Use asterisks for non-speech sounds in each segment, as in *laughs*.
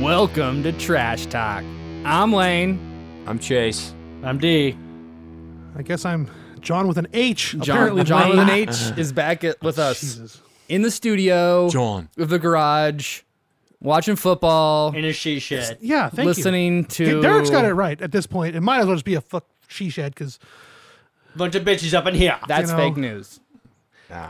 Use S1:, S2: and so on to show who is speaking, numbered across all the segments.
S1: Welcome to Trash Talk. I'm Lane.
S2: I'm Chase.
S3: I'm D.
S4: I guess I'm John with an H.
S1: John,
S4: apparently
S1: John with
S4: Wayne.
S1: an
S4: *laughs*
S1: H is back at, with us
S4: Jesus.
S1: in the studio,
S2: John.
S1: with the garage, watching football,
S3: In a she shed.
S4: Yeah, thank you.
S1: listening to.
S4: D- Derek's got it right at this point. It might as well just be a fuck she shed because
S3: Bunch of bitches up in here.
S1: That's
S4: you know.
S1: fake news.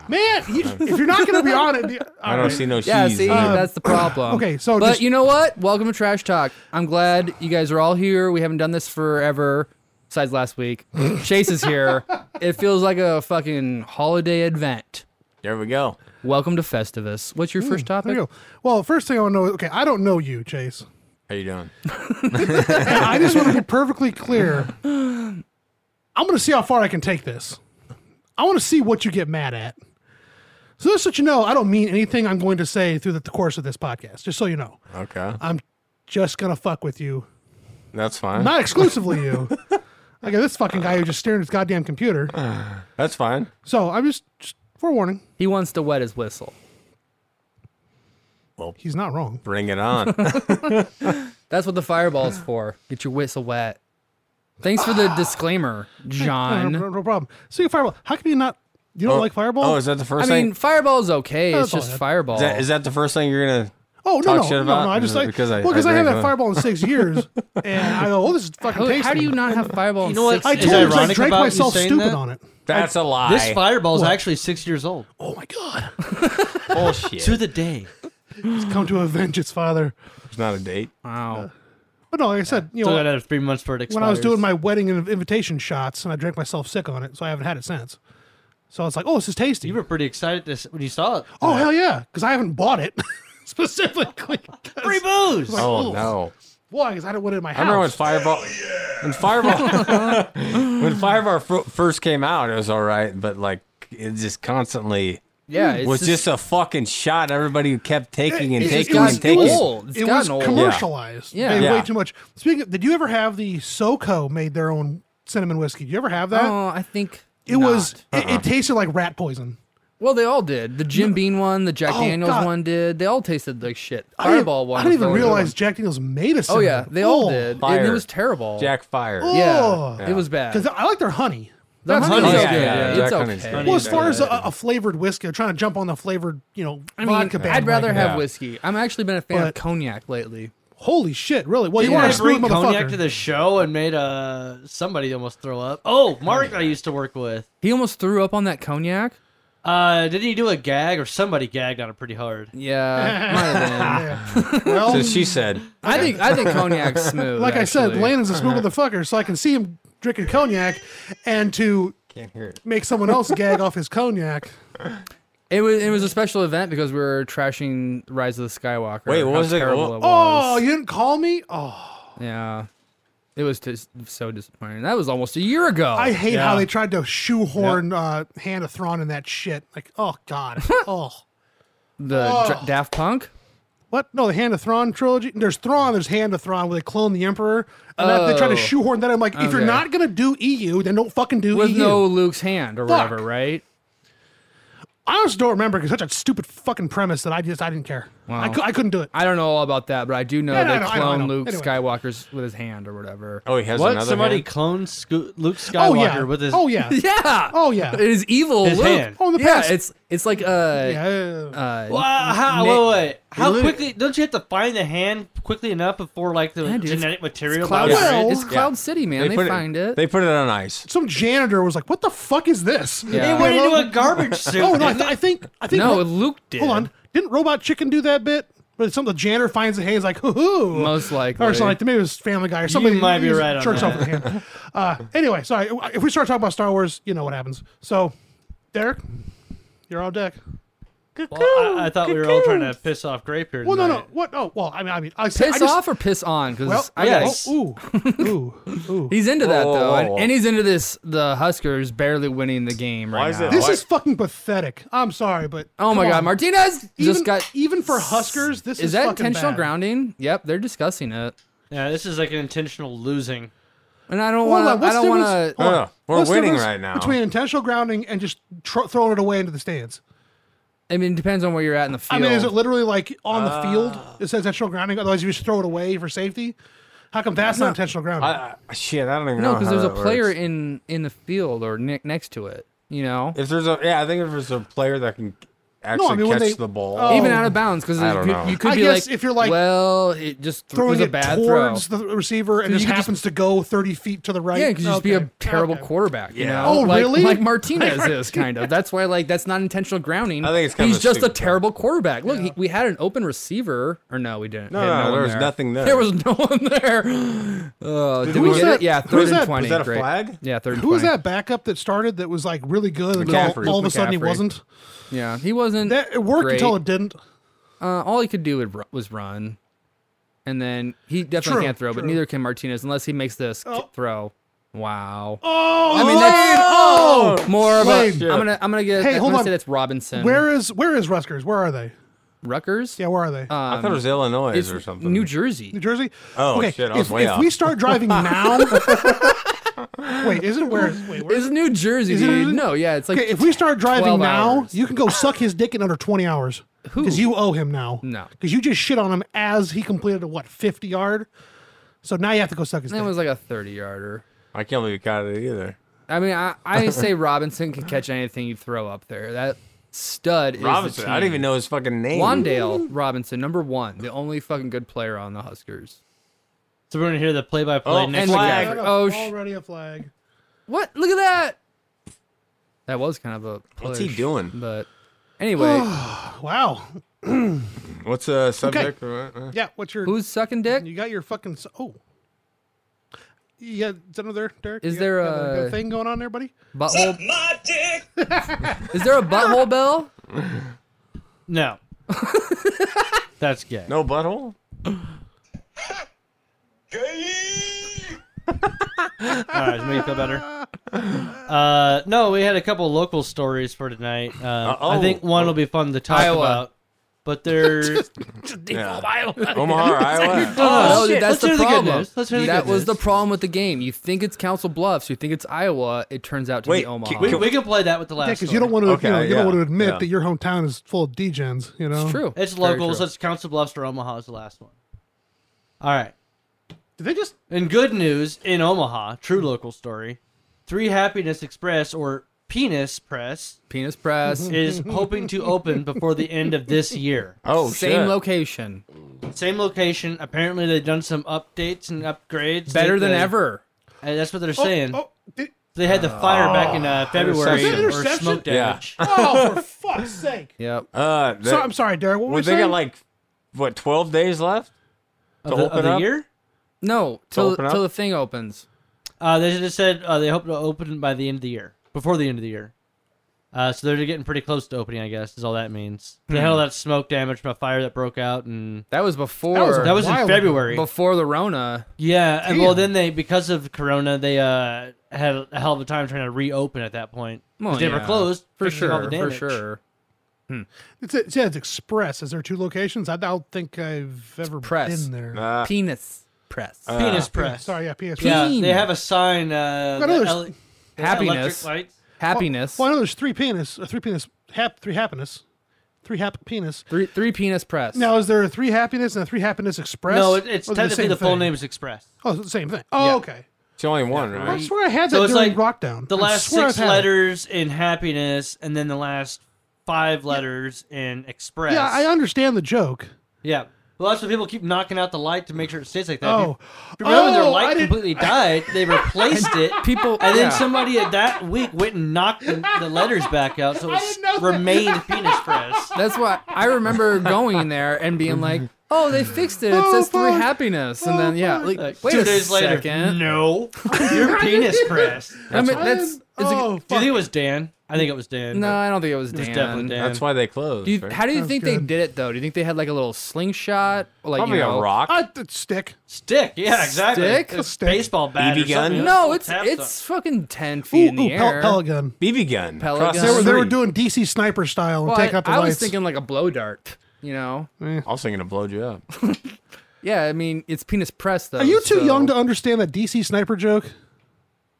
S4: man,
S1: *laughs*
S4: you, if you're not gonna be on it, uh, you-
S2: I don't see no
S1: Yeah,
S2: C's.
S1: see,
S2: either.
S1: that's the problem.
S4: Uh, okay, so
S1: but
S4: just-
S1: you know what? Welcome to Trash Talk. I'm glad you guys are all here. We haven't done this forever, besides last
S4: *laughs*
S1: week. Chase is here. It feels like a fucking holiday event.
S2: there we go.
S1: Welcome to Festivus. What's your first topic?
S4: Mm, *laughs* there you go. Well, first thing I want to know. Okay, I don't know you, Chase.
S2: How you doing?
S4: And I just want to be perfectly clear. I'm gonna see how far I can take this. I want to see what you get mad at. So just so you know, I don't mean anything I'm going to say through the course of this podcast. Just so you know,
S2: Okay,
S4: I'm just gonna fuck with you
S2: that's fine.
S4: Not exclusively you. I got this fucking guy who just staring at his goddamn computer.
S2: that's fine.
S4: So I'm just, just forewarning.
S1: He wants to wet his whistle.
S4: He's not wrong.
S2: Bring it on.
S1: That's what the *sighs* fireball's for. Get your whistle wet. Thanks *sighs* for the disclaimer,
S4: No,
S1: *laughs*
S4: no,
S1: John.
S4: no problem. So you fireball. How can you not? You don't like fireball?
S2: Oh, is that the
S1: I
S2: first
S1: mean,
S2: thing?
S1: fireball's okay. It's
S4: That's all
S1: just
S4: I had.
S1: fireball.
S2: Is that, is that the first thing you're gonna?
S4: oh no,
S2: talk
S4: no,
S2: shit
S4: no,
S2: about-
S4: no. I just like
S2: because
S4: because
S2: I-
S4: I well because
S2: I
S4: I, haven't
S2: drank one.
S4: had fireball in six years, and I go, oh, this is fucking
S1: how,
S4: tasty.
S1: how do you not
S4: *laughs*
S1: have fireball?
S3: You know
S1: in
S3: what?
S4: I
S1: six
S3: It's
S4: told you 'cause I
S3: ironic
S4: drank
S3: about you
S4: myself
S3: saying
S4: stupid
S3: that.
S4: on it.
S2: That's a lie.
S3: This fireball is actually six years old.
S4: Oh my god!
S2: bullshit.
S3: *laughs* To the day.
S4: He's come to avenge his father.
S2: It's not a date.
S1: *laughs* Wow.
S4: But no, like I said, you
S3: Still got
S4: know,
S3: another three months for it expires.
S4: when I was doing my wedding and invitation shots, and I drank myself sick on it, so I haven't had it since. So it's like, oh, this is tasty.
S3: You were pretty excited this, when you saw it.
S4: Oh hell yeah! Because I haven't bought it *laughs* specifically. 'cause-
S3: Free booze!
S4: Like,
S2: Oh
S4: ooh.
S2: no!
S4: Why? Because I don't want it in my
S2: I remember when
S4: house.
S2: fireball. When fireball. *laughs* when fireball fir- first came out, it was all right, but like it just constantly
S1: Yeah, it's
S2: was just, a fucking shot. Everybody kept taking and
S4: It- it-
S2: taking
S4: it was-
S2: and taking.
S4: It was,
S1: old. It's
S4: it was
S1: gotten old.
S4: commercialized.
S1: Yeah.
S4: They
S2: Yeah.
S4: way too much. Speaking, of, did you ever have the SoCo made their own cinnamon whiskey? Did you ever have that?
S1: Oh, I think
S4: it was.
S1: not.
S2: Uh-uh.
S4: It, it tasted like rat poison.
S1: Well, they all did. The Jim Bean one, the Jack
S4: Oh,
S1: Daniels
S4: God.
S1: one did. They all tasted like shit.
S4: I didn't-
S1: Fireball one.
S4: I didn't
S1: was the
S4: even
S1: only
S4: realize
S1: one.
S4: Jack Daniels made a
S1: Oh
S4: cinnamon.
S1: yeah, they all
S4: Oh.
S1: did. It- It,
S2: Fire.
S1: was terrible.
S2: Jack Fire.
S1: Yeah,
S4: Oh.
S1: it was bad.
S4: Because I like their honey.
S1: The
S3: That's
S1: honey's
S3: honey.
S1: okay.
S3: Yeah, yeah, yeah.
S1: It's
S2: Jack honey's
S1: okay.
S2: good.
S4: Well, as
S2: Yeah,
S4: far
S2: yeah,
S4: as a, a flavored whiskey, I'm trying to jump on the flavored, you know,
S1: I mean,
S4: vodka.
S1: I'd rather
S4: bandwagon.
S1: have
S2: Yeah.
S1: whiskey. I'm actually been a fan of
S4: But-
S1: cognac lately.
S4: Holy shit! Really? Well, you
S3: You
S4: are a
S3: guys
S4: smooth
S3: bring cognac
S4: motherfucker.
S3: to the show and made uh, somebody almost throw up. Oh, Mark, I used to work with.
S1: He almost threw up on that cognac.
S3: Uh, didn't he do a gag or somebody gagged on it pretty hard?
S1: Yeah, might have been.
S4: Yeah. Well,
S2: So she said.
S1: I think I think
S4: *laughs*
S1: cognac's smooth.
S4: like I said,
S1: actually.
S4: Landon's a smooth motherfucker, so I can see him drinking cognac, and to
S2: Can't hear it.
S4: make someone else gag off his *laughs* cognac.
S1: it was it was a special event because we were trashing Rise of the Skywalker.
S2: Wait, what
S1: how
S2: was it?
S1: terrible
S2: What-
S4: Oh,
S1: was.
S4: you didn't call me? Oh,
S1: yeah, it was just so disappointing. That was almost a year ago.
S4: I hate
S3: Yeah.
S4: how they tried to shoehorn uh, Hand of Thrawn in that shit. Like, oh *laughs* god, oh.
S1: the Dra- Daft Punk.
S4: What? No, the Hand of Thrawn trilogy. There's Thrawn. There's Hand of Thrawn, where they clone the Emperor, and that, they try
S1: Oh.
S4: to shoehorn that. I'm like, if you're
S1: Okay.
S4: not gonna do EU, then don't fucking do E
S1: with
S4: EU.
S1: no Luke's hand or
S4: Fuck.
S1: whatever, right?
S4: I honestly don't remember because such a stupid fucking premise that I just I didn't care. I,
S1: Wow.
S4: cou- I couldn't do it.
S1: I don't know all about that, but I do know
S4: Yeah, no,
S1: they
S4: I know, I know, I
S1: clone
S4: know.
S1: Luke
S4: Anyway.
S1: Skywalker's with his hand or whatever.
S2: Oh, he has
S3: what?
S2: another
S3: Somebody
S2: hand?
S3: cloned Sco- Luke Skywalker
S4: oh yeah.
S3: with his.
S4: oh *laughs* yeah.
S1: *laughs* Yeah.
S4: Oh, yeah.
S1: It is evil
S3: His
S1: Luke.
S3: hand.
S4: Oh, in the
S1: yeah,
S4: past.
S1: it's it's like uh,
S4: Yeah.
S1: uh
S3: Wow, how,
S1: Nick-
S3: wait, wait. How
S2: Luke-
S3: quickly don't you have to find the hand quickly enough before like the
S1: Yeah, dude, it's-
S3: genetic material?
S1: it's Cloud,
S3: bioprint?
S4: Yeah. Well-
S1: it's Cloud City, man. They,
S2: put
S1: find it.
S2: They put it on ice.
S4: some janitor was like, "What the fuck is this?"
S1: Yeah.
S3: They went into a
S4: *laughs*
S3: garbage suit.
S4: Oh no, I,
S3: didn't
S4: th- I think I think
S1: no,
S4: Ro-
S1: Luke did.
S4: hold on, didn't Robot Chicken do that bit? But it's something the janitor finds the hand, like, "Hoo hoo."
S1: Most likely.
S4: Or something like that. Maybe it was Family Guy or somebody.
S3: might be
S4: he
S3: right on
S4: jerks
S3: that.
S4: off with
S1: *laughs*
S4: the hand. Uh, anyway, sorry. If we start talking about Star Wars, you know what happens. So, Derek, you're on deck.
S3: Well, I, I thought we were all trying to piss off Grape here.
S4: Well, no, no.
S3: tonight.
S4: What? Oh, well. I mean, I mean, I said,
S1: piss
S4: I just,
S1: off or piss on? Because
S4: Well,
S1: I
S3: yeah,
S1: gotta-
S3: it's-
S4: Oh, ooh, ooh, ooh.
S1: *laughs* he's into that
S2: Whoa, whoa,
S1: though, and-
S2: whoa.
S1: And, he's into this. The Huskers barely winning the game right
S2: Why is
S1: now.
S2: it-
S4: This
S2: Why-
S4: is fucking pathetic. I'm sorry, but
S1: oh my
S4: come
S1: God,
S4: on.
S1: Martinez
S4: Even,
S1: just got.
S4: even for Huskers. This is,
S1: Is that
S4: fucking
S1: intentional
S4: bad.
S1: grounding? Yep, they're discussing it,
S3: Yeah, this is like an intentional losing.
S1: and I don't
S4: Hold
S1: want.
S4: on,
S1: to I
S4: what's
S1: don't
S4: the
S1: want
S4: difference-
S1: to.
S2: No,
S4: hold
S2: no,
S4: on.
S2: we're
S4: What's the
S2: winning
S4: difference
S2: right now.
S4: Between intentional grounding and just tr- throwing it away into the stands.
S1: I mean, it depends on where you're at in the
S4: I
S1: field.
S4: mean, is it literally like on the field?
S2: Ah.
S4: It says intentional grounding. Otherwise, you just throw it away for safety. How come that's not intentional grounding?
S2: I, I, shit, I don't even
S1: no,
S2: know.
S1: because
S2: how
S1: there's a
S2: that
S1: player
S2: works.
S1: in in the field or ne- next to it. You know,
S2: If there's a yeah, I think if there's a player that can actually
S4: mean, when
S2: catch
S4: they-
S2: the ball,
S4: oh.
S1: even out of bounds because
S2: I
S1: you,
S2: don't
S1: could-
S2: know.
S1: you could
S4: I
S1: be
S4: guess
S1: like,
S4: if you're like
S1: well, it just th- was
S4: throwing
S1: a
S4: it
S1: bad throw.
S4: towards the receiver and
S1: you
S4: just
S1: could just-
S4: happens to go 30 feet to the right.
S1: Yeah, because you just be a
S4: Okay.
S1: terrible
S4: Okay.
S1: quarterback. You
S2: Yeah.
S1: know?
S4: Oh,
S1: like,
S4: really?
S1: Like
S4: *laughs*
S1: Martinez is kind of. That's why like that's not intentional grounding.
S2: I think it's kind of
S1: he's
S2: a
S1: just a
S2: stupid
S1: terrible quarterback. Look, he, we had an open receiver, or no, we didn't.
S2: No,
S1: We had
S2: no,
S1: one
S2: there was nothing there.
S1: There was no *laughs* one there. Oh, did we
S4: who's
S1: get
S4: that-
S1: it? Yeah,
S4: who's
S1: third and
S4: that-
S1: twenty.
S2: was that a
S1: Great.
S2: flag?
S1: Yeah, third. and
S4: Who was
S1: 20.
S4: that backup that started that was like really good and then
S2: McCaffrey.
S4: all, all of a sudden he
S1: McCaffrey.
S4: wasn't?
S1: Yeah, he wasn't.
S4: That, it worked
S1: great.
S4: until it didn't.
S1: Uh, all he could do would ru- was run, and then he definitely
S4: True,
S1: can't throw. But
S4: true.
S1: neither can Martinez unless he makes this ki- throw. Wow.
S4: Oh,
S1: I mean, that's
S4: oh!
S1: more of a.
S4: Wayne.
S1: I'm gonna I'm gonna get.
S4: Hey,
S1: I'm
S4: hold
S1: gonna
S4: on.
S1: say that's Robinson.
S4: Where is where is Rutgers? Where are they?
S1: Rutgers?
S4: Yeah, where are they?
S2: I thought it was Illinois
S1: It's
S2: or something.
S1: New
S4: New
S1: Jersey.
S4: Jersey.
S2: Oh, shit, I was
S4: if,
S2: way
S4: if
S2: off.
S4: we start
S2: *laughs*
S4: driving now, wait, is it where? Wait, where
S1: It's New Jersey,
S4: Is it
S1: dude.
S4: really?
S1: No, yeah, it's like
S4: okay, if we start
S1: 12
S4: driving now,
S1: hours.
S4: you can go suck his dick in under twenty hours.
S1: Who?
S4: Because you owe him now.
S1: No.
S4: Because you just shit on him as he completed a what fifty yard. So now you have to go suck his
S1: that
S4: dick.
S1: was like a 30 yarder.
S2: I can't believe you caught it either.
S1: I mean, I,
S4: *laughs*
S1: I say Robinson can catch anything you throw up there. That stud is the
S2: Robinson, I
S1: team.
S2: didn't even know his fucking name.
S1: Wandale Robinson, number one, the only fucking good player on the Huskers.
S3: So we're gonna hear the play-by-play
S2: Oh,
S3: next
S1: and
S3: week.
S1: flag.
S4: Got a-
S1: Oh, sh-
S4: already a flag.
S1: What? Look at that. That was kind of a. Push,
S2: What's he doing?
S1: But
S4: *sighs*
S1: anyway,
S4: Wow.
S2: What's the subject? Uh,
S4: Yeah. What's your?
S1: who's sucking dick?
S4: You got your fucking. s- Oh. Yeah, is that another Derek?
S1: Is
S4: You got-
S1: there
S4: got
S1: a-
S4: thing going on there, buddy?
S1: Butthole. *laughs* Is there a butthole bell?
S4: *laughs*
S3: No, that's gay.
S2: No butthole.
S3: All right, does it make you feel better? Uh, no, we had a couple local stories for tonight. Uh,
S2: Uh-oh.
S3: I think one will be fun to talk
S1: Iowa.
S3: about. But they're
S4: *laughs*
S2: Yeah.
S1: *laughs*
S2: Omaha, or
S1: No,
S2: Iowa.
S3: oh,
S1: dude,
S3: shit,
S1: that's
S3: let's
S1: the
S3: hear the good
S1: problem.
S3: news. Let's hear the
S1: that
S3: good
S1: was
S3: news.
S1: the problem with the game. You think it's Council Bluffs, you think it's Iowa. It turns out to
S2: Wait,
S1: be Omaha.
S2: can-
S3: we, we can play that with the last.
S4: Yeah, because you don't
S3: story.
S4: want to.
S2: Okay,
S4: you know, you
S2: yeah,
S4: don't want to admit
S2: yeah.
S4: that your hometown is full of degens. You know,
S1: it's true.
S3: It's
S1: Very
S3: locals.
S1: true.
S3: It's Council Bluffs or Omaha is the last one. All right.
S4: Did they just?
S3: And good news in Omaha, true local story. Three Happiness Express or Penis Press
S1: Penis Press.
S3: is hoping to open before the end of this year.
S2: Oh,
S1: Same
S2: shit.
S1: location.
S3: Same location. Apparently, they've done some updates and upgrades.
S1: Better
S3: They-
S1: than
S3: they-
S1: ever.
S3: And that's what they're
S4: Oh,
S3: saying.
S4: Oh, did-
S3: They had the fire back in uh, February
S2: Oh, Interception.
S3: or
S4: Interception?
S3: smoke
S2: Yeah.
S3: damage. *laughs*
S4: oh, for fuck's sake!
S1: Yep.
S2: Uh,
S4: So
S2: that-
S4: I'm sorry, Derek. What were
S2: Well,
S4: you
S2: they got
S4: saying?
S2: like what twelve days left to
S3: Of the,
S2: open
S3: of the
S2: up.
S3: year?
S1: No, till
S2: open up?
S1: till the thing opens.
S3: Uh, they just said uh, they hope to open by the end of the year, before the end of the year. Uh, so they're getting pretty close to opening, I guess, is all that means. They had all that smoke damage from a fire that broke out, and
S1: That was before.
S4: was a
S3: that was in
S4: Wild.
S3: February.
S1: before the Rona.
S3: Yeah, and well,
S4: Damn.
S3: then they because of Corona, they uh had a hell of a time trying to reopen at that point. 'Cause
S1: Well,
S3: they were
S1: yeah,
S3: closed
S1: for
S3: fixing all
S1: sure. For
S3: the damage.
S1: sure.
S4: It's, it says Express. Is there two locations? I don't think I've ever
S1: Press.
S4: been there.
S2: Uh,
S1: Penis Press.
S3: Penis press.
S4: Uh, Sorry, yeah, PS.
S3: Yeah,
S1: Peen.
S3: they have a sign. Uh,
S4: I know
S3: the
S4: there's-
S3: ele- the
S1: Happiness.
S3: electric lights.
S1: Happiness.
S4: Well, I know there's three penis, uh, three penis, hap, three happiness, three hap penis.
S1: three three penis press.
S4: Now, is there a three happiness and a three happiness express?
S3: No, it, it's
S4: Or is it
S3: technically
S4: same
S3: the, full
S4: thing?
S3: name is Express.
S4: Oh, it's the same thing. Oh,
S3: Yeah.
S4: okay.
S2: it's only one,
S4: I
S2: right?
S4: swear I had that
S3: So it's
S4: during
S3: like
S4: Rockdown.
S3: The
S4: I
S3: last
S4: swear I've
S3: six
S4: had it.
S3: letters in happiness, and then the last five letters in Express.
S4: Yeah, I understand the joke.
S3: yeah. Well, that's why people keep knocking out the light to make sure it stays like that.
S4: Oh,
S3: If you remember
S4: oh,
S3: their
S4: I
S3: light
S4: didn't- *laughs*
S3: completely died. They replaced it.
S1: People
S3: And
S1: yeah.
S3: then somebody at that week went and knocked the, the letters back
S1: *laughs*
S3: out, so
S4: I didn't know
S3: it
S4: that.
S3: remained penis press.
S1: That's why I remember going there and being like, "Oh, they fixed it. It
S4: Oh,
S1: says three
S4: fuck.
S1: happiness." And then yeah, like,
S3: Like,
S1: wait
S3: two
S1: a
S3: days later,
S1: second. *laughs*
S3: no, your penis press.
S1: I mean,
S4: I
S1: that's
S4: didn't-
S1: it's a-
S4: oh,
S3: Do you
S4: fuck.
S3: think it was Dan? I think it was Dan.
S1: no.
S3: but
S1: I don't think it was
S3: it was
S1: Dan.
S3: definitely Dan.
S2: That's why they closed.
S1: Do you,
S2: right?
S1: how do you
S4: That's
S1: think they
S4: good.
S1: did it though? Do you think they had like a little slingshot, or, like
S2: Probably
S1: you know,
S2: a rock.
S3: uh,
S4: I, th- stick.
S3: Stick, yeah, exactly.
S1: Stick?
S3: It was
S4: Stick.
S3: baseball bat.
S2: BB
S3: or something.
S2: gun?
S1: No, it's
S3: Tap
S1: it's fucking ten
S4: Ooh,
S1: feet in
S4: ooh,
S1: the
S4: pellet,
S1: air.
S4: pellet gun.
S2: BB gun.
S1: Pellet
S2: Cross
S1: gun.
S4: They were, they were
S2: three.
S4: doing DC sniper style and
S1: Well,
S4: take
S1: I,
S4: out the Eh.
S1: I was
S4: lights.
S1: thinking like a blow dart. You know?
S2: I was thinking to blow you up.
S1: Yeah, I mean it's penis press though.
S4: Are you too
S1: so
S4: young to understand that DC sniper joke?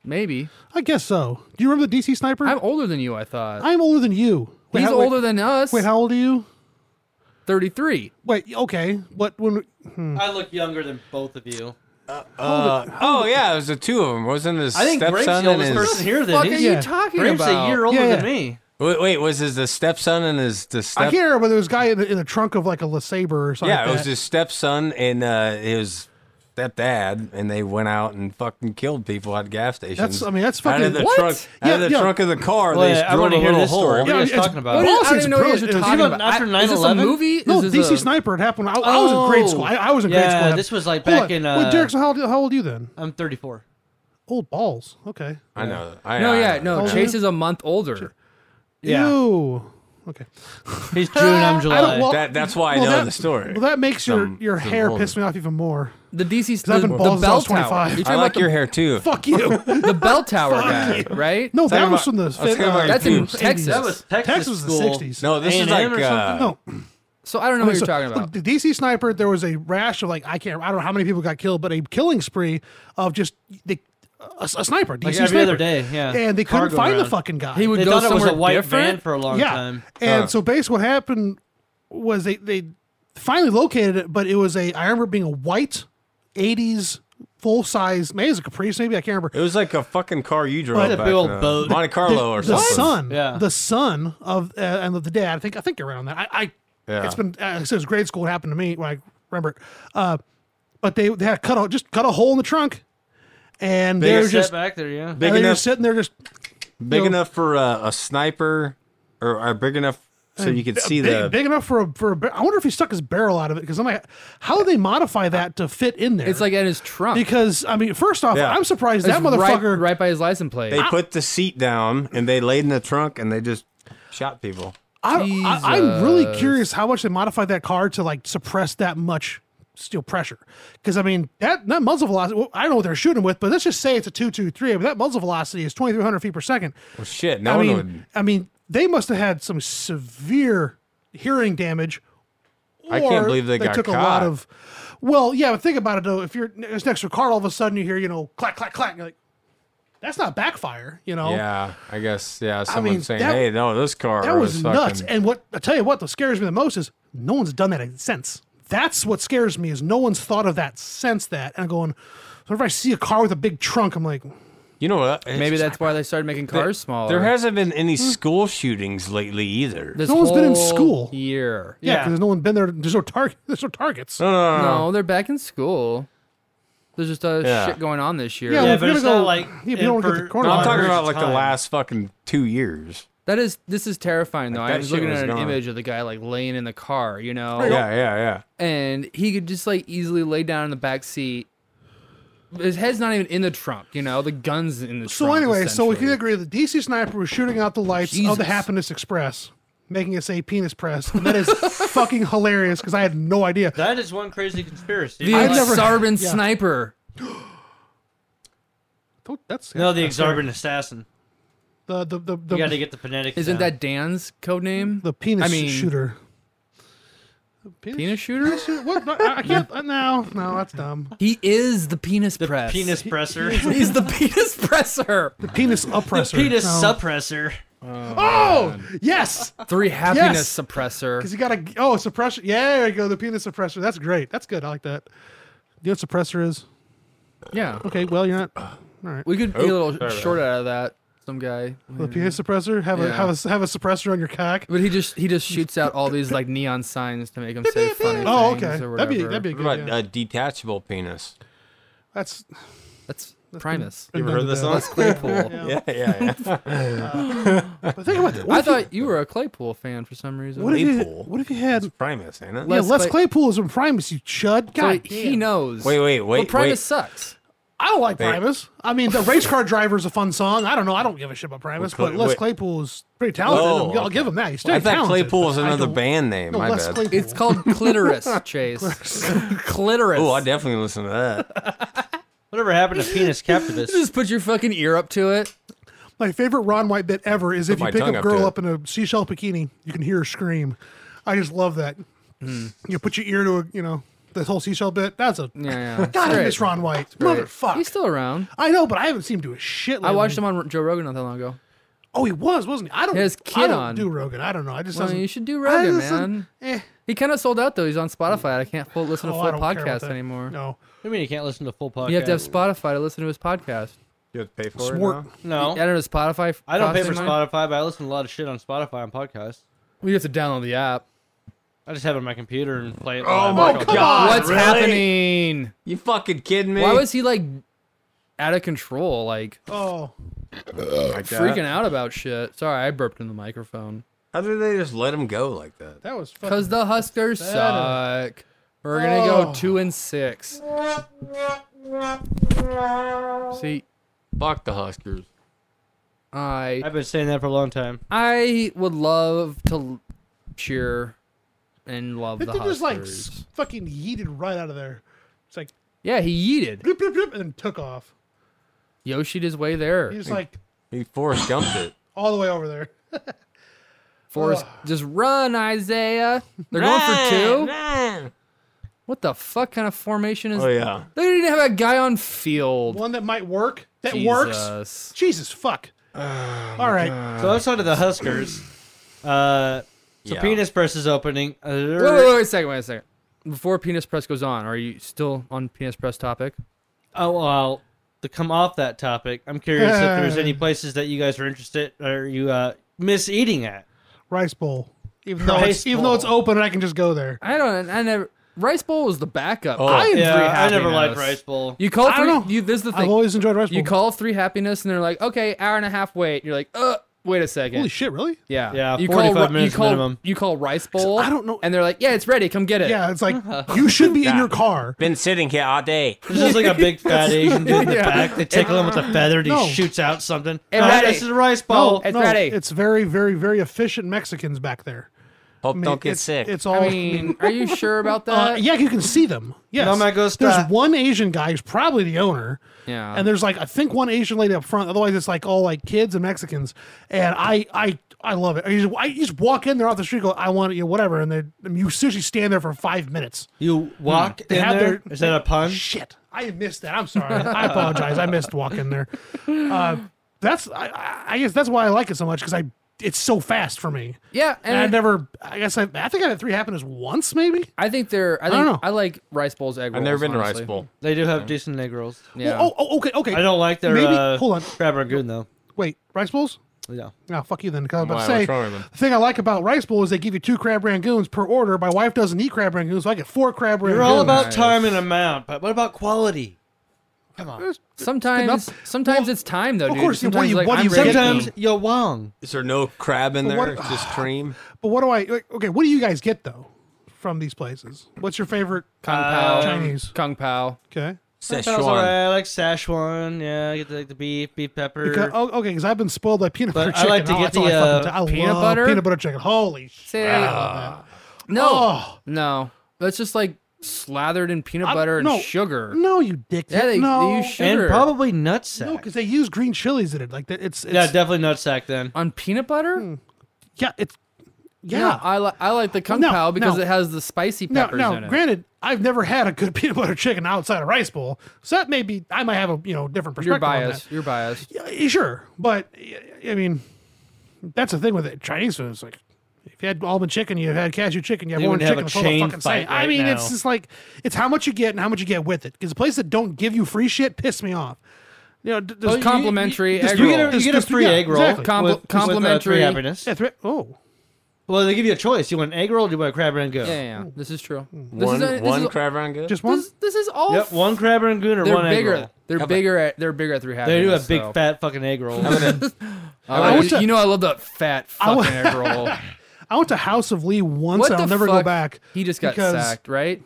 S1: Maybe
S4: I guess so. Do you remember the DC sniper?
S1: I'm older than you. I thought.
S4: I'm older than you. Wait,
S1: He's
S4: how- wait-
S1: older than us.
S4: Wait, how old are you?
S1: 33.
S4: Wait, okay. What when?
S3: I look younger than both of you.
S2: Uh, oh yeah, it was the two of them, wasn't it? His
S3: I think Brink's
S2: stepson
S3: the
S2: and
S3: oldest person
S2: his
S3: here. Then
S1: What the fuck
S3: he's
S1: are you
S4: yeah.
S1: talking
S3: Brink's
S1: about?
S3: a year older
S4: Yeah, yeah.
S3: than me.
S2: wait, wait, was his the stepson and his the
S4: I
S2: step?
S4: can't remember. There was a guy in the, in the trunk of like a LeSabre or something.
S2: Yeah,
S4: like
S2: it was
S4: that.
S2: his stepson and uh, his stepdad, and they went out and fucking killed people at gas stations.
S4: That's- I mean, that's
S2: out of
S4: fucking-
S2: the
S4: what?
S2: trunk,
S4: Yeah,
S2: out of the
S4: yeah.
S2: trunk of the car.
S3: Well,
S2: they
S3: yeah,
S2: just
S3: I
S2: drilled
S3: want
S2: a
S3: to hear
S2: little
S3: this
S2: hole.
S3: story. What
S4: Yeah,
S3: are you guys
S4: it's-
S3: talking
S1: What
S3: about?
S1: is- I
S4: Bullshit's
S1: don't even know what you guys are
S4: brilliant. It was
S1: talking
S3: even
S1: about.
S3: after
S1: I- is this a
S3: 9/11?
S1: movie? is
S4: No,
S1: uh,
S4: DC
S1: this a-
S4: Sniper. It happened. I, I was in grade school. I, I was in grade school.
S3: Yeah, this was like
S4: Hold
S3: back
S4: on.
S3: in.
S4: Wait,
S3: Uh,
S4: Derek, so how, old- how old are you then?
S3: I'm 34.
S4: Old balls. Okay.
S2: I know. I,
S1: No,
S2: I,
S1: yeah, no.
S4: Oh,
S1: Chase
S4: yeah.
S1: is a month older.
S3: Yeah,
S4: Ew. Okay.
S3: he's
S1: *laughs*
S3: June. I'm July.
S4: well,
S2: That- that's why I know the story.
S4: Well, that makes your,
S2: Some-
S4: your
S2: some
S4: hair
S2: older.
S4: piss me off even more.
S1: The DC
S4: I've
S1: the,
S4: been
S1: the
S4: bald since I
S1: bell
S4: was
S1: tower.
S4: 25.
S1: You're
S2: I
S1: talking
S2: like
S1: about
S2: your hair too. *laughs*
S4: Fuck you.
S1: the, the *laughs* bell tower
S4: Fuck
S1: guy,
S4: you.
S1: right?
S4: No, that
S2: talking
S4: was
S2: about-
S4: from the.
S2: I was talking about
S1: That's in
S4: 80s.
S1: Texas.
S3: that was Texas,
S4: Texas was the
S3: school.
S4: 60s.
S2: No, this is
S3: A&M
S2: like
S3: or
S2: uh,
S3: something?
S4: No.
S1: So I don't know what you're
S4: So,
S1: talking
S4: Look,
S1: about.
S4: the DC sniper, there was a rash of like I can't, I don't know how many people got killed, but a killing spree of just the, a, a sniper, DC
S3: Like every
S4: sniper.
S3: other day, yeah.
S4: And they couldn't
S3: Cargo
S4: find the
S3: round.
S4: fucking guy.
S1: He would
S3: They
S1: go
S3: thought it was
S1: somewhere
S3: a white
S1: different.
S3: van for a long
S4: yeah.
S3: time.
S4: And
S2: Huh.
S4: so basically, what happened was they they finally located it, but it was a I remember it being a white '80s full size, maybe it was a Caprice, maybe I can't remember.
S2: It was like a fucking car you drove.
S3: What a
S2: back
S3: big old
S2: then.
S3: boat.
S2: Monte Carlo or
S4: the
S2: something.
S4: son,
S3: Yeah.
S4: the son of uh, and of the dad. I think I think around that. I, I
S2: Yeah.
S4: it's been uh, since grade school. It happened to me when I remember. it. Uh, but they they had cut a, just cut a hole in the trunk, and
S2: Big
S4: they're
S2: as-
S4: just
S3: Set back there, yeah.
S2: Big
S4: and they're
S2: enough,
S4: just sitting there just
S2: big
S4: know-
S2: enough for uh, a sniper, or, or big enough so you could see
S4: big,
S2: the.
S4: big enough for a for a. bar- I wonder if he stuck his barrel out of it because I'm like, how do they modify that to fit in there?
S1: It's like in his trunk.
S4: because I mean, first off,
S2: Yeah.
S4: I'm surprised that
S1: It's right,
S4: motherfucker.
S1: right by his license plate.
S2: they put the seat down and they laid in the trunk and they just shot people.
S4: I, I, I'm really
S1: Jesus.
S4: curious how much they modified that car to like suppress that much steel pressure. Because I mean, that that muzzle velocity. Well, I don't know what they're shooting with, but let's just say it's a two two three. But that muzzle velocity is 2,300 feet per second.
S2: Well, shit, no
S4: I
S2: one
S4: mean,
S2: would.
S4: I mean, they must have had some severe hearing damage.
S2: I can't
S4: or
S2: believe they got
S4: took a lot
S2: caught.
S4: of. Well, yeah, but think about it though. If you're it's next to a car, all of a sudden you hear you know clack clack clack. And you're like, that's not backfire, you know.
S2: Yeah, I guess. Yeah, someone
S4: mean,
S2: saying,
S4: that-
S2: "Hey, no, this car
S4: That was
S2: fucking,
S4: nuts. And what I tell you what, what scares me the most is no one's done that since. That's what scares me is no one's thought of that since that. And I'm going, whenever I see a car with a big trunk, I'm like,
S2: You know what?
S1: Maybe that's why they started making cars smaller.
S2: There hasn't been any
S4: Hmm.
S2: school shootings lately either.
S1: This
S4: No one's been in
S1: whole
S4: school.
S1: year.
S4: yeah,
S3: Yeah.
S4: because no one been there. There's no target. *laughs* There's no targets.
S2: no, no, no, no.
S1: No, they're back in school. There's just uh,
S2: Yeah.
S1: shit going on this year.
S4: Yeah,
S3: Yeah,
S4: if
S3: but
S4: you're
S3: it's
S4: gonna
S3: not
S4: go-
S3: like
S4: yeah, if you
S3: in
S4: don't get
S3: for
S4: the corner
S2: No,
S4: lot
S2: I'm talking
S4: of
S2: about like the
S3: time.
S2: last fucking two years.
S1: That is this is terrifying though. I
S2: that
S1: was
S2: shit
S1: looking
S2: was
S1: at an
S2: gone.
S1: image of the guy like laying in the car, you know,
S2: Yeah, yeah, yeah.
S1: and he could just like easily lay down in the back seat. His head's not even in the trunk, you know. The gun's in the
S4: So
S1: trunk.
S4: anyway, so we can
S1: essentially.
S4: agree that DC Sniper was shooting out the lights of the
S1: Jesus.
S4: Happiness Express, making it say penis press. And that is *laughs* fucking hilarious because I had no idea.
S3: That is one crazy conspiracy.
S1: the
S3: I
S4: I've
S3: like-
S4: never-
S1: exorbitant
S4: yeah.
S1: sniper.
S4: Don't- That's
S3: no, the
S4: that's
S3: exorbitant assassin.
S4: The the the, the,
S3: You got to get the phonetics.
S1: Isn't
S3: down.
S1: that Dan's code name?
S4: the penis
S1: I mean,
S4: shooter.
S1: *laughs*
S4: Penis,
S1: penis shooter.
S4: shooter? What? I I can't. *laughs* uh, No, no, that's dumb.
S1: He is the penis press.
S3: penis
S1: *laughs*
S3: presser? *laughs*
S1: He's the penis presser.
S4: Penis oppressor.
S3: penis
S4: No.
S3: suppressor.
S4: Oh, yes.
S1: Three happiness
S4: Yes.
S1: suppressor.
S4: Because you got to. Oh, suppressor. Yeah, there you go. The penis suppressor. That's great. That's good. I like that. You know what suppressor is?
S1: Yeah,
S4: Okay, well, you're not.
S1: Oh,
S4: All right.
S1: we could be a little short out of that. Some guy.
S4: The penis suppressor. Have a
S1: Yeah.
S4: have a have a suppressor on your cock.
S1: But he just he just shoots out all these like neon signs to make him say
S4: *laughs*
S1: funny
S4: Oh,
S1: things
S4: okay.
S1: or
S4: That'd be
S1: whatever.
S4: that'd be a
S2: What
S4: good.
S2: about
S4: Yeah.
S2: a detachable penis?
S4: That's.
S1: That's
S4: *laughs*
S1: Primus.
S2: You
S4: been
S2: ever heard
S4: done
S2: this
S4: to
S2: song?
S4: death.
S1: Claypool.
S2: *laughs* Yeah, yeah, yeah.
S4: But think about that. What
S1: I
S4: if you-
S1: thought you were a Claypool fan for some reason.
S4: What if you?
S2: Claypool.
S4: What if you had?
S2: Primus, ain't it?
S1: Let's
S4: yeah, Les
S1: play-
S4: Claypool is from Primus. You chud.
S1: So
S4: God,
S1: he
S4: damn.
S1: knows.
S2: Wait, wait, wait,
S1: But Primus
S2: wait.
S1: sucks.
S4: I don't like
S2: They-
S4: Primus. I mean, the race car driver is a fun song. I don't know. I don't give a shit about Primus,
S2: Well,
S4: but
S2: Clay-
S4: Les
S2: wait.
S4: Claypool is pretty talented.
S2: Oh,
S4: I'll
S2: okay.
S4: give him that. He's still
S2: I thought
S4: talented.
S2: Claypool was
S4: but I
S2: another
S4: don't-
S2: band name.
S4: No,
S2: My
S4: Les
S2: bad.
S4: Claypool.
S1: It's
S4: *laughs*
S1: called clitoris, Chase. clitoris.
S2: Oh, I definitely listen to that.
S3: Whatever happened to
S4: *laughs*
S3: penis captivist?
S1: just put your fucking ear up to it.
S4: My favorite Ron White bit ever is if
S2: my
S4: you pick
S2: tongue
S4: a
S2: up
S4: girl
S2: to it.
S4: up in a seashell bikini, you can hear her scream. I just love that.
S2: Hmm.
S4: You put your ear to a, you know, the whole seashell bit. That's a
S1: Yeah, yeah.
S4: *laughs* *laughs* God, I
S1: Great.
S4: miss Ron White.
S1: Great.
S4: Motherfuck.
S1: He's still around.
S4: I know, but I haven't seen him do a shit.
S1: I
S4: lately.
S1: watched him on Joe Rogan not that long ago.
S4: Oh, he was, wasn't he? I don't.
S1: He has
S4: I
S1: Kid
S4: don't
S1: on.
S4: do Rogan. I don't know. I just
S1: Well,
S4: doesn't-
S1: you should do
S4: I
S1: Rogan,
S4: just doesn't-
S1: man.
S4: eh.
S1: He kind of sold out though. He's on Spotify. I can't full, listen to
S4: Oh, I
S1: full
S4: don't care about
S1: podcasts
S4: that.
S1: anymore.
S4: No,
S3: I mean, you can't listen to full podcast.
S1: You have to have Spotify to listen to his podcast.
S2: *laughs* You have to pay for
S4: Swart.
S2: it. now?
S1: I don't
S3: No,
S1: know Spotify.
S3: I don't pay
S1: costs
S3: for
S1: any money?
S3: Spotify, but I listen to a lot of shit on Spotify on podcasts.
S1: We have to download the app.
S3: I just have it on my computer and play it.
S2: Oh
S3: live.
S2: my
S3: I don't-
S2: God. God.
S4: Ah,
S1: What's
S2: really?
S1: happening?
S2: You fucking kidding me?
S1: Why was he like out of control? Like
S4: oh,
S2: like that?
S1: freaking out about shit. Sorry, I burped in the microphone.
S2: How did they just let him go like that?
S4: that was fucking.
S1: Cause the Huskers suck. We're gonna
S4: Oh.
S1: go two and six. See,
S2: Fuck the Huskers.
S1: I
S3: I've been saying that for a long time.
S1: I would love to l- cheer and love
S4: That
S1: the
S4: thing
S1: Huskers.
S4: just like s- fucking yeeted right out of there. It's like
S1: yeah, he yeeted.
S4: bloop, bloop, bloop, and then took off.
S1: Yoshi'd his way there.
S4: He was like
S2: He Forrest Gumped it.
S4: all the way over there.
S1: Forrest, just run, Isaiah. They're *laughs* going for two. What the fuck kind of formation is?
S2: Oh yeah.
S1: They didn't even have a guy on field.
S4: One that might work. That works.
S1: Jesus.
S4: Jesus fuck. all right.
S3: So outside of the Huskers, uh, so
S2: Yeah.
S3: Penis Press is opening. Uh,
S1: Wait, wait, wait a second. Wait a second. Before penis press goes on, are you still on penis press topic?
S3: Oh well, to come off that topic, I'm curious if there's
S4: *laughs*
S3: any places that you guys are interested or you uh, miss eating at.
S4: Rice bowl. Even though it's,
S3: Rice
S4: even though it's
S3: bowl.
S4: open, I can just go there.
S1: I don't. I never. Rice bowl was the backup.
S2: Oh.
S1: I am
S3: Yeah,
S1: three
S3: I never
S1: happiness.
S3: liked Rice
S4: *laughs*
S3: Bowl.
S1: You call
S4: I don't know.
S1: three. You, this is the
S4: I've
S1: thing.
S4: always enjoyed rice bowl.
S1: You call three happiness, and they're like, okay, hour and a half wait. You're like, uh, wait a second.
S4: Holy shit, really?
S1: yeah,
S3: Yeah,
S1: You call
S3: 45
S1: ri-
S3: minutes
S1: you call,
S3: minimum.
S1: You call rice bowl.
S4: I don't know-
S1: And they're like, yeah, it's ready. Come get it. *laughs*
S4: Yeah, it's like you should be in your car.
S2: Been sitting here all day.
S3: There's just like a big fat Asian dude in the back. They tickle him with a feather and he
S4: No.
S3: shoots out something.
S1: And
S3: Oh,
S1: that
S3: this
S1: is-
S3: is a Rice Bowl.
S1: It's ready.
S4: It's very, very, very efficient Mexicans back there.
S2: Hope
S4: I mean,
S2: don't get
S4: it's-
S2: sick.
S4: It's all.
S1: I mean, are you sure about that?
S4: *laughs* uh, yeah, you can see them. Yes.
S3: No me gusta.
S4: There's one Asian guy who's probably the owner.
S1: Yeah.
S4: And there's like I think one Asian lady up front. Otherwise, it's like all like kids and Mexicans. And I I I love it. I just, I just walk in there off the street, go I want it, you know, whatever, and then you seriously stand there for five minutes.
S3: You walk
S4: Hmm. They
S3: in
S4: have
S3: there.
S4: their-
S3: Is that a pun?
S4: Shit, I missed that.
S3: *laughs*
S4: I'm sorry. I apologize. I missed walking there. Uh, that's I- I, I guess that's why I like it so much because I it's so fast for me.
S1: yeah.
S4: And I
S1: And
S4: never. I guess I, I think I had three happiness once maybe.
S1: I think they're. I, think,
S4: don't know.
S1: I like rice bowls, egg rolls.
S2: I've never been to Rice
S1: honestly.
S2: Bowl.
S3: They do have decent egg rolls.
S1: Yeah.
S4: Oh, oh, okay, okay.
S3: I don't like their
S4: Hmm. Maybe
S3: uh,
S4: hold on.
S3: crab ragoon though.
S4: Wait, rice bowls.
S3: Yeah.
S4: Oh, fuck you then. 'cause I was about to
S2: Why,
S4: say,
S2: what's wrong with them?
S4: the thing I like about Rice Bowl is they give you two crab rangoons per order. My wife doesn't eat crab rangoons, so I get four crab rangoons.
S3: You're all about
S1: Nice.
S3: time and amount, but what about quality? Come on.
S1: Sometimes,
S4: enough.
S1: sometimes
S4: Well,
S1: it's time though.
S4: of
S1: dude.
S4: course, yeah, what do
S1: Sometimes,
S4: you-
S1: like,
S4: what do
S1: I'm
S4: you-
S1: ready.
S3: Sometimes you're wrong.
S2: Is there no crab in there?
S4: what-
S2: It's just cream.
S4: But what do I? like, Okay, what do you guys get though from these places? What's your favorite?
S1: Kung
S3: Um,
S1: Pao.
S4: Chinese.
S1: Kung Pao.
S4: Okay.
S3: That sounds
S2: Szechuan.
S3: alright. I like Szechuan. Yeah, I get the, like the beef, beef pepper.
S4: Because, oh, okay, because I've been spoiled by peanut
S3: er, But
S4: butter
S3: I
S4: chicken.
S3: like to
S4: Oh,
S3: get
S4: that's all
S3: the,
S4: I
S3: uh,
S4: fucking do. I
S1: peanut
S4: love
S1: butter?
S4: peanut butter chicken. Holy shit!
S1: Say, no, no, that's just like slathered in peanut
S4: I-
S1: butter and
S4: no.
S1: sugar.
S4: No, you dickhead.
S1: Yeah, they,
S4: no.
S1: they use sugar
S3: and probably nutsack.
S4: no, because they use green chilies in it. Like that, it's, it's
S3: yeah, definitely nutsack then.
S1: on peanut butter.
S4: yeah, it's Hmm. yeah.
S1: No, I like I like the kung
S4: No,
S1: pao because
S4: no.
S1: it has the spicy
S4: Now,
S1: peppers
S4: now
S1: in it.
S4: granted, I've never had a good *laughs* peanut butter chicken outside of rice bowl, so that may be I might have a you know different perspective.
S1: you're biased. You're biased.
S4: On that. Yeah, sure, but y- I mean, that's the thing with it. Chinese food. It's like if you had almond chicken, you had cashew chicken, you have
S3: They
S4: orange
S3: wouldn't have a
S4: chicken. it's all the
S3: chain
S4: fucking same.
S3: fight
S4: I
S3: right
S4: mean,
S3: now.
S4: it's just like it's how much you get and how much you get with it. Because the places that don't give you free shit piss me off. You know, d- does
S1: Well, you- complimentary
S4: does-
S1: egg
S3: You
S1: roll.
S3: get a, you get a
S4: does-
S3: free
S4: yeah,
S3: egg roll.
S4: exactly.
S1: Com-
S3: with,
S1: complimentary-
S3: With, uh, free happiness.
S4: Yeah, thre- oh,
S3: Well, they give you a choice. You want an egg roll or do you want a crab rangoon?
S1: Yeah, yeah, yeah. This is true. This
S2: One
S1: is a- this
S2: one
S1: is,
S2: crab rangoon.
S4: just one.
S1: This, this is all.
S3: Yep, one crab rangoon or
S1: They're
S3: one egg
S1: bigger.
S3: roll.
S1: They're bigger. At, they're bigger at three
S3: They do a
S1: happiness,
S3: big
S1: so.
S3: fat fucking egg roll.
S1: Oh,
S4: I went
S1: you,
S4: to-
S1: you know I love that fat fucking
S4: went-
S1: egg roll.
S4: *laughs* I went to House of Lee once.
S1: What
S4: and
S1: the
S4: I'll never
S1: fuck?
S4: go back.
S1: He just got
S4: because-
S1: sacked, right?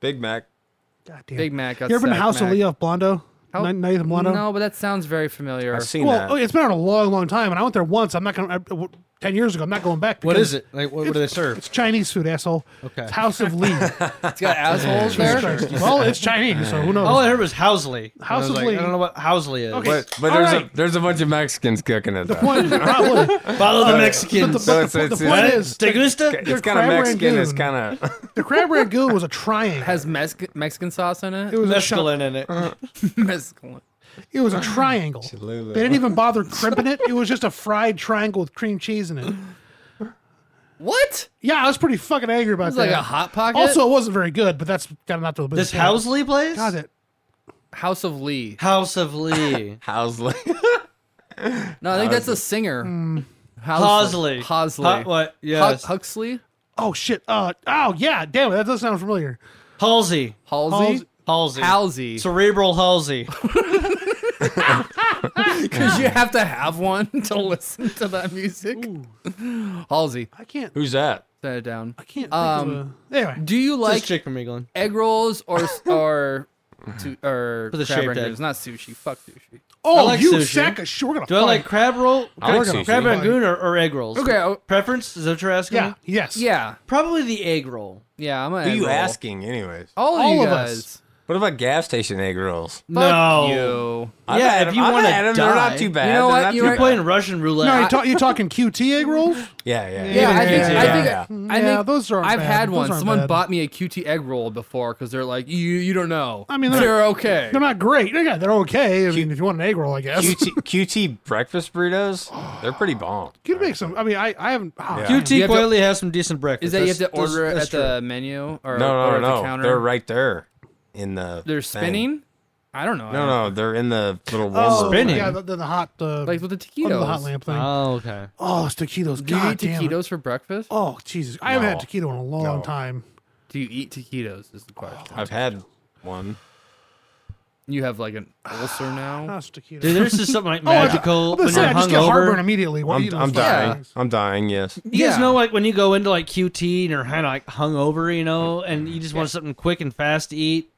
S2: Big Mac.
S4: God damn.
S1: Big Mac got
S4: You ever been to
S1: sacked,
S4: House
S1: Mac.
S4: of Lee off Blondo?
S1: How-
S4: Night, Night of Blondo?
S1: No, but that sounds very familiar.
S2: I've seen
S4: Well,
S2: that.
S4: oh, it's been out a long, long time, and I went there once. I'm not gonna. I, w- Ten years ago, I'm not going back.
S3: what
S4: because
S3: is it? Like, what, what do they serve?
S4: It's Chinese food, asshole.
S3: Okay.
S4: It's House of Lee.
S1: It's *laughs* got assholes there. *laughs*
S4: well, it's Chinese, so who knows?
S3: All I heard was Housley. And I
S4: House
S3: was
S4: of
S3: like,
S4: Lee.
S3: I don't know what Housley is.
S4: Okay.
S2: But, but
S4: All
S2: there's
S4: right.
S2: a there's a bunch of Mexicans cooking it.
S4: *laughs*
S2: though.
S4: *laughs* Point- probably. But
S3: Follow the
S4: the,
S3: Mexicans.
S2: So
S4: but
S2: it's-
S4: the, point- the
S2: it's-
S4: point
S2: it's-
S4: is,
S3: Te gusta?
S2: It's
S4: They're
S2: kind of
S4: crab
S2: Mexican. It's
S4: rangoon.
S2: kind of
S4: the crab ragout was a
S1: *laughs*
S4: triangle.
S1: Has Mex- Mexican sauce in it?
S4: it was a shot-
S3: Mescaline in it.
S1: Mezcal.
S4: It was a triangle. They didn't even bother crimping it. It was just a fried triangle with cream cheese in it.
S1: What?
S4: Yeah, I was pretty fucking angry about
S1: It's
S4: that.
S1: like a hot pocket.
S4: also, it wasn't very good, but that's got not to the
S3: This
S4: business.
S3: Housley place?
S4: Got it.
S1: House of Lee.
S3: House of Lee.
S2: *laughs* How's like
S1: No, I think that's a singer.
S4: Hmm.
S1: House-
S3: Hosley.
S1: Hosley.
S3: Hu- what?
S1: Hu-
S3: Yes.
S1: Huxley.
S4: Oh shit. Uh. Oh yeah. Damn it. That does sound familiar.
S3: Halsey.
S1: Halsey.
S3: Halsey.
S1: Halsey.
S3: Cerebral *laughs* Halsey.
S1: Because *laughs* you have to have one *laughs* to listen to that music. *laughs* Halsey.
S4: I can't.
S2: *laughs* who's that?
S1: Set it down.
S4: I can't. Think
S1: Um,
S4: of a, anyway.
S1: Do you
S3: Like
S1: like
S3: chick from England.
S1: egg rolls or or to, or
S3: For the
S1: crab
S3: shaped
S1: rangoons?
S3: egg.
S1: Not sushi. Fuck sushi.
S4: Oh,
S3: like
S4: you
S3: sushi.
S4: sack of shit. We're gonna.
S3: Do I like
S4: fight.
S3: crab roll,
S2: I like
S3: crab,
S2: sushi.
S3: crab rangoon, or, or egg rolls?
S1: Okay. oh,
S3: Preference? Is that what you're asking?
S4: Yeah.
S3: me?
S4: Yes.
S1: Yeah.
S3: Probably the egg roll.
S1: Yeah. I'm
S2: Who
S1: gonna.
S2: you asking, anyways?
S1: All, of
S4: All
S1: you
S4: of
S1: guys.
S4: us.
S2: What about gas station egg rolls?
S1: Fuck
S3: no.
S1: you.
S2: I've
S3: Yeah,
S2: had
S3: if
S2: them-
S3: you
S2: I've
S3: wanna
S2: had them, they're
S3: die-
S2: not too
S3: You
S2: bad.
S1: know
S2: They're
S1: what?
S2: not
S1: You're
S2: too
S1: right.
S3: You're playing Russian roulette.
S4: No, you, ta-
S3: *laughs*
S4: you talking QT egg rolls?
S2: Yeah, yeah,
S1: Yeah, I
S4: Yeah,
S1: think, I
S2: yeah,
S1: think,
S2: yeah.
S1: I think
S4: Yeah, those aren't
S1: I've
S4: bad.
S1: had
S4: Those
S1: one.
S4: aren't
S1: Someone
S4: bad.
S1: bought me a QT egg roll before because they're like, you you don't know.
S4: I mean,
S1: they're,
S4: they're-
S1: okay.
S4: They're not great. They're, they're okay. I mean, if you want an egg roll, I guess.
S2: QT, QT breakfast burritos, they're pretty bomb.
S4: *laughs* You can make some. I mean, I, I haven't. ah,
S2: Yeah.
S4: dude,
S1: You
S3: QT
S1: have to-
S3: Coily has some decent
S1: Is
S3: breakfast.
S1: that you have
S3: That's-
S1: to
S3: that's-
S1: order it
S3: that's
S1: at the menu or,
S2: No,
S1: or
S2: no,
S1: at
S2: no.
S1: the counter?
S2: They're right there in the.
S1: They're
S2: thing.
S1: spinning. I don't know.
S2: No, no, they're in the little warmer.
S4: oh,
S3: spinning.
S4: Yeah, the, the, the hot. Uh,
S1: Like with the
S4: under
S1: taquitos.
S4: the hot lamp
S3: true.
S4: thing.
S3: Oh, okay.
S4: oh, it's taquitos.
S1: Do you
S4: God
S1: eat
S4: damn it.
S1: taquitos for breakfast?
S4: Oh Jesus! I haven't had
S2: No.
S4: taquito in a long
S2: No.
S4: time.
S1: Do you eat taquitos? Is the question.
S2: I've had one.
S1: You have like an ulcer now.
S4: *sighs* Not taquito.
S3: Dude, there's
S4: *laughs*
S3: just
S1: *laughs*
S3: something like
S1: Oh,
S4: Oh, I-
S3: magical
S4: I'm
S3: when
S4: say,
S3: you're
S4: I just get heartburn
S3: hungover.
S4: immediately. while
S2: I'm,
S4: eating
S2: I'm
S4: those fucking
S2: dying.
S4: things.
S2: I'm dying. Yes.
S3: You guys
S1: Yeah.
S3: know, like when you go into like QT and you're kind of like hungover, you know, and you just want something quick and fast to eat,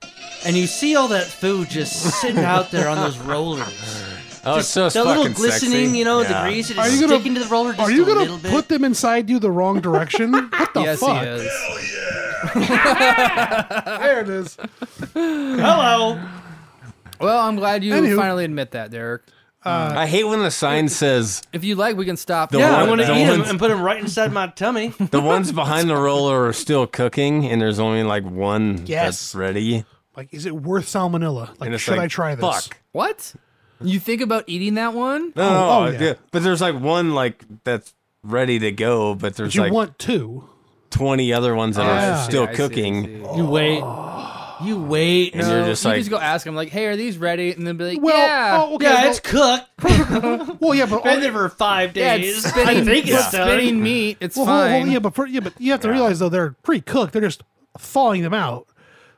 S3: and you see all that food just sitting out there on those rollers.
S2: Oh, it's so
S3: the little
S2: fucking
S3: glistening,
S2: sexy.
S3: you know,
S2: Yeah.
S3: the grease, it
S4: Are
S3: is
S4: you gonna-
S3: sticking to the roller just
S4: Are you
S3: a
S4: gonna
S3: little bit.
S4: put them inside you the wrong direction? What the
S1: yes,
S4: fuck?
S1: he is.
S4: There it is.
S3: Hello.
S1: Well, I'm glad you
S4: Anywho.
S1: finally admit that, Derek.
S4: Uh,
S2: I hate when the sign says
S1: If you like, we can stop.
S2: The
S1: now.
S3: Yeah,
S2: one-
S3: I want to
S2: the
S3: eat them
S2: ones-
S3: and put them right inside my tummy.
S2: the ones behind
S4: *laughs*
S2: the roller are still cooking, and there's only like one
S4: Yes.
S2: that's ready.
S4: Like, is it worth salmonella? Like,
S2: And it's
S4: should
S2: like,
S4: I try this?
S2: Fuck.
S1: What? You think about eating that one?
S2: No,
S4: Oh,
S2: no,
S4: oh,
S2: I
S4: yeah.
S2: do. but there's like one like that's ready to go, but there's
S4: But you
S2: like
S4: want Ah. two.
S2: 20 other ones that
S4: Yeah.
S2: are still
S1: I see, I
S2: cooking.
S1: see.
S3: You wait. You wait.
S2: And you're just
S1: you
S2: like-
S1: just go ask them like, "Hey, are these ready?" And they'll be like,
S4: Well,
S1: "Yeah,
S4: oh,
S3: *laughs*
S4: okay.
S3: yeah,
S4: well,
S3: it's cooked.
S4: well, yeah, but oh,
S3: Been
S4: all,
S3: there for five
S1: yeah,
S3: days.
S1: it's spinning,
S3: I think
S1: it's
S3: it's done.
S1: spinning meat. It's
S4: well, hold-
S1: fine."
S4: hold- yeah, but for, yeah, but you have to realize though they're pre-cooked. They're just thawing them out.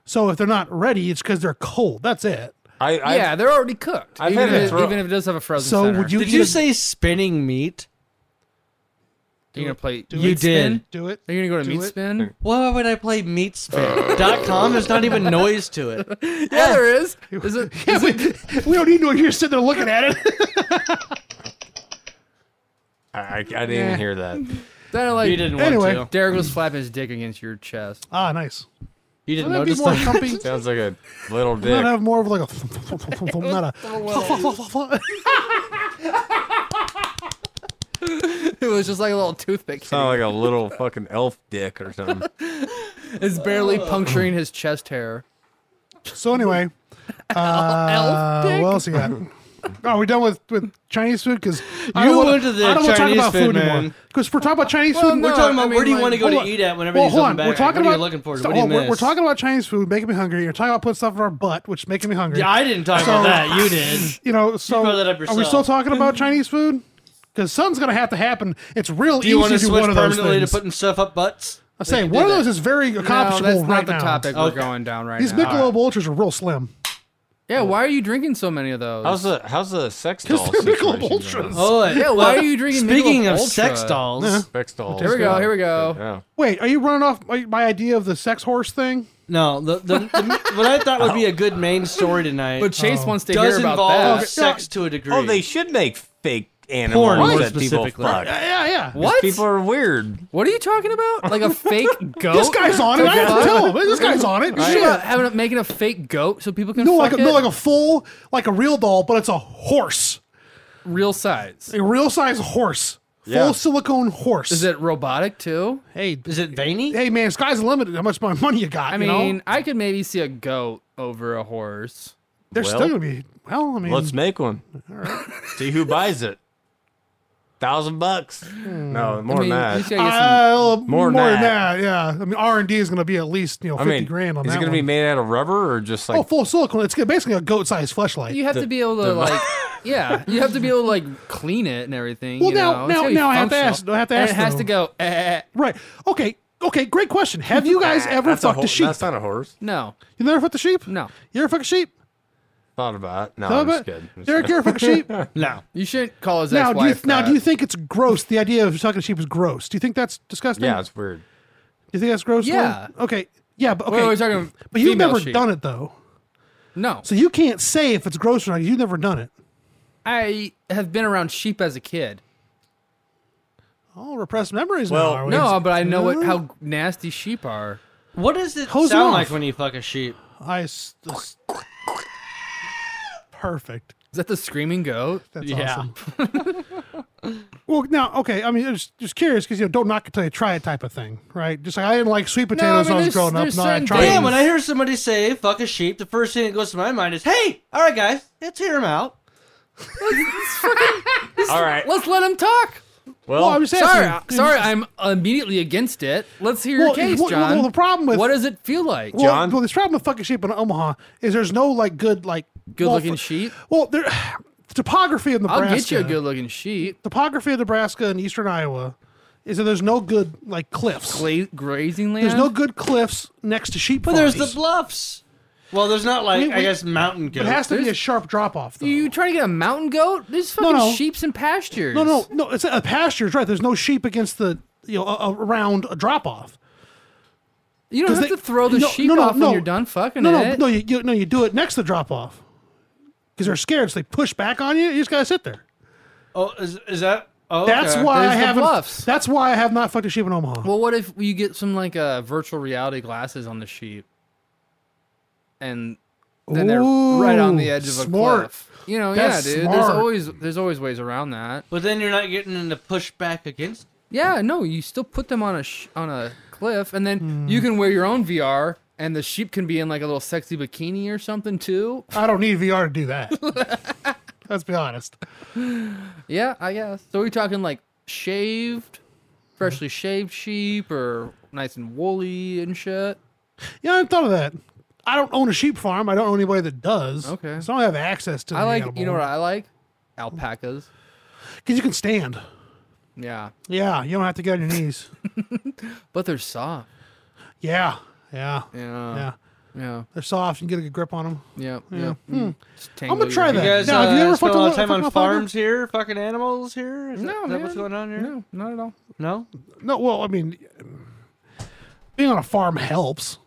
S4: So if they're not ready, it's because they're cold. That's it.
S2: I, I,
S1: yeah, they're already cooked.
S2: I've
S1: even,
S2: had it
S1: if,
S2: throw-
S1: even if it does have a frozen
S4: So
S1: center.
S4: would you?
S3: Did
S4: eat
S3: you
S4: a-
S3: say spinning meat?
S1: You're gonna play.
S4: do
S1: meat
S3: it.
S1: spin?
S4: do it?
S1: Are you gonna go to
S4: Do
S1: meat
S4: it. *laughs*
S1: spin?
S3: Why would I play *laughs* meatspin.com? There's not even noise to it.
S1: Yeah, there is. Is it?
S4: Yeah, we, we don't need to. You're sitting there looking at it.
S2: I, I, I didn't
S4: Nah.
S2: even hear that.
S1: Sounded like
S3: You didn't
S4: Anyway.
S3: want to.
S1: Derek was flapping his dick against your chest.
S4: ah, nice.
S3: You didn't
S4: Wouldn't that
S3: notice *laughs*
S4: be more
S3: that.
S4: comfy?
S2: Sounds like a
S4: *laughs*
S2: little dick.
S4: Not have more of like a *laughs* not a.
S1: It was just like a little toothpick.
S2: Sounds like a little fucking elf dick or something.
S1: It's barely
S4: Oh.
S1: puncturing his chest hair.
S4: *laughs* So anyway,
S1: Elf
S4: uh,
S1: dick?
S4: what else you got? *laughs* Are we done with, with Chinese food? Because
S3: You went to the
S4: I don't wanna
S3: Chinese
S4: talk about
S3: food,
S4: food anymore.
S3: man.
S4: Because we're talking about Chinese
S1: Well,
S4: food.
S1: no,
S4: we're
S3: Talking
S1: I
S3: about
S1: mean,
S3: where do you
S1: like-
S3: want to go
S4: hold
S3: to
S4: on.
S3: eat at whenever
S4: well,
S3: you
S4: hold
S3: come
S4: on.
S3: back?
S4: We're talking
S3: what
S4: about
S3: are you looking for?
S4: st-
S3: What do you
S4: hold on, we're,
S3: miss?
S4: we're talking about Chinese food, making me hungry. You're talking about putting stuff in our butt, which making me hungry.
S3: Yeah, I didn't talk about that. You did.
S4: *laughs* you know, so
S3: brought that up
S4: are we
S3: yourself.
S4: still talking about Chinese food? Because something's gonna have to happen. It's real
S3: Do you
S4: easy
S3: want to
S4: do
S3: switch
S4: one of those
S3: permanently to
S4: things.
S3: putting stuff up butts?
S4: I say
S3: can
S4: one of
S3: do
S4: those
S3: that.
S4: is very
S1: No,
S4: accomplishable
S1: that's not
S4: right
S1: the
S4: now.
S1: topic
S3: Okay.
S1: we're going down right
S4: These
S1: now.
S4: Michelob Ultras are real slim.
S1: Yeah, why are you drinking so many of those?
S2: How's the how's the sex doll?
S4: they're big old
S2: situation
S4: vultures.
S2: going?
S3: Oh,
S1: yeah, why are you drinking?
S3: Speaking
S1: Michelob
S3: of
S1: Ultra?
S3: sex dolls,
S2: Sex dolls.
S1: Here we go. Here we go.
S2: Yeah.
S4: Wait, are you running off my, my idea of the sex horse thing?
S3: no, the, the, the what I thought would be a good main story tonight
S1: But Chase
S4: oh.
S1: wants to
S3: does
S1: hear about
S3: involve
S1: that.
S3: sex to a degree.
S2: Oh, they should make fake
S3: Porn,
S2: animals
S3: more
S2: that people
S3: specifically.
S2: fuck.
S4: Yeah, yeah.
S1: What?
S2: People are weird.
S1: What are you talking about? Like a
S4: *laughs*
S1: fake goat?
S4: This guy's on it. I have to tell him. This guy's on it.
S1: Shit.
S4: Shit.
S1: About having a, making a fake goat so people can
S4: No,
S1: fuck
S4: like a,
S1: it?
S4: no, like a full, like a real doll, but it's a horse,
S1: real size.
S4: a real size horse,
S2: Yeah.
S4: full silicone horse.
S1: Is it robotic too?
S4: Hey,
S3: is it veiny?
S4: hey, man, sky's the limit. How much my money you got?
S1: I
S4: you know?
S1: mean, I could maybe see a goat over a horse.
S4: They're
S2: Well,
S4: still gonna be. Well, I mean,
S2: Let's make one. See who buys it. Thousand bucks. No, more
S1: I mean,
S2: than
S1: at
S2: that.
S1: least you gotta get some-
S4: uh, more,
S2: than
S4: more than
S2: that.
S4: that. Yeah, I mean, R and D is gonna be at least you know
S2: I
S4: fifty
S2: mean,
S4: grand on
S2: is
S4: that.
S2: it going to
S4: one.
S2: be made out of rubber or just like
S4: oh full silicone? It's basically a goat-sized flashlight.
S1: you have to be able to like, yeah, you have to be able to like clean it and everything.
S4: Well,
S1: you know?
S4: now-
S1: It's
S4: now-
S1: gotta be
S4: now I have to
S1: functional.
S4: ask- I have to
S1: And
S4: ask
S1: it has
S4: them.
S1: to go. Eh,
S4: Right. Okay. Okay. Great question. Have
S2: *laughs*
S4: you guys ever
S2: That's
S4: fucked a,
S2: ho-
S4: sheep?
S2: That's not a horse.
S1: no,
S4: You never fucked a sheep?
S1: no,
S4: You ever fuck a sheep?
S2: Thought about it. No,
S4: How
S2: I'm just
S4: about-
S2: kidding. I'm just
S4: Derek, you ever fuck a
S2: *laughs*
S4: sheep?
S3: No.
S1: you shouldn't call his
S4: now, do you,
S1: ex-wife.
S4: now, do you
S1: that.
S4: think it's gross? The idea of fucking a sheep is gross. Do you think that's disgusting?
S2: kidding. Yeah, it's weird.
S4: Do you think that's gross? Lou?
S1: Yeah.
S4: Okay. Yeah, but okay.
S1: Wait, we're talking
S4: but you've
S1: female
S4: never
S1: sheep.
S4: done it though,
S1: No,
S4: so you can't say if it's gross or not. 'cause You've never done it.
S1: I have been around sheep as a kid.
S4: Oh, repressed memories.
S2: Well,
S4: now, are we?
S1: No, but I know what
S4: Huh?
S1: how nasty sheep are.
S3: What does it
S4: Hose 'em
S3: sound
S4: off.
S3: like when you fuck a sheep?
S4: I. s- s- Perfect.
S1: Is that the screaming goat?
S4: That's
S3: Yeah.
S4: awesome. *laughs* Well, now, okay. I mean, I'm just, just curious because you know, don't knock until you try it type of thing, right? Just like I didn't like sweet potatoes
S1: mean,
S4: when I
S1: there's-
S4: was growing up.
S1: there's
S4: No, I
S1: certain
S4: tried.
S1: things-
S3: Yeah,
S4: it.
S3: when I hear somebody say "fuck a sheep," the first thing that goes to my mind is, "Hey, all right, guys, let's hear him out."
S2: All right.
S1: Let's let him talk.
S2: Well,
S4: Well, I'm just
S1: Sorry,
S4: asking.
S1: I- sorry, I'm immediately against it. Let's hear
S4: Well,
S1: your case,
S4: well,
S1: John.
S4: well, the problem with-
S1: what does it feel like?
S4: Well,
S2: John?
S4: well, this problem with fucking sheep in Omaha is there's no like good like
S1: Good-looking
S4: well, for-
S1: sheep?
S4: Well, there *sighs* topography of Nebraska.
S1: I'll get you a good-looking sheep.
S4: topography of Nebraska and eastern Iowa is that there's no good like cliffs.
S1: Gla- grazing land.
S4: There's no good cliffs next to sheep.
S3: But there's the
S4: farms.
S3: bluffs. Well, there's not like
S4: We-
S3: I
S4: we-
S3: guess mountain goats.
S4: It has to be a
S1: There's-
S4: sharp drop off. though.
S1: You trying to get a mountain goat? There's fucking
S4: no.
S1: sheeps and pastures.
S4: No, no, no. It's a, a pasture, right? There's no sheep against the you know a, a, around a drop off.
S1: You don't
S4: 'Cause
S1: have
S4: they-
S1: to throw the
S4: no,
S1: sheep
S4: no, no,
S1: off
S4: no.
S1: when you're done fucking
S4: No, no,
S1: it.
S4: no. You, you no, you do it next to the drop off because they're scared, so they push back on you. You just gotta sit there.
S3: Oh, is, is that? Oh,
S4: That's
S3: okay.
S4: why I
S1: There's the
S4: haven't.
S1: bluffs.
S4: That's why I have not fucked a sheep in Omaha.
S1: Well, what if you get some like uh, virtual reality glasses on the sheep, and then they're right on the
S4: Ooh,
S1: edge of a
S4: smart.
S1: cliff? You know,
S4: That's
S1: yeah, dude. There's
S4: smart.
S1: always there's always ways around that.
S3: But then you're not getting into pushback against.
S1: Yeah, no, you still put them on a sh- on a cliff, and then you
S4: Hmm.
S1: can wear your own VR, and the sheep can be in like a little sexy bikini or something too.
S4: I don't need VR to do that.
S1: *laughs*
S4: Let's be honest.
S1: Yeah, I guess. So we're talking like shaved, freshly shaved sheep, or nice and woolly and shit.
S4: Yeah, I hadn't thought of that. I don't own a sheep farm. I don't know anybody that does.
S1: Okay.
S4: So I don't have access to.
S1: I
S4: the
S1: like,
S4: animal.
S1: you know what I like? Alpacas.
S4: Because you can stand.
S1: Yeah,
S4: Yeah, you don't have to get on your knees.
S1: but they're soft.
S4: yeah, yeah,
S1: Yeah.
S4: yeah.
S1: Yeah.
S4: They're soft. You can get a good grip on them.
S1: Yeah. Yeah. Hmm. It's
S4: I'm gonna try
S1: tangled.
S3: You *laughs*
S4: that.
S3: guys,
S4: Now,
S3: uh,
S4: have you ever
S3: spend
S4: fucked
S3: a
S4: a
S3: lot
S4: lo-
S3: of time
S4: fucking
S3: on
S4: a farmer?
S3: farms here? Fucking animals here? Is
S1: No,
S3: that, is that what's
S1: man.
S3: going on here?
S1: No, not at all.
S3: No?
S4: No, well, I mean, being on a farm helps.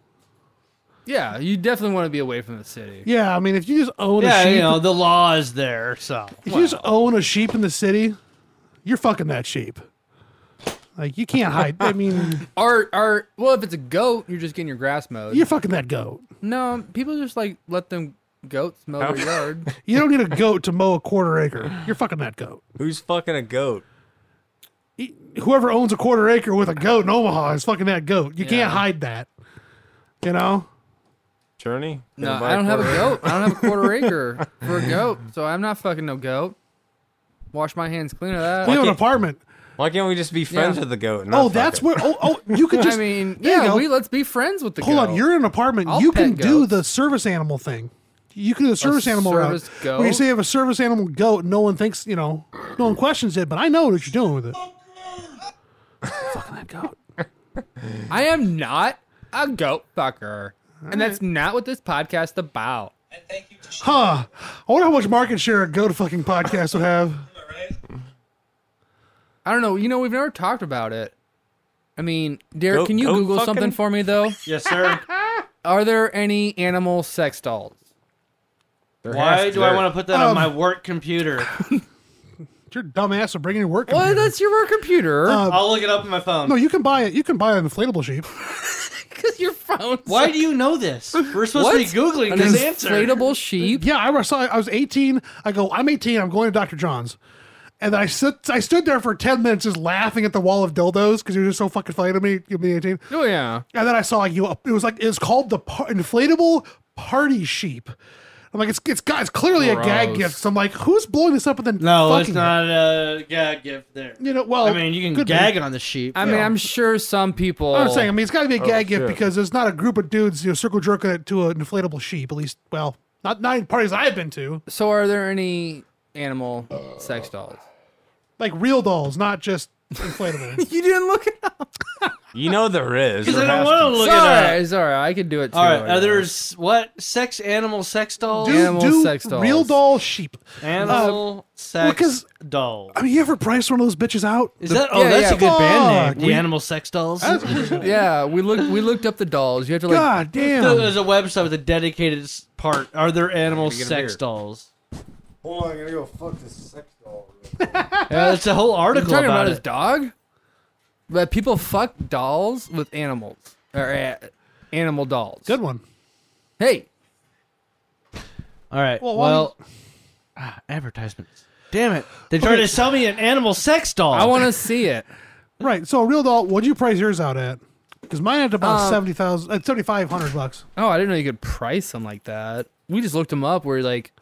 S1: Yeah, you definitely want to be away from the city.
S4: Yeah, I mean, if you just own a
S3: Yeah,
S4: sheep,
S3: you know the law is there, so
S4: if you just own a sheep in the city, you're fucking that sheep. Like you can't hide. I mean,
S1: Or, or well, if it's a goat, you're just getting your grass mowed.
S4: you're fucking that goat.
S1: No, people just like let them goats mow their
S4: *laughs*
S1: yard.
S4: You don't need a goat to mow a quarter acre. You're fucking that goat.
S2: who's fucking a goat?
S4: He- Whoever owns a quarter acre with a goat in Omaha is fucking that goat. You
S1: Yeah.
S4: can't hide that. You know?
S2: Journey?
S1: No,
S2: Gonna buy
S1: I don't have a
S2: quarter-
S1: goat. I don't have a quarter
S3: *laughs*
S1: acre for a goat, so I'm not fucking no goat. Wash my hands clean of that.
S4: We own an
S2: can't-
S4: apartment.
S2: Why can't we just be friends
S1: Yeah.
S2: with the goat? and
S4: Oh,
S2: not
S4: that's
S2: Ah, fuck
S4: where. Oh, oh, you could
S1: *laughs*
S4: just.
S1: I mean,
S4: there you
S1: yeah,
S4: go.
S1: we let's be friends with the
S4: Hold
S1: goat.
S4: on, you're in an apartment.
S1: I'll
S4: you can
S1: pet
S4: do
S1: goats.
S4: the service animal thing. You can do the service animal
S1: service
S4: route.
S1: goat?
S4: When you say you have a service animal goat, no one thinks, you know, no one questions it, but I know what you're doing with it. Fucking that goat.
S1: I am not a goat fucker, and that's not what this podcast about.
S4: Huh. I wonder how much market share a goat fucking podcast would have.
S1: I don't know. You know, we've never talked about it. I mean, Derek,
S2: Goat-
S1: can you
S2: goat
S1: Google
S2: fucking?
S1: something for me though?
S3: yes,
S4: *laughs*
S3: sir.
S1: Are there any animal sex dolls?
S2: it. There
S3: Why
S2: has-
S3: do I
S2: there-
S3: want to put that on
S4: Um,
S3: my work computer?
S4: Your dumbass will bring your work.
S1: Well,
S4: computer.
S1: that's your computer.
S4: Uh,
S1: *laughs*
S3: I'll look it up on my phone.
S4: no, you can buy it. You can buy an inflatable sheep.
S1: Because your phone.
S3: Why do you know this? We're supposed to be googling
S1: An
S3: this answer.
S1: inflatable sheep.
S3: *laughs*
S4: Yeah, I was, I was 18. I go, I'm 18. I'm going to Dr. John's. And then I sit, I stood there for 10 minutes just laughing at the wall of dildos because you were just so fucking funny to me. You'll be 18.
S1: Oh yeah.
S4: And then I saw like you. It was like it was called the par- inflatable party sheep. And I'm like, it's it's, got- it's clearly a gag
S1: Gross.
S4: gift. So I'm like, who's blowing this up with a
S3: No,
S4: fucking
S3: it's not a gag gift there.
S4: You know, well,
S3: I mean, you can
S4: could be.
S3: gag on the sheep.
S1: I mean, I'm sure some people.
S4: I'm saying, I mean, it's got to be a
S1: Oh,
S4: gag gift
S2: shit.
S4: because there's not a group of dudes you know circle jerking it to an inflatable sheep. At least, well, not not in parties I've been to.
S1: So, are there any animal sex dolls?
S4: Like real dolls, not just
S3: *laughs*
S4: inflatable.
S1: You didn't look it up.
S2: You know there is.
S3: because
S2: There
S3: I don't
S2: has
S3: want to look at
S1: Sorry,
S3: it. up.
S1: sorry, I could do it too.
S3: All right,
S1: I
S3: are there
S1: guess.
S3: s- what sex animal sex dolls?
S4: do
S1: Animal
S4: do
S1: sex dolls.
S4: real doll sheep.
S3: Animal sex
S4: uh, 'cause-
S3: doll.
S4: I mean, you ever price one of those bitches out?
S3: Is that? Oh,
S1: yeah,
S3: that's
S1: yeah.
S3: a good band
S4: Fuck.
S3: name. The animal sex dolls.
S1: Yeah, we looked. We looked up the dolls. You have to like.
S4: God
S3: There-
S4: damn.
S3: There's a website with a dedicated s- part. Are there animal
S2: get a
S3: sex
S2: beer.
S3: dolls?
S2: Hold on, I'm gonna go fuck this sex doll.
S3: Yeah, it's a whole
S1: What
S3: article
S1: you're talking
S3: about,
S1: about his
S3: it.
S1: dog. That people fuck dolls with animals or uh, animal dolls.
S4: Good one.
S1: Hey,
S3: All right.
S4: Well,
S3: Well,
S4: why
S3: ah, advertisements. Damn it! They tried to sell me an animal sex doll.
S1: I want to see it.
S4: Right. So a real doll, what'd you price yours out at? Because mine had about
S1: Um,
S4: seventy thousand, uh, seventy five hundred bucks.
S1: Oh, I didn't know you could price them like that. We just looked them up. We're like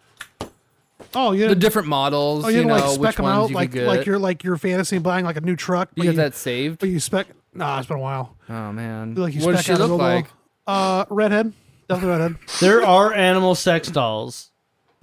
S4: Oh, you
S1: the
S4: didn't,
S1: different models.
S4: oh, you didn't
S1: know
S4: like spec
S1: which
S4: them
S1: ones
S4: out
S1: you
S4: like
S1: could get.
S4: like you're like you're fantasy buying like a new truck.
S1: you
S4: But
S1: have that saved.
S4: But you spec? Nah, it's been a while.
S1: Oh man,
S4: Like you
S1: what does
S4: spec
S1: she
S4: out a
S1: look
S4: real doll.
S1: like?
S4: Uh, redhead. Definitely redhead.
S3: There are animal sex dolls.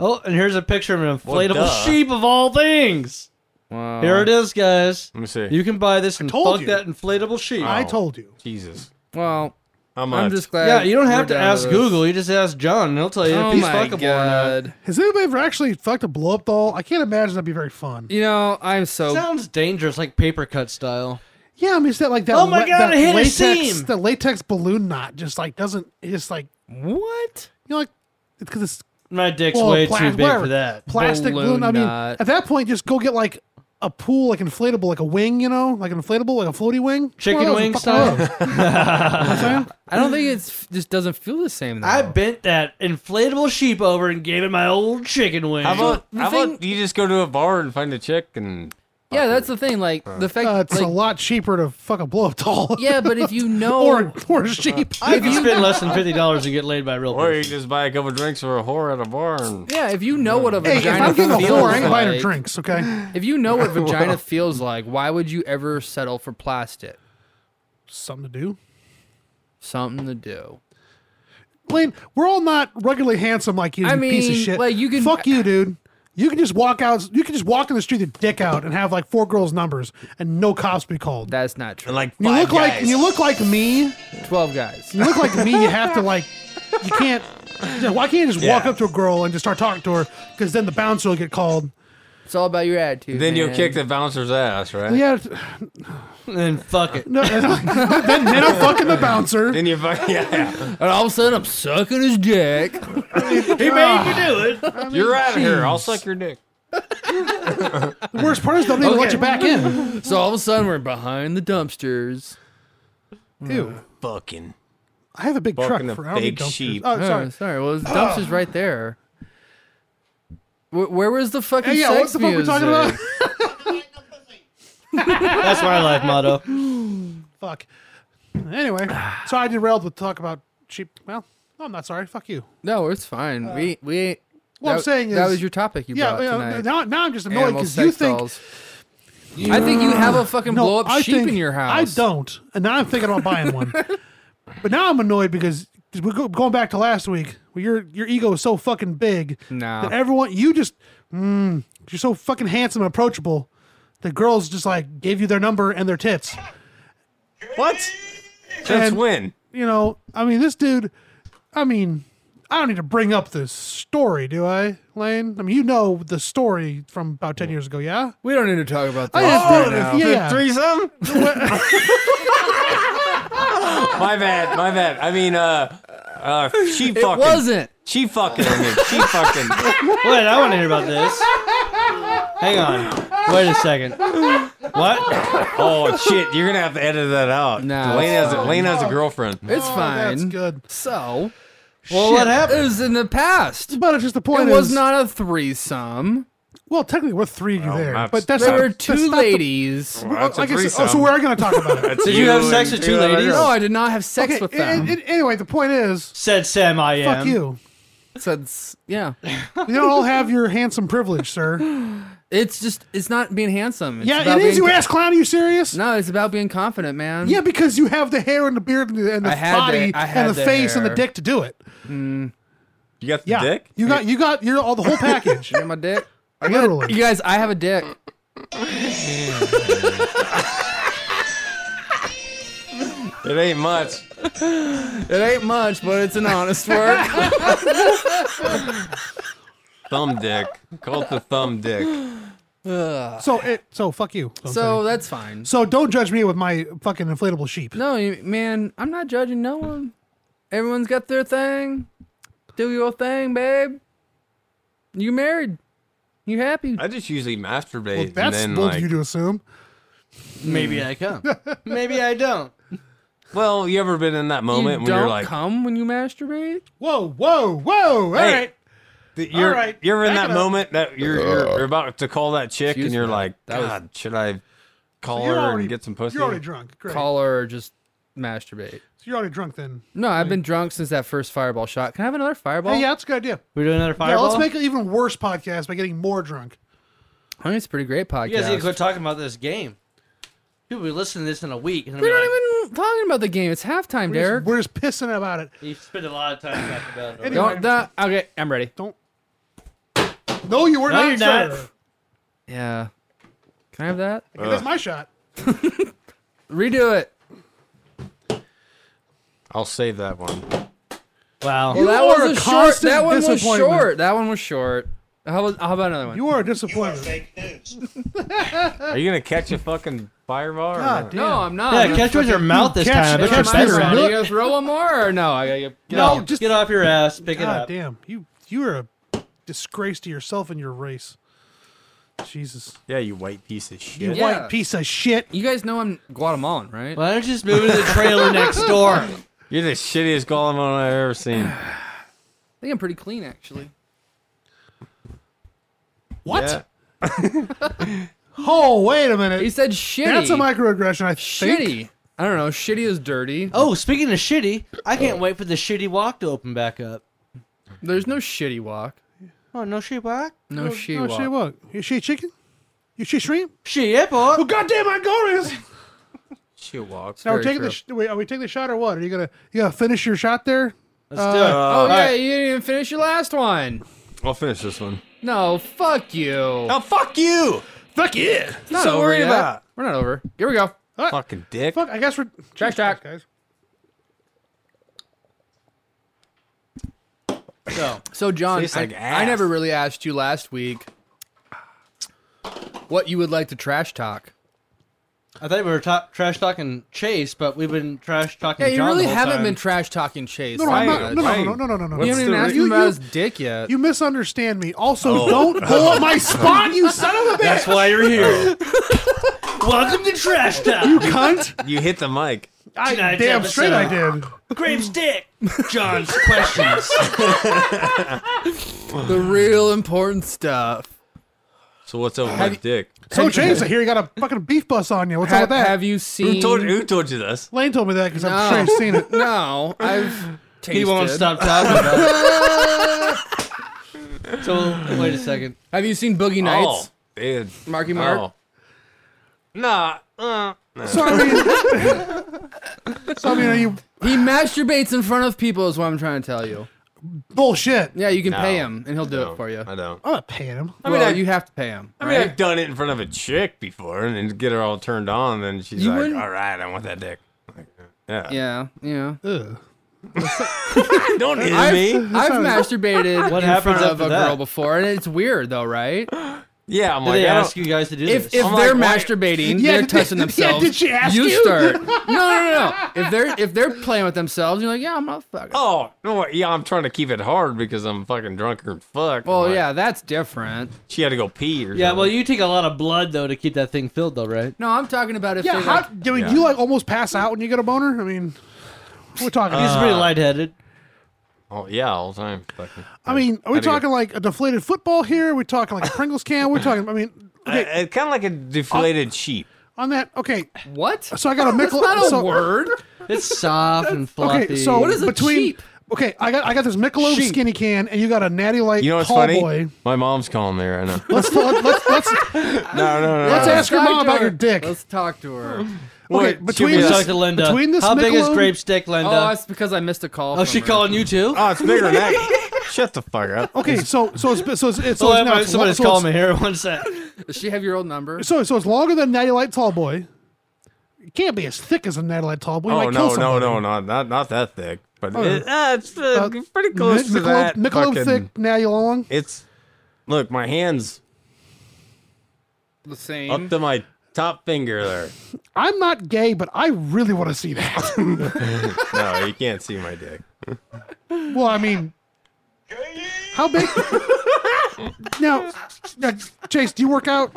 S3: Oh, and here's a picture of an
S2: Well,
S3: inflatable
S2: duh. Uh-huh.
S3: sheep of all things.
S1: Wow.
S3: Here it is, guys.
S2: Let me see.
S3: You can buy this and
S4: told
S3: fuck
S4: you.
S3: that inflatable sheep.
S4: I
S2: Oh.
S4: told you.
S2: Jesus.
S1: Well,
S2: How much?
S1: I'm just glad.
S3: yeah, you don't
S1: we're
S3: have to
S1: down
S3: ask
S1: this.
S3: Google. You just ask John, and he'll tell you
S1: Oh
S3: if he's
S1: my
S3: fuckable or not.
S1: god.
S4: Has anybody ever actually fucked a blow up doll? I can't imagine that'd be very fun.
S1: You know, I'm so
S3: Sounds dangerous, like paper cut style.
S4: Yeah, I mean, it's that like that.
S3: Oh my
S4: la-
S3: God,
S4: that
S3: it hit a
S4: latex,
S3: seam.
S4: The latex balloon knot just like doesn't. It's just like
S1: what?
S4: you know, like it's because it's
S3: My dick's
S4: well,
S3: way
S4: pla-
S3: too big
S4: whatever,
S3: for that.
S4: Plastic balloon.
S1: Balloon
S4: I mean,
S1: knot.
S4: at that point, just go get like a pool, like inflatable, like a wing. You know, like an inflatable, like a floaty wing. Just
S3: Chicken
S4: one of those
S3: wing
S4: and fuck
S3: style? *laughs*
S4: with those. You know what I'm saying?
S1: I don't think it's just doesn't feel the same. Though.
S3: I bent that inflatable sheep over and gave it my old chicken wing.
S2: How about,
S1: The
S2: how
S1: thing-
S2: about you just go to a bar and find a chick and
S1: yeah, that's the thing. Like the fact.
S4: Uh, it's
S1: like,
S4: a lot cheaper to fuck a blow up doll. *laughs*
S1: yeah, but
S3: *laughs*
S1: if you know,
S4: or or sheep.
S3: if you spend less than fifty dollars, you get laid by a real
S2: or you
S3: person.
S2: just buy a couple drinks or a whore at a bar and
S1: *laughs* yeah, if you know what a
S4: Hey,
S1: vagina
S4: if I'm getting a
S1: feels
S4: whore, I
S1: like,
S4: ain't buying her drinks. Okay,
S1: if you know
S3: *laughs*
S1: what vagina feels like, why would you ever settle for plastic?
S4: something to do.
S1: Something to do.
S4: Lane, we're all not regularly handsome like you,
S1: I
S4: you piece of
S1: mean,
S4: shit.
S1: like, you can-
S4: fuck you, dude. You can just walk out. You can just walk in the street, with dick out, and have like four girls' numbers, and no cops be called.
S1: That's not true.
S2: like
S4: you look like you look like me.
S1: Twelve guys.
S4: You look like me. You have to like. You can't. you know, why can't you just walk
S2: Yeah.
S4: up to a girl and just start talking to her? Because then the bouncer will get called.
S1: It's all about your attitude.
S2: Then you'll
S1: man.
S2: kick the bouncer's ass, right?
S4: Yeah.
S3: And fuck *laughs* it.
S4: No, *laughs* then, then I'm fucking the bouncer.
S2: Then you fuck yeah.
S1: *laughs* and all of a sudden I'm sucking his dick.
S3: He made me do it.
S2: You're out of here. I'll suck your dick.
S4: The worst part is they'll even let
S1: Okay.
S4: you back
S1: *laughs*
S4: in.
S1: So all of a sudden we're behind the dumpsters.
S4: Ew.
S2: Fucking.
S4: I have a big
S2: Fucking the
S4: truck for I don't need
S2: big
S4: dumpsters.
S2: sheep.
S4: Oh, sorry.
S1: Oh, sorry. Well, the dumpster's right there. Where, where was the fucking
S4: Hey, yeah,
S1: sex
S4: what the fuck we
S1: music?
S4: talking
S1: *laughs*
S4: about?
S3: That's my life motto.
S4: Fuck. *sighs* Anyway, so I derailed with talk about cheap. Well, no, I'm not sorry. Fuck you.
S1: No, it's fine. we we ain't.
S4: Uh, What I'm
S1: that-
S4: saying
S1: that
S4: is-
S1: was your topic you
S4: Yeah,
S1: brought
S4: yeah,
S1: tonight.
S4: now, now I'm just annoyed
S1: Animal
S4: because you
S1: sex
S4: think
S1: dolls. I think you have a fucking
S4: no,
S1: blow up
S4: I
S1: sheep
S4: think-
S1: in your house.
S4: I don't, and now I'm thinking about buying *laughs* one. But now I'm annoyed because 'cause we're go- going back to last week. Where your your ego is so fucking big
S1: Nah.
S4: that everyone you just mm, you're so fucking handsome and approachable. The girls just like gave you their number and their tits.
S2: What? That's
S4: And-
S2: when.
S4: You know, I mean, this dude. I mean, I don't need to bring up this story, do I, Lane? I mean, you know the story from about ten years ago, yeah.
S1: We don't need to talk about
S4: I
S1: this.
S4: had
S1: right
S4: fun.
S1: now.
S4: Yeah,
S2: The
S4: yeah.
S2: threesome? *laughs* my bad, my bad. I mean, uh, uh, she
S1: It
S2: fucking.
S1: wasn't.
S2: She fucking. I mean, she fucking.
S3: Wait, I want to hear about this. Hang on. Wait a second. What?
S2: Oh shit! You're gonna have to edit that out.
S1: Nah,
S2: Lane
S1: that's
S2: has a, Lane has a girlfriend.
S1: It's fine.
S4: Oh, That's good.
S1: So,
S3: Well, what happened?
S1: it was in the past.
S4: But it's just the
S1: It
S4: point.
S1: was
S4: is-
S1: not a threesome.
S4: Well, technically, we're three of you there,
S2: Oh, that's-
S4: but that's
S1: There
S4: not-
S1: were
S4: that's
S1: two
S4: not the-
S1: ladies.
S4: well,
S2: That's a
S4: like I said- oh, so
S2: threesome.
S4: we are going to talk
S2: *laughs*
S4: about it.
S2: Did
S3: you have sex with two ladies?
S1: no, I did not have sex
S4: Okay,
S1: with
S4: a-
S1: them.
S4: a- a- anyway, the point is,
S3: Said Sam I am.
S4: fuck you.
S1: Since yeah,
S4: You don't all have your handsome privilege, sir.
S1: *laughs* it's just it's not being handsome. It's
S4: yeah,
S1: about
S4: it is.
S1: being
S4: You ass clown. Are you serious?
S1: No, it's about being confident, man.
S4: Yeah, because you have the hair and the beard and the, and the
S1: I had the-
S4: body
S1: I had
S4: and the,
S1: the
S4: face and the
S1: hair.
S4: dick to do it.
S2: You got the
S4: Yeah,
S2: dick?
S4: you got you got you're all the whole
S2: *laughs*
S4: package.
S1: my dick. You
S4: literally,
S1: guys, I have a dick.
S2: It ain't much.
S1: It ain't much, but it's an honest work.
S4: *laughs*
S2: Thumb dick. Call it the thumb dick.
S4: so it so fuck you.
S1: *laughs* so that's fine.
S4: so don't judge me with my fucking inflatable sheep.
S1: No, you- man, I'm not judging no one. Everyone's got their thing. Do your thing, babe. You married. You happy?
S2: I just usually masturbate
S4: Well, that's
S2: and then
S4: bold
S2: like.
S4: of you to assume.
S3: Maybe I *laughs* come. Maybe I don't.
S2: Well, you ever been in that
S1: you
S2: moment
S1: don't
S2: when you're like,
S1: come when you masturbate.
S4: Whoa, whoa, whoa! All
S2: Hey.
S4: right.
S2: th- you're
S4: right,
S2: you're in
S4: back
S2: that
S4: it up.
S2: moment that you're, you're you're about to call that chick
S1: Excuse
S2: and you're
S1: me.
S2: like,
S1: That was-
S2: God, should I call
S4: You're
S2: her
S4: already
S2: and get some pussy?
S4: You're already drunk. Great.
S1: Call her or just masturbate.
S4: So you're already drunk then.
S1: No, I've been drunk since that first fireball shot. Can I have another fireball?
S4: Hey, yeah, that's a good idea.
S3: We do another
S4: Yeah,
S3: fireball.
S4: let's make an even worse podcast by getting more drunk.
S1: I think it's a pretty great podcast.
S3: You guys need to quit talking about this game. People will be listening to this in a week. And they'll
S1: We're
S3: be like,
S1: not even talking about the game. It's halftime,
S4: We're
S1: Derek.
S4: just, we're just pissing about it.
S3: You spend a lot of time talking about it.
S4: Anyway.
S1: Don't. That, okay, I'm ready.
S4: Don't. No, you were
S3: No,
S4: not
S3: you're not.
S4: excited.
S1: Yeah. Can I have that?
S4: Okay, that's my shot.
S1: Redo it.
S2: I'll save that one.
S3: Wow.
S1: Well, that
S4: are
S1: was
S4: a
S1: a short.
S4: constant
S1: That one was
S4: disappointment.
S1: short. That one was short. How, was, how about another one?
S4: You are a disappointment.
S2: Are you gonna catch a fucking fireball? Or
S4: Eh. God
S2: not?
S4: damn.
S1: no, I'm not.
S3: Yeah, catch with your mouth this
S4: Catch-
S3: time. I bet
S4: catch
S3: you're
S4: this
S3: better
S4: round.
S3: at
S1: You
S3: it.
S1: gonna throw one more or no? I gotta get,
S4: *laughs*
S1: get
S4: No,
S1: off.
S4: just-
S3: get off your ass. Pick it
S4: God
S3: up.
S4: damn. You you are a disgrace to yourself and your race. Jesus.
S2: Yeah, you white piece of shit.
S4: You
S1: Yeah.
S4: white piece of shit.
S1: You guys know I'm Guatemalan, right?
S3: Why don't you just move to the
S4: *laughs*
S3: trailer next door?
S2: You're the shittiest golem I've ever seen.
S1: I think I'm pretty clean actually.
S4: What?
S2: Yeah.
S4: Oh, wait
S1: He
S4: a minute.
S1: said shitty.
S4: That's a microaggression, I think. Oh,
S1: shitty. I don't know. Shitty is dirty.
S3: Oh, speaking of shitty, I can't wait for the shitty walk to open back up.
S1: There's no shitty walk.
S3: Oh, no shitty walk?
S1: No shitty
S4: No,
S1: walk.
S4: she what? You she chicken? You she shrimp?
S3: Shitty walk.
S4: Oh, goddamn, I got this.
S2: She walks.
S4: Now we're
S1: Very
S4: taking the
S1: true.
S4: sh- wait, are we taking the shot or what? Are you gonna you gonna finish your shot there? Uh,
S3: Let's do
S1: Oh
S3: it.
S1: yeah,
S3: Alright.
S1: you didn't even finish your last one.
S2: Uh, I'll finish this one.
S1: No, fuck you.
S2: Oh fuck you!
S4: Fuck yeah.
S1: It's not
S2: so
S1: over
S2: worried
S1: yet.
S2: about.
S1: We're not over. Here we go.
S2: Fucking dick.
S4: uh, Fuck, I guess we're
S1: Trash
S4: Jesus
S1: talk.
S4: Christ, guys.
S3: So,
S1: So John,
S2: Tastes
S1: I,
S2: like
S1: I never
S2: ass.
S1: really asked you last week what you would like to trash talk.
S3: I thought we were ta- trash talking Chase, but we've been trash talking
S1: Yeah, you
S3: John the
S1: really
S3: whole
S1: haven't
S3: time.
S1: been trash talking Chase.
S4: No, no,
S1: that
S4: I'm
S2: Why-
S4: not, no,
S1: much.
S4: no, no, no, no, no, no.
S1: You haven't even
S2: the
S1: asked
S4: you-
S1: him about Oh.
S4: you-
S1: his dick yet.
S4: You misunderstand me. Also, don't pull
S1: *laughs*
S4: up my spot, you son of a bitch,
S3: That's why
S2: *laughs*
S3: you're here. Welcome to
S1: *laughs*
S3: Trash Talk.
S4: you cunt.
S2: You hit the mic.
S4: I
S3: Tonight's
S4: damn straight I
S3: episode.
S4: did.
S1: *laughs*
S3: Graham's dick. John's questions.
S1: the real important stuff.
S2: So what's up with my dick?
S4: So James, I hear you got a fucking beef bus on you. What's up
S1: Have,
S4: with that?
S1: have you
S2: Who
S1: seen?
S2: told, who told you this?
S4: Lane told me that because I'm
S1: No.
S4: sure I've
S1: *laughs*
S4: seen it.
S1: No,
S4: *laughs*
S1: I've. Tasted.
S3: He won't stop talking about
S1: *laughs*
S3: it. so wait a second.
S1: Have you seen Boogie
S2: Oh,
S1: Nights?
S2: dude. Oh.
S1: Marky Mark.
S2: Nah. Uh,
S4: So I mean, so I mean, are you
S1: He masturbates in front of people. Is what I'm trying to tell you.
S4: bullshit?
S1: Yeah, you can
S2: No.
S1: pay him, and he'll do it for you.
S2: I don't.
S4: I'm not paying him.
S1: well,
S2: I-
S1: you have to pay him.
S2: I mean,
S1: right?
S2: I've done it in front of a chick before and, and get her all turned on. And she's
S1: You
S2: like,
S1: wouldn't-
S2: all right, I want that dick. Like, yeah.
S1: yeah, yeah.
S4: Ugh.
S2: *laughs* Don't hit
S1: I've, *laughs*
S2: me.
S1: I've masturbated
S3: What
S1: in front
S3: happens
S1: of
S3: after
S1: a
S3: that?
S1: girl before, and it's weird though,
S4: *laughs*
S1: right?
S2: Yeah, I'm
S3: Did
S2: like,
S3: they
S2: I
S3: ask
S2: don't,
S3: you guys to do
S1: If
S3: this?
S1: if
S2: I'm
S1: they're
S2: like, why-
S1: masturbating,
S4: Yeah,
S1: they're
S4: did-
S1: touching
S4: yeah,
S1: themselves.
S4: did she ask you? *laughs*
S1: start. No, no, no, no. If they're if they're playing with themselves, you're like, yeah, I'm a fucker.
S2: oh, no, yeah, I'm trying to keep it hard because I'm fucking drunk or fuck.
S1: well,
S2: Like,
S1: yeah, that's different.
S2: She had to go pee or
S3: yeah, well,
S2: something.
S3: you take a lot of blood though to keep that thing filled, though, right?
S1: No, I'm talking about if
S4: Yeah,
S1: they're
S4: how,
S1: like,
S4: do we,
S2: Yeah.
S4: you like almost pass out when you get a boner? I mean, we're talking.
S2: Uh,
S3: He's pretty lightheaded.
S2: Oh, yeah, all the time. Fucking.
S4: I mean, are we
S2: How'd you
S4: talking like a deflated football here? We're talking like a Pringles can. We're talking.
S2: *laughs*
S4: I mean, okay,
S2: Uh, kind of like a deflated
S4: Oh.
S2: sheep.
S4: on that. Okay,
S1: what?
S4: so I got a Michelob.
S1: That's not a
S4: so,
S1: word.
S3: It's soft and fluffy.
S4: Okay, so
S1: What is a
S4: between
S1: cheap?
S4: Okay, I got I got this Michelob
S2: Sheet.
S4: skinny can, and you got a Natty Light
S2: You know what's
S4: tall
S2: funny?
S4: boy.
S2: My mom's calling me right
S4: *laughs*
S2: now.
S4: Let's let's let's, let's
S2: No, no, no.
S4: Let's
S2: no.
S4: ask your
S1: Talk
S4: mom
S1: to
S4: about
S1: her.
S4: your dick.
S1: Let's talk to her.
S4: okay,
S2: Wait, she'll
S4: between
S2: be
S4: this,
S3: Talk to Linda.
S4: between this
S3: How big is
S4: Michelob-
S3: grape stick, Linda?
S1: Oh, it's because I missed a call.
S3: oh,
S1: from
S3: she
S1: her.
S3: calling you too?
S2: Oh, it's bigger than
S4: *laughs*
S2: that. Shut the fuck up.
S4: Okay, so so it's so it's, it's so
S3: oh,
S4: it's, now it's
S3: somebody's
S4: so
S3: calling
S4: it's,
S3: me here. One sec.
S1: Does she have your old number?
S4: So so it's longer than Natty Light tall boy. It can't be as thick as a Natty Light tall boy. You
S2: Oh
S4: might kill
S2: no, no, no,
S4: somebody.
S2: not not not that thick. But
S4: Oh.
S2: it, ah, it's uh,
S4: Uh,
S2: pretty close to
S4: Mi- Michelob,
S2: that.
S4: Michelob
S2: fucking-
S4: thick, Natty long.
S2: It's look, my hands
S1: The same.
S2: up to my top finger there.
S4: I'm not gay, but I really want to see that. *laughs*
S2: No, you can't see my dick.
S4: well, I mean, how big? now, now, Chase, do you work out?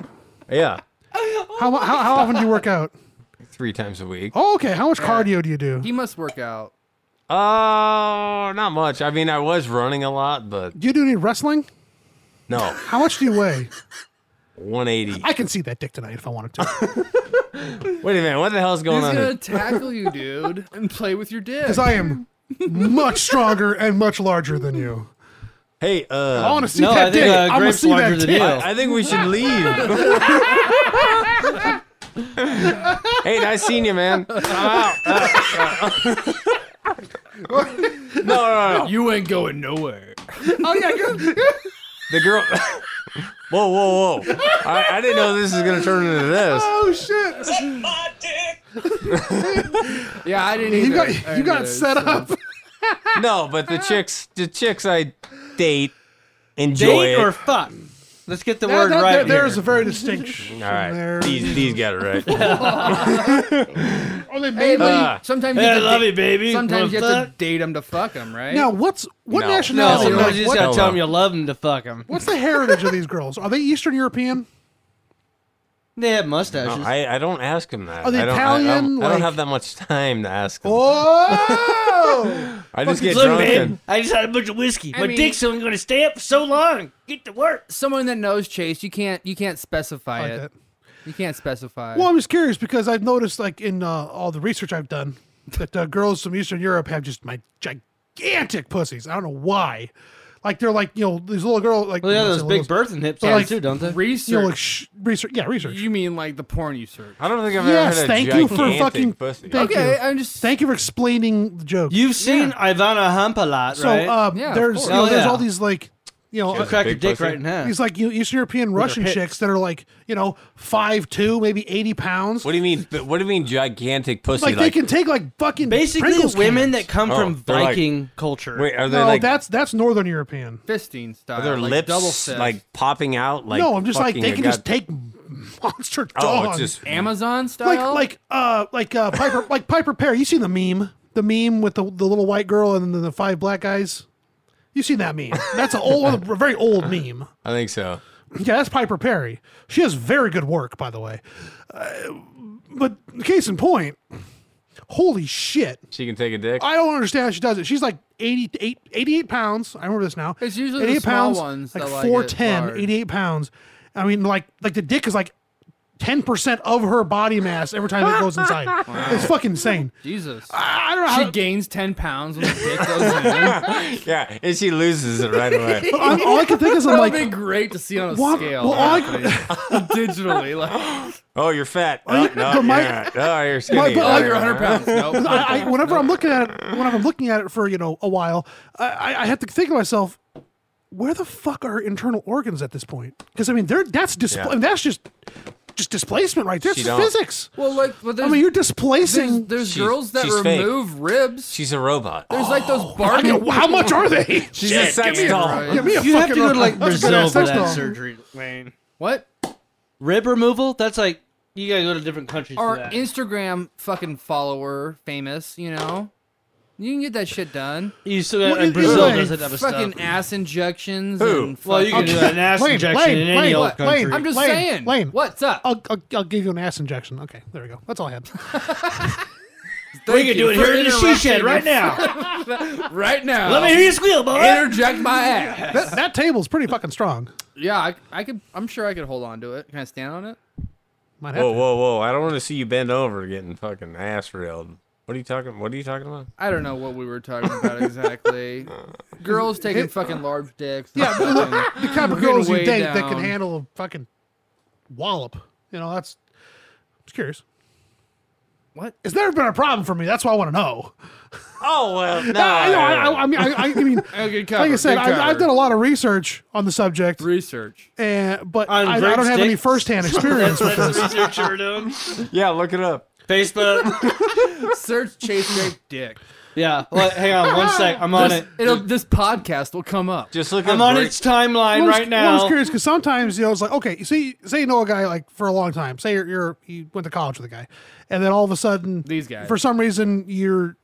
S2: Yeah,
S4: How, how how often do you work out?
S2: three times a week.
S4: Oh, okay. How much cardio do you do?
S1: he must work out.
S2: Oh, not much. I mean, I was running a lot, but
S4: Do you do any wrestling?
S2: no,
S4: How much do you weigh?
S2: 180.
S4: I can see that dick tonight if I wanted to.
S2: Wait a minute, what the hell's
S1: He's
S2: going on?
S1: gonna
S2: here?
S1: tackle you, dude, and play with your dick.
S4: Because I am much stronger and much larger than you.
S2: Hey,
S4: I
S2: uh,
S4: want to see
S3: no, I
S4: that
S3: think, uh,
S4: dick. I want to
S3: Grape's
S4: see
S3: larger
S4: that
S3: than
S4: dick.
S3: you.
S2: I think we should leave. *laughs* hey, nice seeing you, man. I'm out. Uh, uh. no, no, no.
S1: you ain't going nowhere.
S4: Oh yeah, good.
S2: The girl. *laughs* whoa, whoa, whoa! I, I didn't know this is gonna turn into this.
S4: Oh shit!
S1: *laughs* Yeah, I didn't. Either.
S4: You
S1: I
S4: got you
S1: didn't
S4: got
S1: either,
S4: set
S1: so-
S4: up.
S2: No, but the chicks, the chicks I date enjoy
S3: Date
S2: it.
S3: or fuck? Let's get the
S4: There-
S3: word
S4: there-
S3: right.
S4: there- There's
S3: here.
S4: a very distinction.
S2: All right,
S4: There.
S2: these, these got it right.
S4: Oh, they
S1: Hey,
S4: made
S1: but
S4: me-
S1: you-
S2: Uh,
S1: sometimes you
S3: Hey, I
S1: have to
S3: love
S1: da-
S3: you, baby.
S1: Sometimes you
S3: Wanna
S1: have to
S3: fuck? Oh,
S1: date them to fuck them, right?
S4: Now, what's what
S2: No.
S4: nationality?
S3: No,
S2: No,
S3: no,
S4: like,
S3: you just
S4: what,
S3: gotta
S2: no,
S3: tell
S2: no.
S3: him you love him to fuck him.
S4: what's the heritage of these girls? Are they Eastern European?
S3: They have mustaches.
S2: No, Oh, I, I don't ask them that.
S4: Are they
S2: I don't, I- I don't-
S4: Oh, Italian,
S2: I, don't
S4: like-
S2: have that much time to ask
S4: *laughs*
S2: them.
S4: Oh!
S2: I just get
S3: Look,
S2: drunk
S3: babe,
S2: and
S3: I just had a bunch of whiskey.
S1: I
S3: My
S1: mean-
S3: dick's only gonna stay up so long. Get to work.
S1: someone that knows Chase, you can't you can't specify
S4: Like
S1: it.
S4: that.
S1: You can't specify.
S4: well, I'm just curious because I've noticed, like in uh, all the research I've done, that uh, girls from Eastern Europe have just my gigantic pussies. I don't know why. Like they're like you know these little girls like
S3: Well, they
S4: I
S3: have
S4: say
S3: those
S4: little-
S3: big birthing hips
S4: But,
S3: on
S4: like,
S3: too, don't they?
S1: research.
S4: you know, like sh- research yeah research.
S1: you mean like the porn you search?
S2: I don't think I've
S4: Yes,
S2: ever had a
S4: thank you for
S2: gigantic
S4: fucking-
S2: pussy.
S4: thank-
S1: okay,
S4: you.
S1: I'm just
S4: Thank you for explaining the joke.
S3: You've seen Ivana hump a lot,
S4: so
S3: right?
S4: uh,
S1: Yeah, of
S4: there's
S1: course.
S4: you know,
S3: Oh,
S4: there's
S3: yeah.
S4: all these like you know
S3: you
S4: uh,
S3: crack your
S2: Big
S3: dick
S2: pussy.
S3: right in half.
S4: these like you know, Eastern European Russian
S3: hips.
S4: chicks that are like you know five two maybe eighty pounds.
S2: What do you mean? but What do you mean gigantic pussy?
S4: like, they can take like fucking
S3: Basically,
S4: Pringles
S3: women
S4: cans.
S3: that come
S2: Oh,
S3: from
S2: they're like-
S3: Viking culture.
S2: wait, are they
S4: no
S2: like
S4: that's that's Northern European.
S1: fisting style.
S2: are their
S1: like
S2: lips
S1: double fist.
S2: like popping out? Like
S4: no, I'm just like
S2: fucking
S4: they
S2: a
S4: can just
S2: god-
S4: take monster dogs.
S2: Oh, it's just
S1: Amazon
S4: like
S1: style.
S4: like uh like
S2: *laughs*
S4: uh Piper like Piper Pear. You seen the meme? The meme with the the little white girl and then the five black guys. You seen that meme? That's an old, a very old meme.
S2: I think so.
S4: Yeah, that's Piper Perry. She has very good work, by the way. Uh, but case in point, holy shit.
S2: She can take a dick.
S4: I don't understand how she does it. She's like 88, 88 pounds. I remember this now.
S1: It's usually the
S4: 88
S1: small
S4: pounds,
S1: ones
S4: like
S1: that, like, get
S4: 410,
S1: large.
S4: 88 pounds. I mean, like, like the dick is like 10% of her body mass every time it
S1: *laughs*
S4: goes inside. It's fucking insane.
S1: Jesus.
S4: I I don't know
S1: she
S4: how.
S1: *laughs* gains ten pounds when the
S4: *laughs*
S1: dick goes in.
S2: yeah, and she loses it right
S4: *laughs*
S2: away.
S4: I'm- all I can
S1: *laughs*
S4: think is I'm
S1: That'd
S4: like,
S1: be great to see on a
S4: Well,
S1: scale.
S4: well, I-
S1: actually. *laughs* digitally,
S4: *laughs*
S1: like
S2: Oh, you're fat. Oh, no,
S4: my-
S2: you're not. Oh, you're skinny.
S4: but
S2: Oh,
S4: like-
S1: you're 100 pounds. Nope.
S4: I, I, whenever I'm looking at it, whenever I'm looking at it for you know a while, I, I, I have to think to myself, where the fuck are her internal organs at this point? Because I mean, they're that's
S2: Yeah.
S4: displa- that's just just displacement right there.
S2: She
S4: It's
S2: don't.
S4: physics.
S1: Well, like, but
S4: I
S1: there's,
S4: mean, you're
S1: there's,
S4: displacing.
S1: there's
S2: She's-
S1: girls that
S2: she's fake.
S1: remove ribs.
S2: She's a robot.
S1: there's like those
S4: Oh, I
S1: bargain.
S4: mean, how much are
S3: *laughs*
S4: they?
S2: She's a sex doll.
S1: right.
S4: Give me a
S3: you have to
S4: fucking-
S3: go to like
S4: that's a good
S3: Brazil
S4: ass
S3: for
S4: sex
S3: that
S4: doll.
S3: surgery, Wayne.
S1: What?
S3: Rib removal? That's like you gotta go to different countries.
S1: our
S3: for that.
S1: Instagram fucking follower famous, you know. You can get that shit done.
S3: you still
S4: What
S3: got,
S4: is-
S3: in Brazil
S4: like,
S3: does that type of
S1: Fucking
S3: stuff.
S1: ass injections
S2: Who?
S1: and
S3: Well, you can
S1: fucking-
S3: do an ass
S4: Lane,
S3: injection
S4: Lane,
S3: in any
S4: Lane,
S3: old
S4: what? Lane,
S1: *laughs*
S3: country.
S1: I'm just
S4: Lane,
S1: saying.
S4: Lane.
S1: What's up?
S4: I'll, I'll, I'll give you an ass injection. Okay, there we go. That's all I had.
S1: Thank
S3: we can
S1: you
S3: do it
S1: for
S3: here in the she
S1: interrupting
S3: shed
S1: me.
S3: right now.
S1: Right now.
S3: Let me hear you squeal, boy.
S1: interject my ass.
S4: That, that table's pretty fucking strong.
S1: yeah, I, I could. I'm sure I could hold on to it. Can I stand on it?
S4: Might have
S2: Whoa,
S4: to.
S2: whoa, whoa! I don't want to see you bend over getting fucking ass railed. What are you talking? What are you talking about?
S1: I don't know what we were talking about
S2: *laughs*
S1: exactly. Girls taking fucking large dicks. *laughs*
S4: Yeah, but look, *laughs* the kind of girls you
S1: way
S4: date that can
S1: down.
S4: handle a fucking wallop. You know, that's. Just curious.
S1: What?
S4: It's never been a problem for me. That's why I want to know.
S2: Oh
S4: *laughs*
S2: well, no.
S4: I, know, I, I, I mean, I, I I mean,
S1: good
S4: like I
S1: cover,
S4: said,
S1: good
S4: I, I've
S1: cover.
S4: done a lot of research on the subject,
S1: research.
S4: and, Eh, but
S3: On
S4: I, I don't have any
S1: *laughs*
S3: breadsticks?
S4: firsthand experience with
S3: That's
S4: this.
S3: the research you were doing.
S2: yeah, look it up.
S3: Facebook.
S1: Search Chase Grape Dick.
S3: Yeah. Well, hang on one sec. I'm on
S1: This,
S3: it.
S1: it'll, this podcast will come up.
S2: Just look
S3: I'm
S2: up.
S3: on
S2: break-
S3: its timeline
S4: Well, I was-
S3: right
S4: well, I was
S3: now.
S4: curious because sometimes you know it's like okay, see, say you know a guy like for a long time. Say you're, you're you went to college with a guy, and then all of a sudden
S1: These guys.
S4: for some reason you're.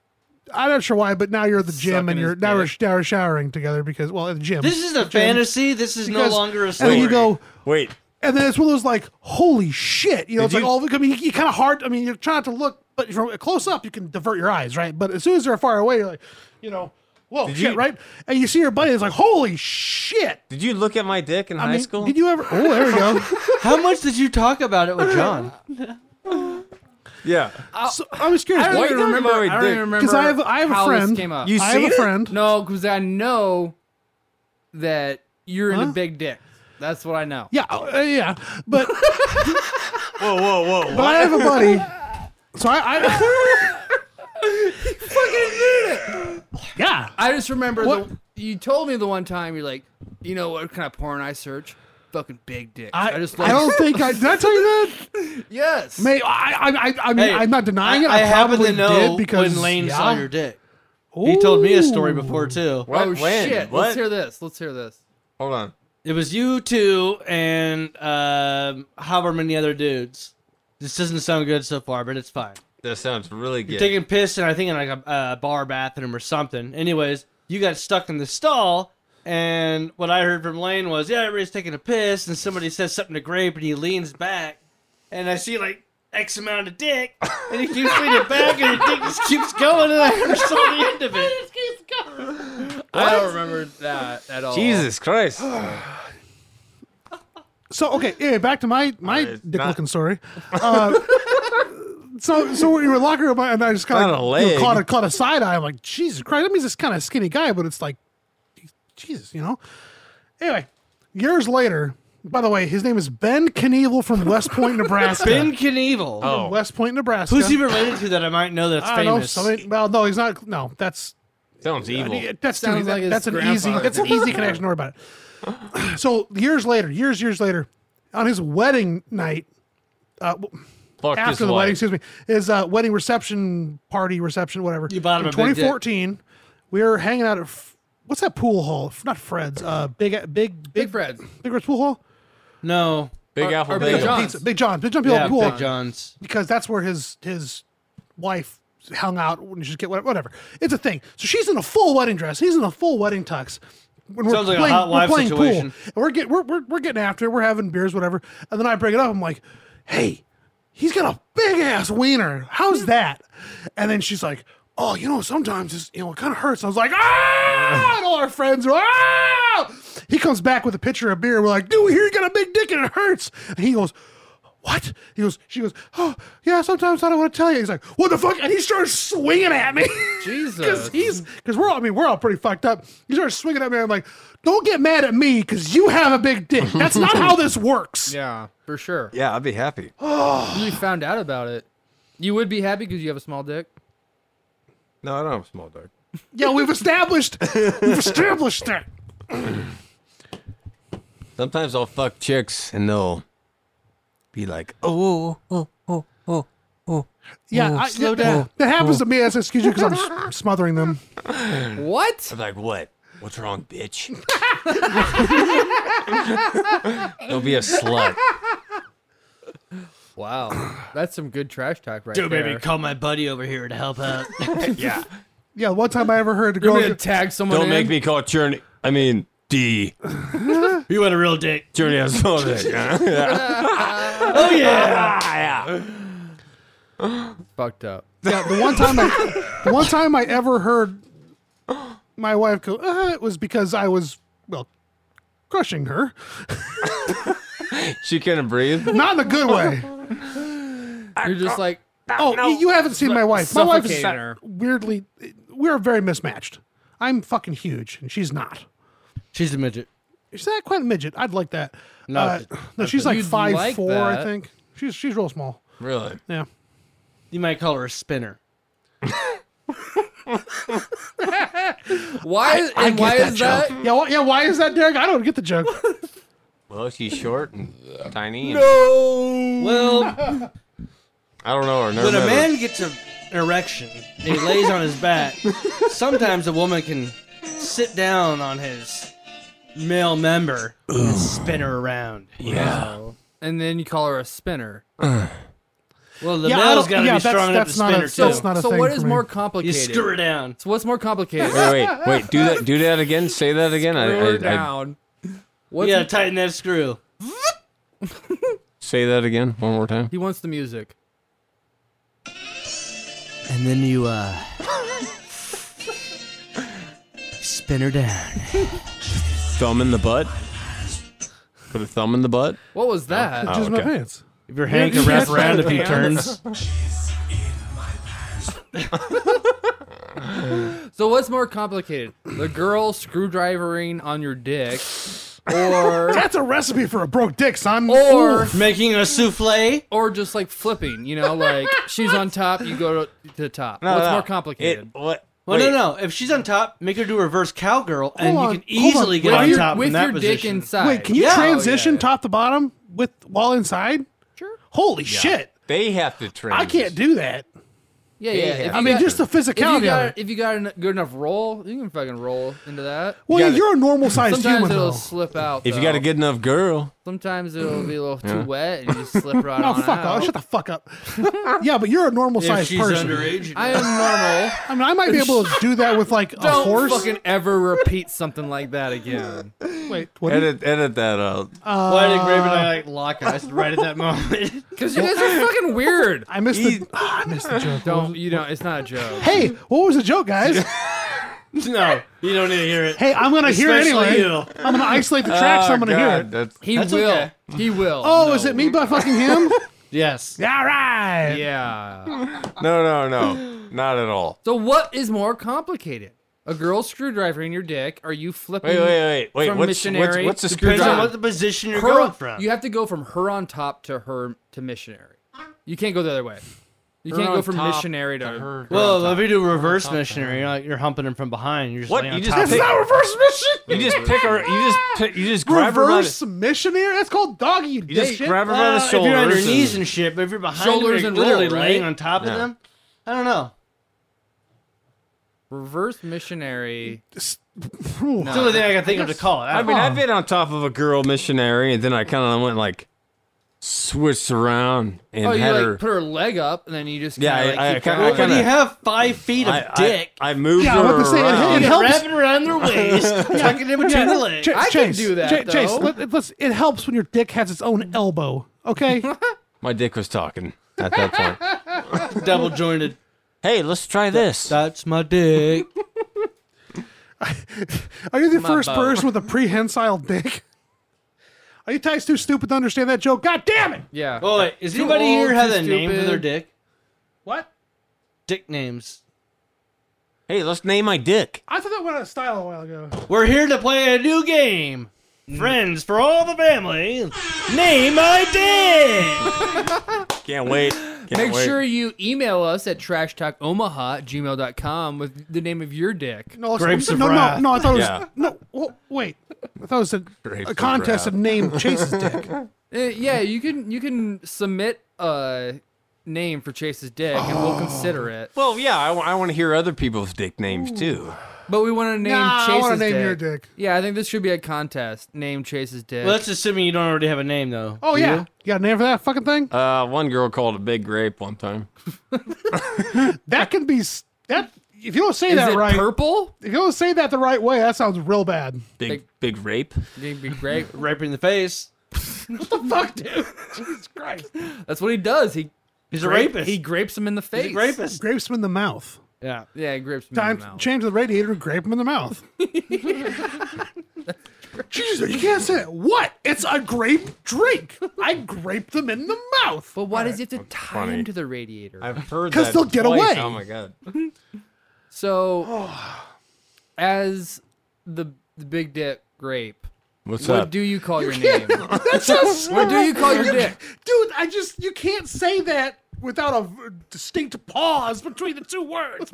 S4: I'm not sure why, but now you're at the gym
S1: Sucking
S4: and you're
S1: his
S4: now we're,
S1: dick.
S4: now we're showering together because well at the gym.
S3: This is a fantasy. This is no
S4: Because-
S3: longer a
S4: and
S3: story.
S4: then you go,
S2: Wait,
S4: and then it's one of those like holy shit, you know,
S2: Did
S4: it's like
S2: you-
S4: all. I mean, you, you kind of hard. I mean, you're trying to look, but from close up you can divert your eyes, right? But as soon as they're far away, you're like, you know, whoa
S2: Did
S4: shit,
S2: you-
S4: right? And you see your buddy, it's like holy shit.
S2: did you look at my dick in
S4: I
S2: high
S4: mean,
S2: school?
S4: Did you ever? Oh, there we go.
S3: How much did you talk about it with John?
S2: yeah.
S4: *laughs* So, I was curious.
S1: I don't
S2: Why
S4: Why-
S2: you
S1: even
S2: talking
S1: remember.
S2: about my
S1: I don't
S2: dick?
S1: even remember
S4: 'Cause I have- I have a
S1: how
S4: friend.
S1: This came up.
S2: You
S4: I have
S2: seen
S4: a
S2: it?
S4: friend.
S1: no, because I know that you're
S4: Huh?
S1: into big dicks. That's what I know.
S4: Yeah, uh, yeah, but
S2: Whoa, whoa, whoa.
S4: *laughs* but I have a buddy. So I, *laughs* I fucking did it. Yeah,
S1: I just remember
S4: What-
S1: The, you told me the one time you're like, you know what kind of porn I search? Fucking big dicks. I,
S4: I,
S1: just
S4: I
S1: like
S4: don't think I did. I tell you that. *laughs*
S1: yes.
S4: May I? I, I, I mean,
S3: Hey,
S4: I'm not denying it. I,
S3: happen
S4: probably
S3: to know
S4: did because
S3: when Lane
S4: yeah.
S3: saw your dick. He told me a story
S4: Ooh.
S3: before too.
S2: What?
S1: oh
S2: When?
S1: shit!
S2: What?
S1: Let's hear this. Let's hear this.
S2: Hold on.
S3: It was you two and um, however many other dudes. This doesn't sound good so far, but it's fine.
S2: That sounds really good.
S3: Taking piss and I think in like a, a bar bathroom or something. Anyways, you got stuck in the stall, and what I heard from Lane was, yeah, everybody's taking a piss, and somebody says something to Grape, and he leans back, and I see like X amount of dick, and he keeps leaning back, and the dick just keeps going, and I never saw the end of it.
S1: I don't remember that at all.
S2: *sighs* Jesus
S4: *sighs*
S2: Christ.
S4: So okay, anyway, back to my my
S2: it's
S4: dick
S2: not-
S4: looking story. Uh, *laughs* so so we were locking him up, and I just
S2: Not
S4: kind
S2: a
S4: of you know,
S2: leg.
S4: caught a caught a side eye. I'm like, Jesus Christ, that means this kind of skinny guy, but it's like, Jesus, you know. Anyway, years later. By the way, his name is Ben Knievel from West
S3: *laughs*
S4: Point, Nebraska.
S3: Ben Knievel.
S2: Oh.
S4: West Point, Nebraska.
S3: Who's he related to that I might know that's
S4: I don't know.
S3: famous?
S4: Somebody, well, no, he's not. No, that's
S2: Sounds evil.
S4: Yeah, that's
S1: Sounds
S4: too, that-
S1: like his
S4: that's an easy
S1: grandfather.
S4: that's an easy connection. Don't worry about it. *clears throat* So years later, years years later, on his wedding night,
S2: Fuck his
S4: after the
S2: wife.
S4: wedding, excuse me, his uh, wedding reception party reception whatever.
S3: You bought him
S4: in
S3: a big dick.
S4: 2014. We were hanging out at F- what's that pool hall? F- Not Fred's. Uh, big big
S1: Big
S4: big
S1: Fred.
S4: Big Red's pool hall.
S3: No.
S2: Big Apple
S1: or Big
S2: Bagel.
S1: John.
S4: Pizza. Big John. Big John
S3: Yeah,
S4: pool hall
S3: Big John's.
S4: because that's where his his wife hung out when she get whatever. It's a thing. So she's in a full wedding dress. He's in a full wedding tux. When we're
S3: Sounds like a
S4: playing,
S3: hot
S4: we're
S3: wife
S4: playing
S3: situation.
S4: pool, and we're getting we're, we're, we're getting after it. We're having beers, whatever. And then I bring it up. I'm like, "Hey, he's got a big ass wiener. How's that?" And then she's like, "Oh, you know, sometimes it's, you know it kind of hurts." I was like, "Ah!" And all our friends are, "Ah!" He comes back with a pitcher of beer. We're like, "Dude, we hear you got a big dick and it hurts." And he goes, what? He goes, she goes, oh, yeah, sometimes I don't want to tell you. He's like, what the fuck? And he starts swinging at me. *laughs* Because
S1: Jesus.
S4: he's, because we're all, I mean, we're all pretty fucked up. He starts swinging at me. I'm like, don't get mad at me because you have a big dick.
S1: *laughs*
S4: That's not how this works.
S1: Yeah, for sure.
S2: Yeah, I'd be
S4: *gasps*
S2: happy.
S1: If You found out about it. You would be happy because you have a small dick.
S2: No, I don't have a small dick.
S4: Yeah, we've established, we've established that.
S2: Sometimes I'll fuck chicks and they'll be like, oh, oh, oh, oh.
S4: Yeah, I,
S2: slow
S4: that,
S2: down.
S4: That happens to me. I said, excuse you, because I'm s- smothering them.
S1: What?
S2: I'm like, what? What's wrong, bitch? *laughs* Don't be a slut.
S1: Wow, that's some good trash talk right
S3: Dude,
S1: there.
S3: baby, call my buddy over here to help *laughs* out.
S2: yeah.
S4: Yeah, one time I ever heard a
S1: You're
S4: girl.
S1: gonna tag someone.
S2: Don't
S1: in?
S2: make me call Journey. I mean, D.
S3: you want a real dick?
S2: Journey has a small dick.
S3: Oh *laughs* yeah.
S1: fucked up.
S4: Yeah, the one time I, the one time I ever heard my wife go, uh, it was because I was well crushing her,
S2: She couldn't breathe.
S4: not in a good way.
S1: You're just like,
S4: Oh, y- you haven't seen my wife. My wife is
S1: suffocating her.
S4: weirdly. We're very mismatched. I'm fucking huge, and she's not.
S3: She's a midget.
S4: She's not quite a midget. I'd like that.
S3: No,
S4: Uh, no, she's like
S1: You'd
S4: five
S1: like
S4: four, I
S1: that.
S4: think. She's she's real small.
S2: Really?
S4: Yeah.
S3: You might call her a spinner.
S1: Why? and
S4: get
S1: why is
S4: joke.
S1: that?
S4: Yeah, why, yeah. Why is that, Derek? I don't get the joke.
S2: Well, she's short and tiny. And
S1: No.
S3: Well,
S2: I don't know her. Never
S3: when a
S2: met her.
S3: man gets a, an erection and he lays on his back, sometimes a woman can sit down on his male member and spin her around.
S2: Yeah.
S1: And then you call her a spinner.
S3: Well, the
S4: Yeah, I
S3: male's got
S4: don't-
S3: to
S4: yeah,
S3: be
S4: that's-
S3: strong enough to
S4: that's not
S3: spin
S4: a-
S3: her,
S1: So,
S3: too.
S4: that's not a
S1: so
S4: thing
S1: what
S4: for
S1: is
S4: me.
S1: more
S3: you
S1: complicated?
S3: screw her down.
S1: So what's more
S2: *laughs*
S1: complicated?
S2: Wait, wait, wait. Do that. Do that again. Say that again. I-
S1: Screw her
S2: I, I,
S1: down. What's
S3: You got to tighten that screw.
S2: say that again one more time.
S1: he wants the music.
S3: And then you, uh. spin her down.
S2: Thumb in the butt. Put a thumb in the butt.
S1: What was that?
S4: Just my
S2: okay.
S4: pants.
S3: If your hand can
S4: Yeah,
S3: wrap
S4: just
S3: around
S4: wrap
S3: a few
S4: it
S3: turns.
S1: So what's more complicated? The girl screwdrivering on your dick, or
S4: That's a recipe for a broke dick, son.
S1: or
S3: *laughs* Making a souffle.
S1: or just like flipping? You know, like she's on top, you go to, to the top. what's more complicated?
S2: It, what?
S3: Well,
S2: wait.
S3: no, no. If she's on top, make her do reverse cowgirl, and
S4: Hold
S3: you
S4: on,
S3: can
S4: hold on.
S3: easily get
S4: With
S3: on
S4: your-
S3: top
S1: With
S3: in that
S1: your dick
S3: position.
S1: inside.
S4: Wait, can you
S3: Yeah.
S4: transition
S1: Oh, yeah.
S4: top to bottom with while inside? Sure. Holy shit!
S2: They have to train.
S4: I can't do that.
S1: Yeah, yeah.
S2: Yeah.
S1: If
S4: I
S1: you
S4: mean,
S1: got-
S4: just the
S1: if
S4: physicality
S1: you
S4: of
S1: got
S4: it.
S1: if you got a good enough roll, you can fucking roll into that.
S4: Well,
S2: You
S4: yeah,
S2: gotta-
S4: you're a normal sized
S1: Sometimes
S4: human
S1: it'll
S4: though.
S1: slip out.
S2: If you got a
S1: though.
S2: good enough girl,
S1: sometimes it'll be a little too wet and you just
S4: *laughs*
S1: slip right
S4: Oh
S1: on
S4: fuck!
S1: out.
S4: off. Shut the fuck up. *laughs* yeah, but you're a normal
S3: If
S4: sized
S3: she's
S4: person.
S3: underage,
S1: I am normal.
S4: I mean, I might be able to do that with like *laughs* a
S1: Don't
S4: horse.
S1: fucking ever repeat something like that again.
S4: Wait, *laughs* what? do you-
S2: edit edit that out.
S3: why did Graven and I like lock eyes right at that moment? *laughs*
S1: Because you guys are fucking
S4: *laughs*
S1: weird.
S4: I missed the. Ah, *sighs* I missed the joke.
S1: Don't you know? It's not a joke.
S4: Hey, what was the joke, guys?
S3: no, you don't need to hear it.
S4: Hey, I'm gonna hear it
S3: Especially
S4: anyway.
S3: you.
S4: I'm gonna isolate the tracks.
S2: Oh,
S4: I'm gonna hear
S2: God,
S4: it.
S2: That's,
S1: He
S3: That's
S1: will.
S3: okay.
S1: He will.
S4: Oh, is it me by fucking him?
S3: Yes.
S4: All right.
S1: Yeah.
S2: no, no, no, not at all.
S1: So what is more complicated? A girl screwdriver in your dick? Are you flipping?
S2: Wait, wait, wait, wait.
S1: From
S2: What's, what's
S1: missionary
S2: what's the
S1: to
S3: Depends
S1: Drive.
S3: on
S2: screwdriver?
S3: what the position you're
S1: Her-
S3: going from.
S1: You have to go from her on top to her to missionary. You can't go the other way. You can't
S2: Her
S1: go
S2: on
S1: from
S2: top
S1: missionary to.
S2: her-
S3: well, if you do reverse missionary, you're, like, you're humping him from behind. You're just
S2: What?
S3: laying
S2: You
S3: on
S2: just
S3: top of
S2: pick-
S3: him.
S4: Not reverse mission.
S2: You just pick her. You just pick, you just grab her. By
S4: Reverse
S2: the,
S4: missionary. That's called doggy. You,
S2: you just
S4: dipshit.
S2: grab her by
S3: Uh,
S2: the
S3: if you're
S2: shoulders.
S3: on your knees
S2: and-
S3: and shit, but if you're behind
S1: Shoulders
S3: them, you're
S1: and
S3: literally
S1: roll,
S3: laying
S1: right?
S3: on top
S2: Yeah.
S3: of them. I don't know.
S1: Reverse missionary.
S4: Ooh.
S3: It's the only thing I can think of to call it. I
S2: I
S3: don't
S2: mean,
S3: know.
S2: I've been on top of a girl missionary, and then I kind of went like switched around and
S1: Oh, you
S2: had
S1: like
S2: her.
S1: put her leg up and then you just
S2: Yeah,
S1: kinda,
S2: I-
S1: like,
S2: I
S1: keep
S2: kinda-
S1: going.
S2: I
S3: But
S2: kinda-
S3: you have five feet of
S2: I, I-
S3: dick.
S2: *laughs* I, moved
S4: Yeah, I
S2: her
S4: was about to say, it-
S2: around.
S4: it helps.
S3: wrapping around their waist,
S2: *laughs*
S3: tucking in between the legs.
S4: Ch-
S1: I can
S4: Chase,
S1: do that,
S4: Ch- Chase,
S1: though.
S4: let, us it helps when your dick has its own elbow.
S1: *laughs*
S4: Okay.
S2: My dick was talking at that point.
S3: Double jointed.
S2: hey, let's try this.
S3: That's my dick.
S4: Are you the first
S1: bow.
S4: person with a prehensile dick? *laughs* Are you guys too stupid to understand that joke? God damn it!
S1: yeah.
S3: Oh wait, is
S1: Too
S3: anybody here
S1: old,
S3: have
S1: too
S3: a name for their
S1: stupid.
S3: dick?
S4: What?
S3: Dick names.
S2: Hey, let's name my dick.
S4: I thought that went out of style a while ago.
S3: We're here to play a new game.
S4: Mm.
S3: Friends for all the family. Name my
S4: *laughs*
S3: dick.
S2: Can't wait. Can't
S1: Make
S2: wait.
S1: sure you email us at trashtalkomaha at gmail.com with the name of your dick.
S4: No, it's-
S3: Grapes
S4: no,
S3: of
S4: no,
S3: wrath.
S4: no, I thought it was
S2: Yeah.
S4: no. Well, wait, I thought it was a,
S2: Grapes
S4: a
S2: of
S4: contest
S2: wrath.
S1: *laughs*
S4: of named Chase's dick.
S1: Uh, yeah, you can you can submit a name for Chase's dick and we'll consider it.
S2: Well, yeah, I, want to hear other people's dick names too.
S1: But we want to name
S4: Nah, I
S1: Chase's
S4: wanna name
S1: dick.
S4: your dick.
S1: Yeah, I think this should be a contest. Name Chase's dick.
S3: Well, that's assuming you don't already have a name though.
S4: Oh
S3: Do
S4: yeah,
S3: you?
S4: you got a name for that fucking thing?
S2: Uh, one girl called a big grape one time.
S4: That can be s- that. If you don't say
S1: Is
S4: that
S1: it
S4: right,
S1: purple?
S4: if you don't say that the right way, that sounds real bad.
S2: Big
S1: Big-
S2: big rape.
S1: It'd be
S3: *laughs*
S1: great.
S3: Right in the face.
S4: Fuck, dude. Jesus Christ.
S1: That's what he does. He
S3: He's a
S1: grape,
S3: rapist.
S1: he grapes him in the face.
S3: He's a rapist.
S4: Grapes him in the mouth.
S3: Yeah.
S1: Yeah, he grapes him in
S4: Time
S1: the
S4: to
S1: mouth.
S4: change the radiator and grape him in the mouth. Jesus, you can't say that. What? It's a grape drink. I grape them in the mouth. *laughs*
S1: But why does he have to tie
S2: funny.
S1: him to the radiator?
S2: I've heard
S4: 'Cause
S2: that
S4: they'll get
S2: twice.
S4: away.
S2: Oh my god.
S4: *sighs*
S1: So, as the, the big dick grape,
S2: What's
S1: what
S2: up?
S1: do you call your name?
S4: *laughs* That's just
S1: What do you call your dick?
S4: Dude, I just you can't say that without a distinct pause between the two words,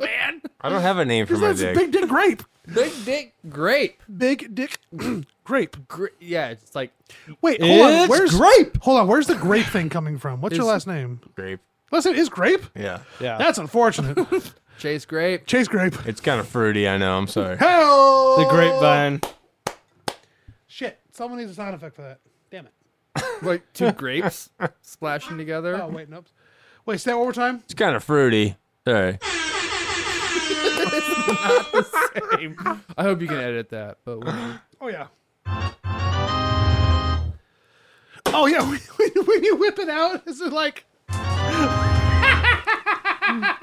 S1: *laughs*
S4: man.
S2: I don't have a name for my
S4: That's
S2: dick.
S4: big dick grape.
S1: big dick grape.
S4: Big dick *clears throat* grape.
S1: Gra- yeah, it's like
S4: Wait, hold on.
S3: It's
S4: Where's
S3: grape.
S4: Hold on, where's the grape thing coming from? What's your
S1: Is-
S4: last name?
S2: Grape.
S4: Last name is grape?
S2: Yeah.
S3: Yeah.
S4: That's unfortunate.
S1: *laughs* Chase Grape.
S4: Chase grape.
S2: It's kind of fruity. I know. I'm sorry.
S4: Hell
S3: the grapevine.
S4: Oh, Shit. Someone needs a sound effect for that. Damn it.
S1: like
S4: *laughs*
S1: two grapes splashing together.
S4: Oh wait, nope. Wait, say that one more time.
S2: It's kind of fruity. Sorry.
S1: I hope you can edit that.
S2: *gasps*
S1: But whatever.
S4: Oh yeah. Oh yeah, *laughs* when, when you whip it out, is it like? *laughs*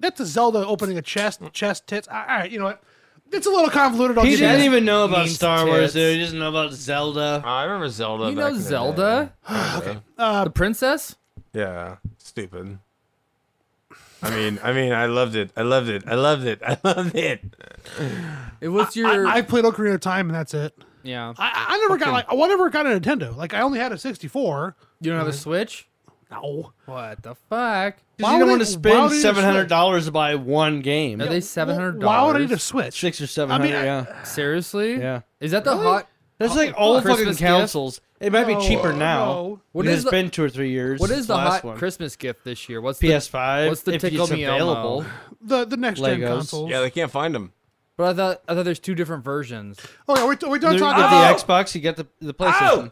S4: That's a Zelda opening a chest, chest tits. All right, you know what? It's a little convoluted. I'll
S3: He
S4: give you
S3: didn't
S4: that.
S3: even know about
S1: means
S3: Star Wars,
S1: tits.
S3: dude. He doesn't know about Zelda.
S2: Oh, I remember Zelda.
S1: you
S2: back
S1: know
S2: in the day.
S1: Zelda,
S4: Uh,
S1: the princess.
S2: Yeah. Stupid. I mean, I mean, I loved it. I loved it. I loved it. *laughs* I loved it.
S1: It was your
S4: I, I played Ocarina of Time, and that's it.
S1: yeah.
S4: I- I, I never got like I never got a Nintendo. Like I only had a 64.
S1: You don't have a
S4: Mhm.
S1: switch.
S4: No.
S1: What the fuck?
S3: Because
S4: Why
S3: you don't
S4: would
S3: want
S4: I-
S3: to
S4: why
S3: spend
S4: would I
S3: seven hundred
S4: even
S3: dollars to buy one game.
S1: Are they seven hundred dollars?
S4: Why would I need a Switch?
S3: Six or seven hundred.
S4: I mean,
S3: yeah.
S1: seriously?
S3: Yeah.
S1: Is that the hot?
S3: That's like all
S1: Oh, Christmas
S3: fucking
S1: gift?
S3: consoles. It might
S4: No,
S3: be cheaper now.
S4: no.
S1: What
S3: What has
S1: is the-
S3: been two or three years.
S1: What is
S3: since
S1: the
S3: last
S1: hot
S3: one.
S1: Christmas gift this year? What's the
S3: PS5?
S1: What's the
S3: if
S1: tickle
S3: it's
S1: me
S3: available.
S1: elmo?
S4: The the next gen
S3: Legos.
S4: consoles.
S2: Yeah, they can't find him.
S1: But I thought I thought there's two different versions.
S4: Oh yeah, we we don't
S3: You
S4: talk
S3: get
S4: about Oh!
S3: the Xbox, you get the, the PlayStation.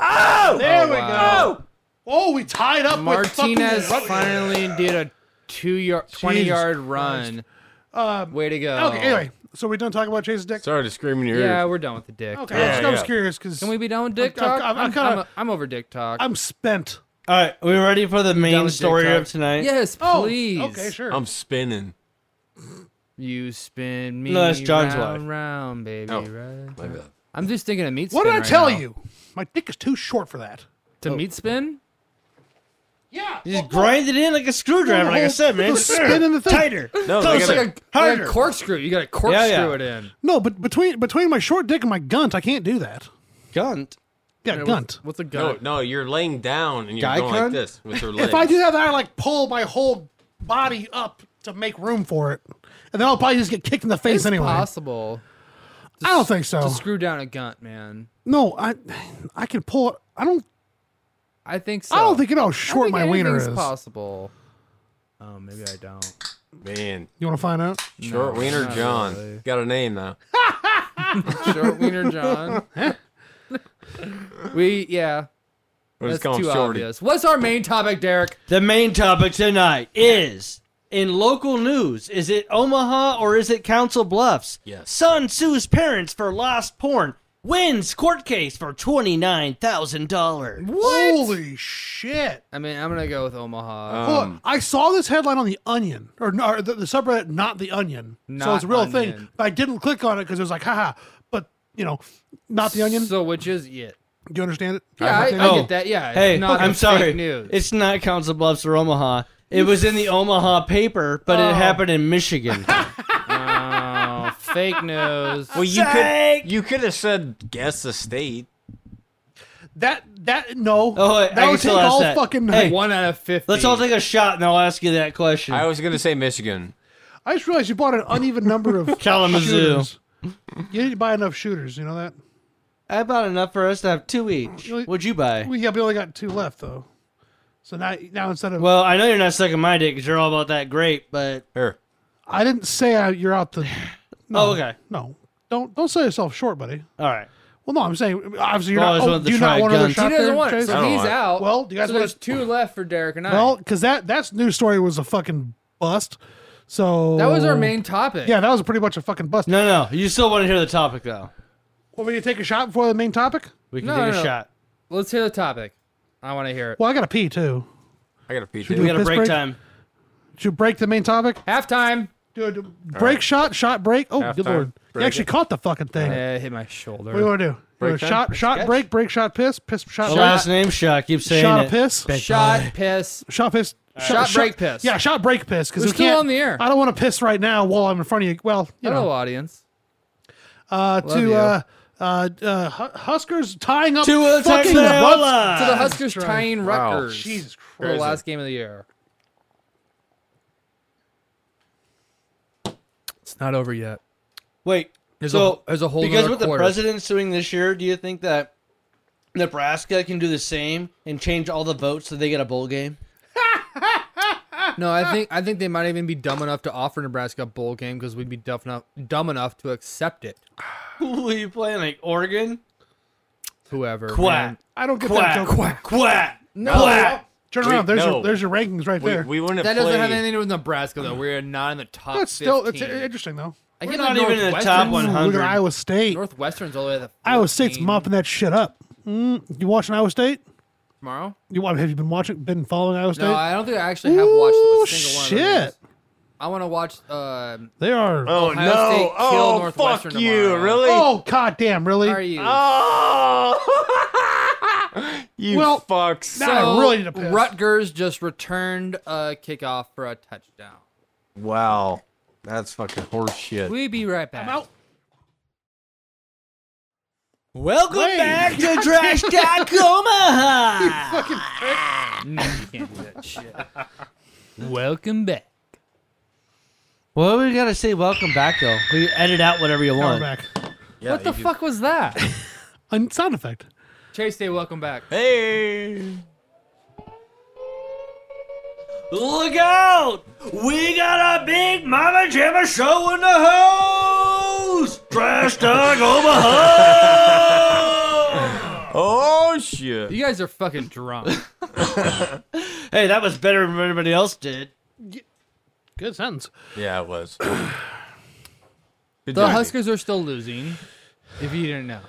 S2: Oh,
S4: There we
S1: wow.
S4: go. Oh, we tied up
S1: Martinez
S4: with fucking-
S1: finally did a two yard, twenty
S4: Jesus Um,
S1: yard run. Way to go.
S4: Okay, anyway, so we done talking about Chase's dick.
S2: Sorry to scream in your ear.
S1: Yeah, we're done with the dick.
S4: Okay,
S1: talk.
S4: I, was, I was
S2: yeah.
S4: curious because
S1: Can we be done with dick
S4: I'm- I'm-
S1: talk?
S4: I'm
S1: I'm,
S4: kinda-
S1: I'm over dick talk.
S4: I'm spent.
S3: All right, we ready for the
S1: Done
S3: main
S1: with
S3: story
S1: TikTok.
S3: of tonight?
S1: Yes,
S4: Oh,
S1: please.
S4: okay, sure.
S2: I'm spinning.
S1: You spin me
S3: No, that's John's
S1: round, round, baby.
S2: Oh.
S1: Right.
S2: My bad.
S1: I'm just thinking of meat spin.
S4: what did I
S1: right
S4: tell
S1: now.
S4: you? Oh. My dick is too short for that.
S1: To meat spin?
S4: Yeah,
S3: You just grind it in like a screwdriver, like I said, man.
S4: Just spin in Oh, the thing.
S3: Tighter.
S2: No, they
S1: It's
S2: gotta-
S1: like a, like a
S3: Harder.
S1: corkscrew. You got to corkscrew
S3: Yeah, yeah.
S1: it in.
S4: No, but between between my short dick and my gunt, I can't do that.
S3: Gunt.
S4: Yeah,
S1: Yeah,
S4: gunt.
S1: What's, what's a
S2: No,
S1: gun?
S2: no, you're laying down and you're
S3: Guy
S2: going
S3: cunt?
S2: like this with your legs.
S4: *laughs* If I do that, then I like pull my whole body up to make room for it, and then I'll probably just get kicked in the face
S1: it's
S4: anyway. Oh.
S1: possible
S4: I don't think so.
S1: to screw down a gunt, man.
S4: No, I I can pull it. I don't.
S1: I think so.
S4: I don't think you know how
S1: I
S4: short
S1: think
S4: my wiener
S1: anything's
S4: is.
S1: possible. Oh, maybe I don't.
S4: *laughs*
S2: man,
S4: You want to find out?
S2: short wiener
S1: not
S2: John
S1: really.
S2: got a name now.
S1: Short wiener
S4: *laughs*
S1: John. we, yeah.
S2: We'll
S1: That's
S2: just
S1: too
S2: call him Shorty.
S1: obvious. What's our main topic, Derek?
S3: The main topic tonight is in local news. Is it Omaha or is it Council Bluffs?
S2: Yes.
S3: Son sues parents for lost porn. Wins court case for twenty nine thousand dollars.
S4: Holy shit!
S1: I mean, I'm gonna go with
S2: Uh,
S1: Omaha.
S4: Hold
S3: Um,
S4: on. I saw this headline on the Onion or, or the, the subreddit, not the Onion. so
S1: Not
S4: it's a real thing.
S1: Onion.
S4: But I didn't click on it because it was like, haha. But you know, not the Onion.
S1: So which is it?
S4: Do you understand it?
S1: Yeah, I, I,
S3: Oh.
S1: get that. Yeah.
S3: Hey,
S1: not
S3: I'm
S1: fake
S3: sorry.
S1: News.
S3: It's not Council Bluffs or Omaha. It was in the Omaha paper, but
S1: Oh.
S3: it happened in Michigan.
S1: oh, fake
S3: *laughs*
S1: news.
S2: Well, you
S3: Psych!
S2: could you could have said guess the state.
S4: That that no.
S3: Oh, wait, I
S4: that
S3: can
S4: would
S3: still
S4: take
S3: ask
S4: all
S3: that.
S4: fucking.
S3: Hey.
S1: One out of fifty.
S3: Let's all take a shot, and I'll ask you that question.
S2: I was gonna say Michigan.
S4: I just realized you bought an uneven number *laughs* of
S3: Kalamazoo.
S4: Shooters. You didn't buy enough shooters. You know that?
S3: I bought enough for us to have two each.
S4: Really?
S3: What'd you buy?
S4: We yeah, we only got two left though. So now now instead of
S3: Well, I know you're not sucking my dick because you're all about that grape, but
S2: Here,
S4: I didn't say I, you're
S3: *sighs*
S4: out the. No,
S3: oh, okay,
S4: No, don't don't sell yourself short, buddy.
S3: all right.
S4: Well, no, I'm saying obviously you're
S3: Well, I
S4: not.
S3: just wanted to
S4: Oh, do you
S3: try
S4: not want another
S3: guns.
S1: He
S4: shot
S1: doesn't
S4: there,
S1: want it,
S4: Chase?
S2: I
S1: so
S2: don't
S1: he's
S2: want it.
S1: out.
S4: Well, do you guys
S1: so
S4: wanna-
S1: there's
S4: *sighs*
S1: two left for Derek and I.
S4: Well, because that that news story was a fucking bust. So
S1: that was our main topic.
S4: Yeah, that was pretty much a fucking bust.
S3: No, no, you still want to hear the topic though.
S4: Want me to take a shot before the main topic?
S3: We can
S1: No,
S3: take
S1: no,
S3: a
S1: no.
S3: shot.
S1: Let's hear the topic. I want to hear it.
S4: Well, I gotta pee too.
S2: I got a pee.
S4: Should
S2: too.
S3: We
S4: we
S3: got a
S4: piss
S3: break
S4: break?
S3: time.
S4: Should we break the main topic?
S1: Halftime.
S4: Dude, break shot, shot break. Oh,
S2: Half
S4: good
S2: time.
S4: lord.
S2: Break
S4: you actually
S2: it.
S4: caught the fucking thing.
S1: Yeah, Eh, it hit my
S4: What do you
S1: shoulder.
S4: want to do? You
S2: Break
S4: wanna
S2: time?
S4: shot,
S2: Break
S4: shot,
S2: catch?
S4: break, break, shot, piss, piss, shot,
S3: The
S4: break,
S3: last name shot. Keep saying
S4: shot,
S3: it.
S4: piss,
S1: Shot, piss.
S4: shot, piss,
S1: Uh, Shot, break, piss.
S4: Yeah, shot, break, piss. Because
S1: We're
S4: we
S1: still
S4: can't,
S1: on the air.
S4: I don't want to piss right now while I'm in front of you. Well, you
S1: Hello,
S4: know,
S1: audience.
S4: uh, to
S1: you.
S4: uh, uh, uh, Hu- Huskers tying up
S3: To a
S4: fucking Bucks.
S3: Texanola.
S1: So the Huskers
S4: Christ.
S1: tying
S2: Wow.
S1: Rutgers
S4: Jesus
S1: for the
S2: Crazy.
S1: last game of the year. It's not over yet.
S3: Wait.
S1: There's
S3: so
S1: a- there's a whole
S3: because
S1: nother
S3: what the
S1: quarter.
S3: president's doing this year, do you think that Nebraska can do the same and change all the votes so they get a bowl game? *laughs*
S1: No, I
S4: Ah.
S1: think I think they might even be dumb enough to offer Nebraska a bowl game because we'd be dumb enough dumb enough to accept it.
S3: Who are you playing? Like Oregon?
S1: Whoever. man.
S3: Quack.
S4: I don't get that
S3: Quack.
S4: joke.
S3: Quack. Quack.
S1: No.
S3: Quack.
S4: Turn
S2: We-
S4: around. There's
S2: no.
S4: your there's your rankings right
S2: We,
S4: there.
S2: we wouldn't
S1: That
S2: play.
S1: doesn't have anything to do with Nebraska though. We're not in the top.
S4: That's still it's
S1: 15.
S4: interesting though.
S1: I
S3: We're
S1: get
S3: not
S1: like
S3: even in the
S1: Northwestern's-
S3: top
S4: Look
S3: 100.
S4: at Iowa State.
S1: Northwestern's all the way to the
S4: Iowa State's
S1: 14
S4: mopping that shit up. Mm, you watching Iowa State?
S1: tomorrow.
S4: You have you been watching? Been following Iowa State?
S1: No, I don't think I actually have watched
S4: Ooh,
S1: a single one. Of those.
S4: shit.
S1: I want to watch. Um,
S4: they are.
S1: Ohio
S2: Oh
S1: State
S2: no!
S1: killed
S2: Oh fuck
S1: Northwestern
S2: you!
S1: tomorrow.
S2: Really?
S4: Oh, god damn! Really?
S1: are you?
S4: ah,
S2: Oh! *laughs* you
S4: Well,
S2: fucks!
S4: now- I really need to piss.
S1: Rutgers just returned a kickoff for a touchdown.
S2: Wow, that's fucking horseshit.
S1: We'll be right back.
S4: out.
S3: Welcome
S4: Wait.
S3: back
S4: *laughs*
S3: to Trash Talk Omaha.
S1: No, you can't do that shit. Welcome back.
S3: Well, we gotta say welcome back though. We edit out whatever you
S4: Now we're
S3: want.
S4: back.
S2: Yeah,
S1: What the
S2: you-
S1: fuck was
S3: *laughs*
S1: that?
S4: A sound effect.
S1: Chase Day, welcome back.
S2: Hey!
S3: Look out! We got a big Mama Jamma show in the house. Trash Talk Omaha.
S2: Oh shit!
S1: You guys are fucking
S4: *laughs*
S1: drunk.
S3: *laughs* hey, that was better than everybody else did.
S4: Good sentence.
S2: Yeah, it was. Good
S1: The
S2: job.
S1: Huskers are still losing. If you
S4: *laughs*
S1: didn't know,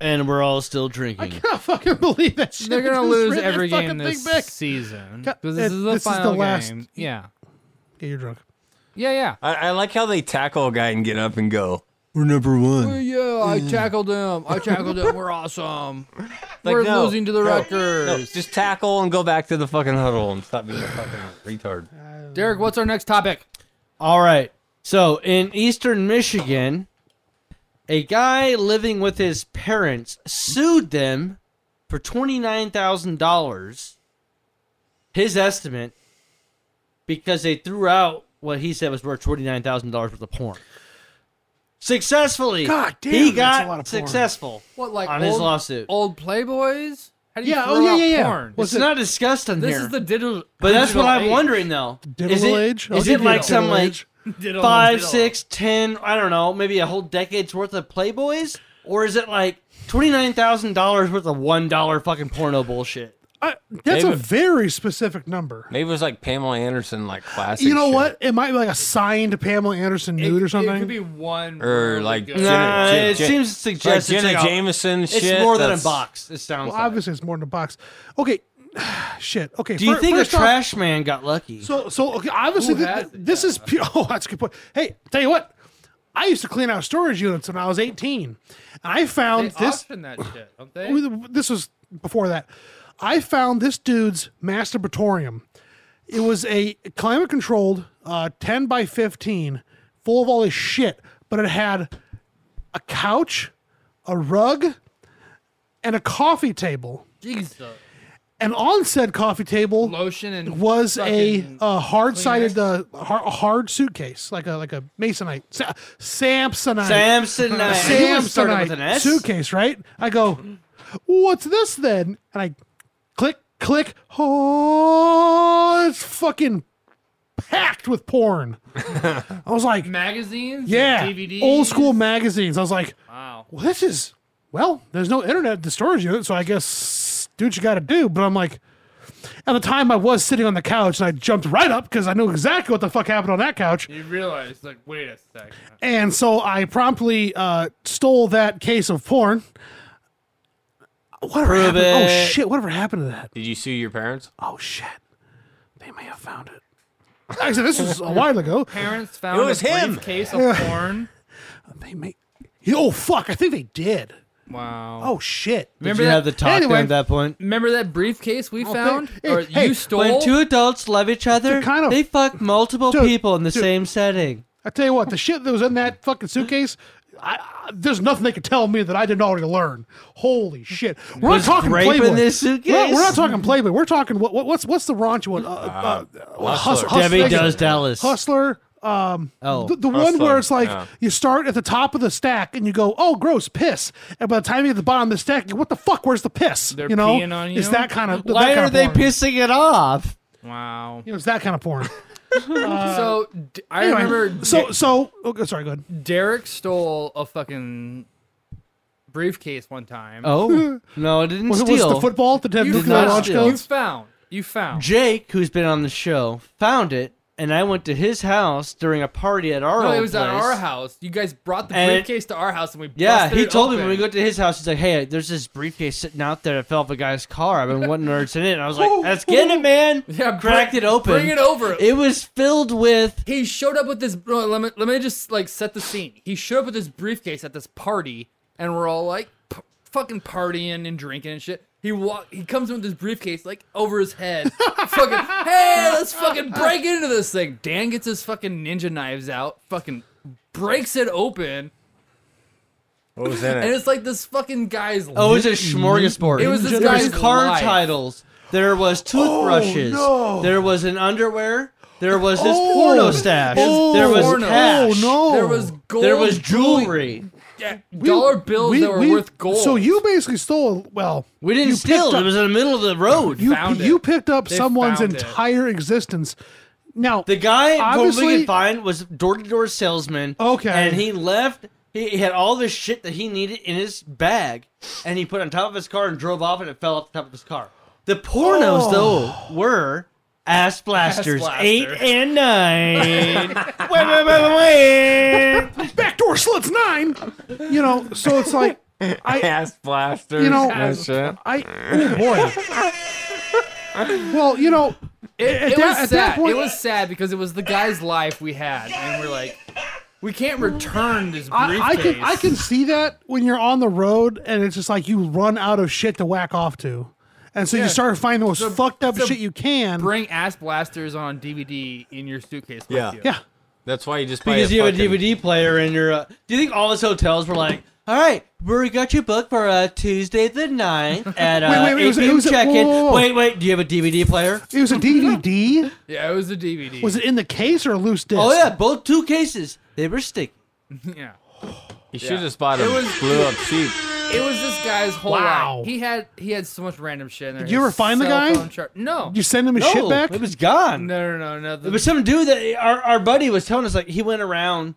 S3: And we're all still *laughs* drinking.
S4: I fucking believe that shit.
S1: they're gonna
S4: Just
S1: lose
S4: rip
S1: every
S4: that
S1: game
S4: fucking
S1: this
S4: thing back.
S1: season
S4: Ca-
S1: because
S4: it-
S1: this is the
S4: this is the
S1: final
S4: last-
S1: game. Yeah,
S4: Yeah, you're drunk.
S1: yeah, yeah.
S2: I, I like how they tackle a guy and get up and go. We're number one.
S1: Oh, Yeah, I tackled him. I tackled him. We're
S4: *laughs*
S1: awesome.
S2: Like,
S1: We're
S2: no,
S1: losing to the
S2: no, No,
S1: Rutgers.
S2: just tackle and go back to the fucking huddle and stop being a fucking retard.
S1: Derek, what's our next topic?
S3: All right. So in eastern Michigan, a guy living with his parents sued them for $29,000, his estimate, because they threw out what he said was worth $29,000 worth of porn. Successfully.
S4: God damn,
S3: He
S4: that's
S3: got
S4: a lot of porn.
S3: successful.
S1: What like
S3: On
S1: old,
S3: his lawsuit.
S1: Old Playboys? How do you
S4: Yeah,
S1: throw
S4: oh, yeah,
S1: out
S4: yeah, yeah.
S1: porn?
S4: Well,
S3: It's not discussed on
S1: this
S3: here.
S1: is the digital.
S3: but that's what
S1: digital
S3: I'm
S1: age. *laughs*
S3: wondering, though. Is
S4: Digital
S3: it-
S4: age? I'll
S3: Is
S4: give
S3: it
S4: you
S3: like
S4: digital
S3: some like
S4: age.
S1: Diddle on
S3: five,
S1: diddle.
S3: six, ten, I don't know, maybe a whole decade's worth of Playboys? Or is it like $29,000 worth of $1 fucking porno bullshit?
S4: I, that's a
S2: David-
S4: very specific number.
S2: Maybe it was like Pamela Anderson, like classic.
S4: You know
S2: shit.
S4: what? It might be like a signed Pamela Anderson
S1: It-
S4: nude or something.
S1: It could be one.
S2: Or,
S1: really
S2: like,
S1: good-
S2: Jenna-
S3: nah,
S2: Jen-
S3: it
S2: Jen-
S3: seems to
S2: Like
S3: suggest it's,
S2: Jenna
S3: like a-
S2: Jameson
S3: it's
S2: shit.
S3: more than a
S2: that's-
S3: box, it sounds
S4: well,
S3: like.
S4: obviously, it's more than a box. Okay, *sighs* shit. Okay.
S3: Do you
S4: fir-
S3: think a
S4: first off-
S3: trash man got lucky?
S4: So, so okay, obviously,
S1: Who
S4: th-
S1: has
S4: th-
S1: it?
S4: this is pure. *laughs* Oh, that's a good point. Hey, tell you what, I used to clean out storage units when I was 18. And I
S1: They
S4: found this.
S1: auction that shit, don't they?
S4: This was before that. I found this dude's masturbatorium. It was a climate controlled uh, 10 by 15, full of all this shit, but it had a couch, a rug, and a coffee table.
S1: Jesus.
S4: And on said coffee table
S1: Lotion and
S4: was a,
S1: fucking-
S4: a hard sided uh, har- a hard suitcase, like a like a masonite, Sa- Samsonite,
S3: Samson Knight. He was started with an
S4: Samsonite
S3: S.
S4: suitcase. Right? I go, what's this then? And I click, click. Oh, it's fucking packed with porn. I was like,
S1: magazines.
S4: yeah,
S1: DVDs.
S4: old school magazines. I was like,
S1: Wow.
S4: well, this is well, there's no internet at the storage unit, so I guess do what you got to do. But I'm like, at the time, I was sitting on the couch and I jumped right up because I knew exactly what the fuck happened on that couch.
S1: You realize, like, wait a second.
S4: And so I promptly uh, stole that case of porn. Whatever
S3: Prove
S4: happened? Oh
S3: it.
S4: shit! Whatever happened to that?
S2: Did you sue your parents?
S4: Oh shit! They may have found it. Like I said this was a while ago.
S5: Parents found
S2: was
S5: a
S2: him.
S3: *laughs*
S5: briefcase of porn.
S4: They may. Oh fuck! I think they did.
S1: Wow.
S4: Oh shit!
S5: Remember
S3: Did you
S5: that?
S3: have the talk
S4: Anyway.
S3: then at that point?
S1: Remember that briefcase we
S3: Oh,
S1: found?
S4: hey,
S1: or
S4: hey,
S1: you stole?
S3: When two adults love each other,
S4: Dude, kind of-
S3: they fuck multiple
S4: Dude,
S3: people in the
S4: dude.
S3: same setting.
S4: I tell you what, the shit that was in that fucking suitcase. I, I, there's nothing they could tell me that I didn't already learn. Holy shit! We're
S3: Was
S4: not talking
S3: grape in
S4: Playboy.
S3: this
S4: We're not-
S3: suitcase?
S4: We're, not talking Playboy. We're talking what, what, what's what's the raunchy one? Uh, uh, uh, Hustler. Hustler.
S3: Debbie Does Dallas.
S4: Hustler. Um,
S3: Oh,
S4: the, the one
S2: Hustler,
S4: where it's like
S2: yeah.
S4: you start at the top of the stack and you go, oh, gross, piss. And by the time you get to the bottom of the stack, you go, what the fuck? Where's the piss?
S5: They're
S4: you know,
S5: peeing on
S4: it's
S5: you?
S4: that kind of. that
S3: Why
S4: kind
S3: are
S4: of
S3: they
S4: porn.
S3: pissing it off?
S5: Wow.
S4: You know, it's that kind of porn.
S3: Uh,
S1: so d- *laughs* I
S4: Anyway,
S1: remember
S4: so so. Okay, sorry, go ahead.
S1: Derek stole a fucking briefcase one time.
S4: *laughs*
S3: Oh no, I didn't
S4: Was it was
S3: steal.
S4: it the football that had
S1: you
S4: nuclear
S1: found,
S4: launch
S1: you
S4: codes?
S1: found. You found.
S3: Jake, who's been on the show, found it, and I went to his house during a party at our.
S1: No,
S3: old
S1: it was at
S3: place.
S1: our house. You guys brought the
S3: And it-
S1: briefcase to our house, and we
S3: Yeah,
S1: busted
S3: he
S1: it
S3: told me
S1: open.
S3: when we went to his house, he's like, "Hey, there's this briefcase sitting out there that fell off a guy's car. I've been wanting to in it." And I
S1: *laughs*
S3: was like, "Let's get it, man!"
S1: Yeah, br-
S3: cracked it open.
S1: bring it over.
S3: It was filled with
S1: he showed up with this. uh, Let me, let me just like set the scene. He showed up with this briefcase at this party, and we're all like p- fucking partying and drinking and shit. He walk. He comes in with this briefcase like over his head. fucking hey, let's fucking break into this thing. Dan gets his fucking ninja knives out. Fucking breaks it open,
S2: What was in
S1: and
S2: it?
S1: it's like this fucking guy's.
S3: oh, it was a smorgasbord.
S1: It was this
S3: there was
S1: guy's
S3: car
S1: life.
S3: titles. There was toothbrushes.
S4: Oh, no.
S3: There was an underwear. There was this
S4: Oh.
S3: porno stash.
S4: Oh,
S3: there was
S1: porno.
S3: cash.
S4: Oh, no.
S1: There was gold.
S3: There was jewelry.
S1: yeah,
S4: We-
S1: dollar bills
S4: we-
S1: that were
S4: we-
S1: worth gold.
S4: So you basically stole. Well,
S3: We didn't
S4: you
S3: steal.
S4: picked
S3: it.
S4: up-
S3: it was in the middle of the road.
S4: you
S1: found
S4: you
S1: it.
S4: picked up
S1: They
S4: someone's
S1: found it.
S4: entire existence. Now
S3: The guy what we
S4: Obviously-
S3: could find was door to door salesman.
S4: Okay.
S3: And he left. He he had all this shit that he needed in his bag, and he put it on top of his car and drove off, and it fell off the top of his car. The pornos
S4: Oh.
S3: though were ass blasters,
S1: blaster.
S3: eight and
S4: *laughs*
S3: nine. wait, wait, wait, wait, wait.
S4: backdoor sluts nine. You know, so it's
S3: *laughs*
S4: like I
S2: *laughs* Ass blasters.
S4: You know-
S2: and shit.
S4: I oh boy. Well, you know,
S1: It, it
S4: that-
S1: was
S4: at that
S1: sad.
S4: point-
S1: it was sad because it was the guy's life we had, and we're like, we can't return this briefcase.
S4: I, I can I *laughs* can see that when you're on the road and it's just like you run out of shit to whack off to, and so you start finding the most fucked up
S1: so
S4: shit you can.
S1: bring ass blasters on DVD in your suitcase.
S2: Yeah.
S1: with you.
S4: yeah.
S2: That's why you just buy
S3: Because
S2: a
S3: you have a
S2: fucking-
S3: DVD player in your. Uh, do you think all his hotels were like, all right, we got you booked for uh, Tuesday the
S4: *laughs*
S3: 9th at uh,
S4: Wait, wait, wait,
S3: 8
S4: it was a- it
S3: p.m.
S4: was a-
S3: check-in.
S4: whoa, whoa, whoa.
S3: Wait, wait, do you have a DVD player?
S4: It
S1: *laughs*
S4: was a DVD.
S1: yeah, it was a DVD.
S4: Was it in the case or a loose disc?
S3: Oh yeah, both two cases. They were sticky.
S1: Yeah,
S2: You should have bought a
S1: It was-
S2: blew up sheep.
S1: it was this guy's whole
S4: Wow.
S1: life. He had he had so much random shit. In there.
S4: you
S1: His
S4: ever find the
S1: cell
S4: guy?
S1: phone char- no.
S4: You send him his
S3: No,
S4: shit back.
S3: it was gone.
S1: no, no, no, no. The,
S3: It was some dude that our, our buddy was telling us like he went around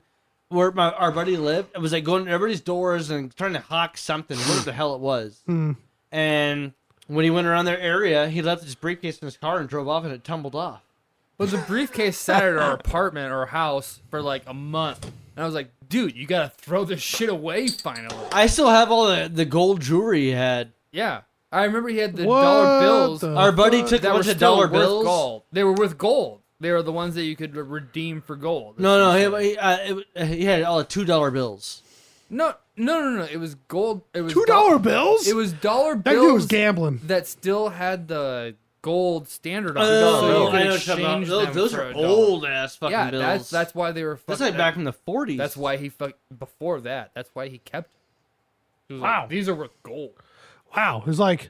S3: where my our buddy lived and was like going to everybody's doors and trying to hawk something, whatever the hell it
S4: *sighs*
S3: was.
S4: Hmm.
S3: And when he went around their area, he left his briefcase in his car and drove off, and it tumbled off.
S1: was a briefcase sat at our apartment or house for like a month, and I was like, dude, you gotta throw this shit away finally.
S3: I still have all the, the gold jewelry he had.
S1: Yeah, I remember he had the
S4: What
S1: dollar bills.
S4: the
S3: Our buddy took a
S1: that were
S3: bunch
S1: still
S3: of dollar
S1: worth
S3: bills.
S1: gold. They were worth gold. They were the ones that you could redeem for gold.
S3: No, no, he, he, uh, it, he had all the two dollar bills.
S1: no, no, no, no. It was gold. It was
S4: Two dollar bills.
S1: It was dollar
S4: that
S1: bills
S4: dude was gambling.
S1: that still had the gold standard on it.
S3: Oh,
S1: so you
S2: I
S1: could
S3: know what you're talking about.
S1: exchange
S3: Those,
S1: them
S3: those
S1: for
S3: are
S1: a dollar.
S3: old ass fucking
S1: Yeah,
S3: bills.
S1: that's that's why they were.
S3: That's
S1: fucking-
S3: like back from the forties.
S1: That's why he fuck before that. That's why he kept. it. He was like,
S4: Wow.
S1: these are worth gold.
S4: Wow, it was like.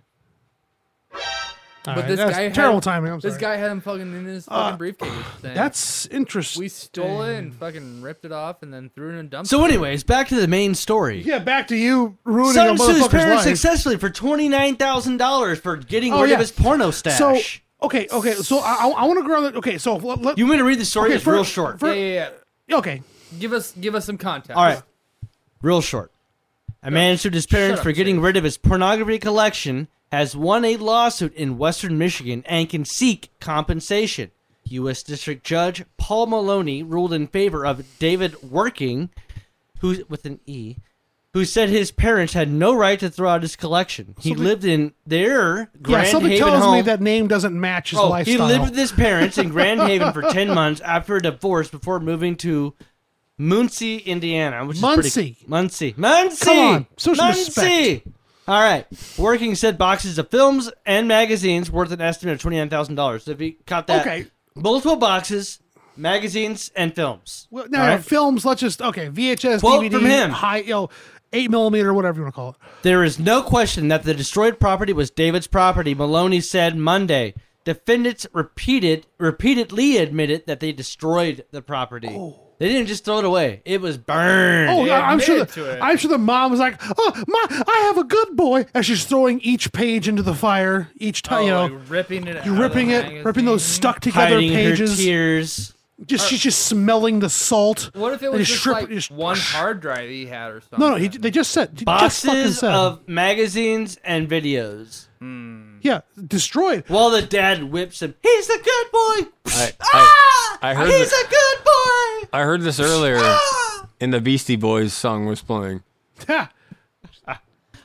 S1: But this guy had-
S4: terrible timing. I'm sorry.
S1: This guy had him fucking in his
S3: Ah,
S1: fucking briefcase. thing.
S4: That's interesting.
S1: we stole it and fucking ripped it off and then threw it in a dumpster.
S3: So, anyways, back to the main story.
S4: yeah, back to you ruining
S3: Son
S4: a
S3: sues
S4: motherfucker's
S3: parents
S4: life.
S3: successfully for twenty nine thousand dollars for getting
S4: Oh,
S3: rid
S4: yeah.
S3: of his porno stash.
S4: so okay, okay. So I, I want to grow that. Okay, so let, let-
S3: you want me to read the story?
S4: Okay,
S3: it's
S4: for-
S3: real short.
S1: yeah,
S4: for-
S1: yeah, yeah.
S4: okay.
S1: Give us give us some context.
S3: All right, real short. A man sued his parents
S1: up,
S3: for getting rid of his pornography collection, has won a lawsuit in Western Michigan, and can seek compensation. U.S. District Judge Paul Maloney ruled in favor of David Working, who's with an E, who said his parents had no right to throw out his collection. He lived in their
S4: Yeah,
S3: Grand
S4: something
S3: Haven
S4: tells
S3: home.
S4: me that name doesn't match his
S3: oh,
S4: lifestyle.
S3: he lived with his parents in Grand Haven for ten months after a divorce before moving to Muncie, Indiana, which is
S4: Muncie.
S3: pretty Muncie, Muncie.
S4: Come on, show some respect.
S3: Muncie. All right, working said boxes of films and magazines worth an estimate of twenty nine thousand dollars. If you caught that,
S4: Okay.
S3: multiple boxes, magazines, and films.
S4: Well, now
S3: All right?
S4: films. Let's just okay. VHS,
S3: Quote
S4: DVD,
S3: from him.
S4: high, yo, eight millimeter, whatever you want to call it.
S3: There is no question that the destroyed property was David's property, Maloney said Monday. Defendants repeated repeatedly admitted that they destroyed the property. They didn't just throw it away. It was burned.
S4: Oh, I- I'm sure.
S5: admitted to
S4: The,
S5: it.
S4: I'm sure the mom was like, "Oh, my, I have a good boy," as she's throwing each page into the fire. Each
S1: Oh,
S4: time,
S3: Oh,
S4: you know,
S5: like ripping it.
S4: you're
S5: out of the
S4: ripping it, ripping those
S5: magazine.
S4: stuck together
S3: Hiding her
S4: pages.
S3: tears.
S4: Just she's just smelling the salt.
S5: What if it
S4: They
S5: was
S4: just
S5: just
S4: strip-
S5: like
S4: just- *sniffs*
S5: one hard drive he had or something?
S4: No, no, he, they just said he just fucking
S3: Boxes
S4: said,
S3: of magazines and videos.
S4: yeah, destroyed. *laughs*
S3: While the dad whips him, he's a good boy.
S2: I-
S3: ah,
S2: I heard
S3: he's
S2: that-
S3: a good boy.
S2: I heard this earlier,
S3: Ah!
S2: and the Beastie Boys song was playing.
S4: Yeah,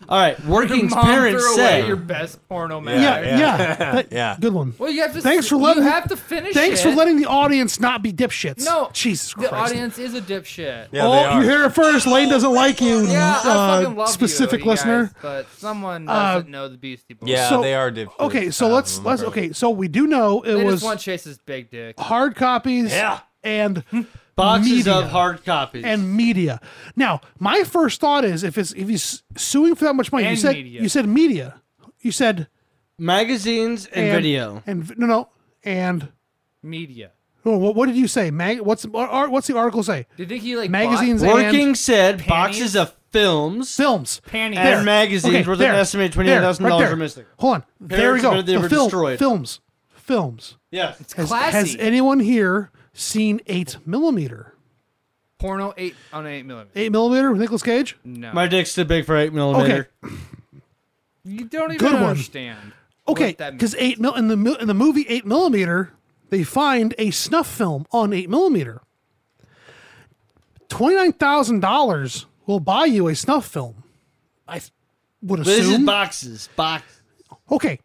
S3: All right,
S5: Your
S3: Working's
S5: mom
S3: parents
S5: threw
S3: said
S5: away your best porno man.
S4: yeah, yeah.
S2: Yeah. *laughs*
S4: That-
S2: Yeah.
S4: good one.
S5: Well, you have to.
S4: Thanks for
S5: you
S4: letting-
S5: have to finish.
S4: Thanks
S5: it.
S4: for letting the audience not be dipshits.
S5: No,
S4: Jesus
S5: The
S4: Christ.
S1: audience is a dipshit.
S2: Yeah,
S4: oh, you hear it first. Lane doesn't like you.
S1: Yeah, I fucking
S4: uh,
S1: love you,
S4: specific
S1: you guys,
S4: listener. Uh,
S1: but someone doesn't know the Beastie Boys.
S2: yeah,
S4: So-
S2: they are different. Um,
S4: Okay, so let's let's okay. So we do know it
S1: they
S4: was
S1: just want Chase's big dick.
S4: hard copies
S2: Yeah.
S1: *laughs*
S4: and
S3: boxes
S4: media
S3: of hard copies.
S4: and media. Now, my first thought is if it's if he's suing for that much money, you
S1: And
S4: said
S1: media.
S4: you said media, you said
S3: magazines and,
S4: and,
S3: video.
S4: and vi- no no and
S1: Media.
S4: oh, what, what did you say? Mag, what's or- or- what's the article say?
S1: Do you think he like
S4: Magazines
S3: Working
S4: and
S3: said boxes of films
S4: films.
S1: Bought panties.
S3: and
S4: There.
S3: magazines
S4: Okay,
S3: worth
S4: there.
S3: an estimated
S4: There,
S3: twenty eight thousand
S4: right
S3: dollars
S4: there.
S3: are missing.
S4: Hold on, there we
S3: Parents
S4: go.
S3: admitted they
S4: The
S3: were
S4: film-
S3: destroyed.
S4: films, films.
S3: Yeah.
S4: Has,
S1: Classy.
S4: has anyone here seen eight millimeter?
S1: porno eight on eight millimeter.
S4: Eight millimeter with Nicolas Cage.
S1: No,
S3: My dick's too big for eight millimeter.
S1: you don't even
S4: Good one.
S1: understand.
S4: Okay,
S1: what that
S4: because eight mil in the mil- in the movie eight millimeter, they find a snuff film on eight millimeter. Twenty nine thousand dollars will buy you a snuff film. I th- would
S3: But this is
S4: assume.
S3: boxes. Box.
S4: okay,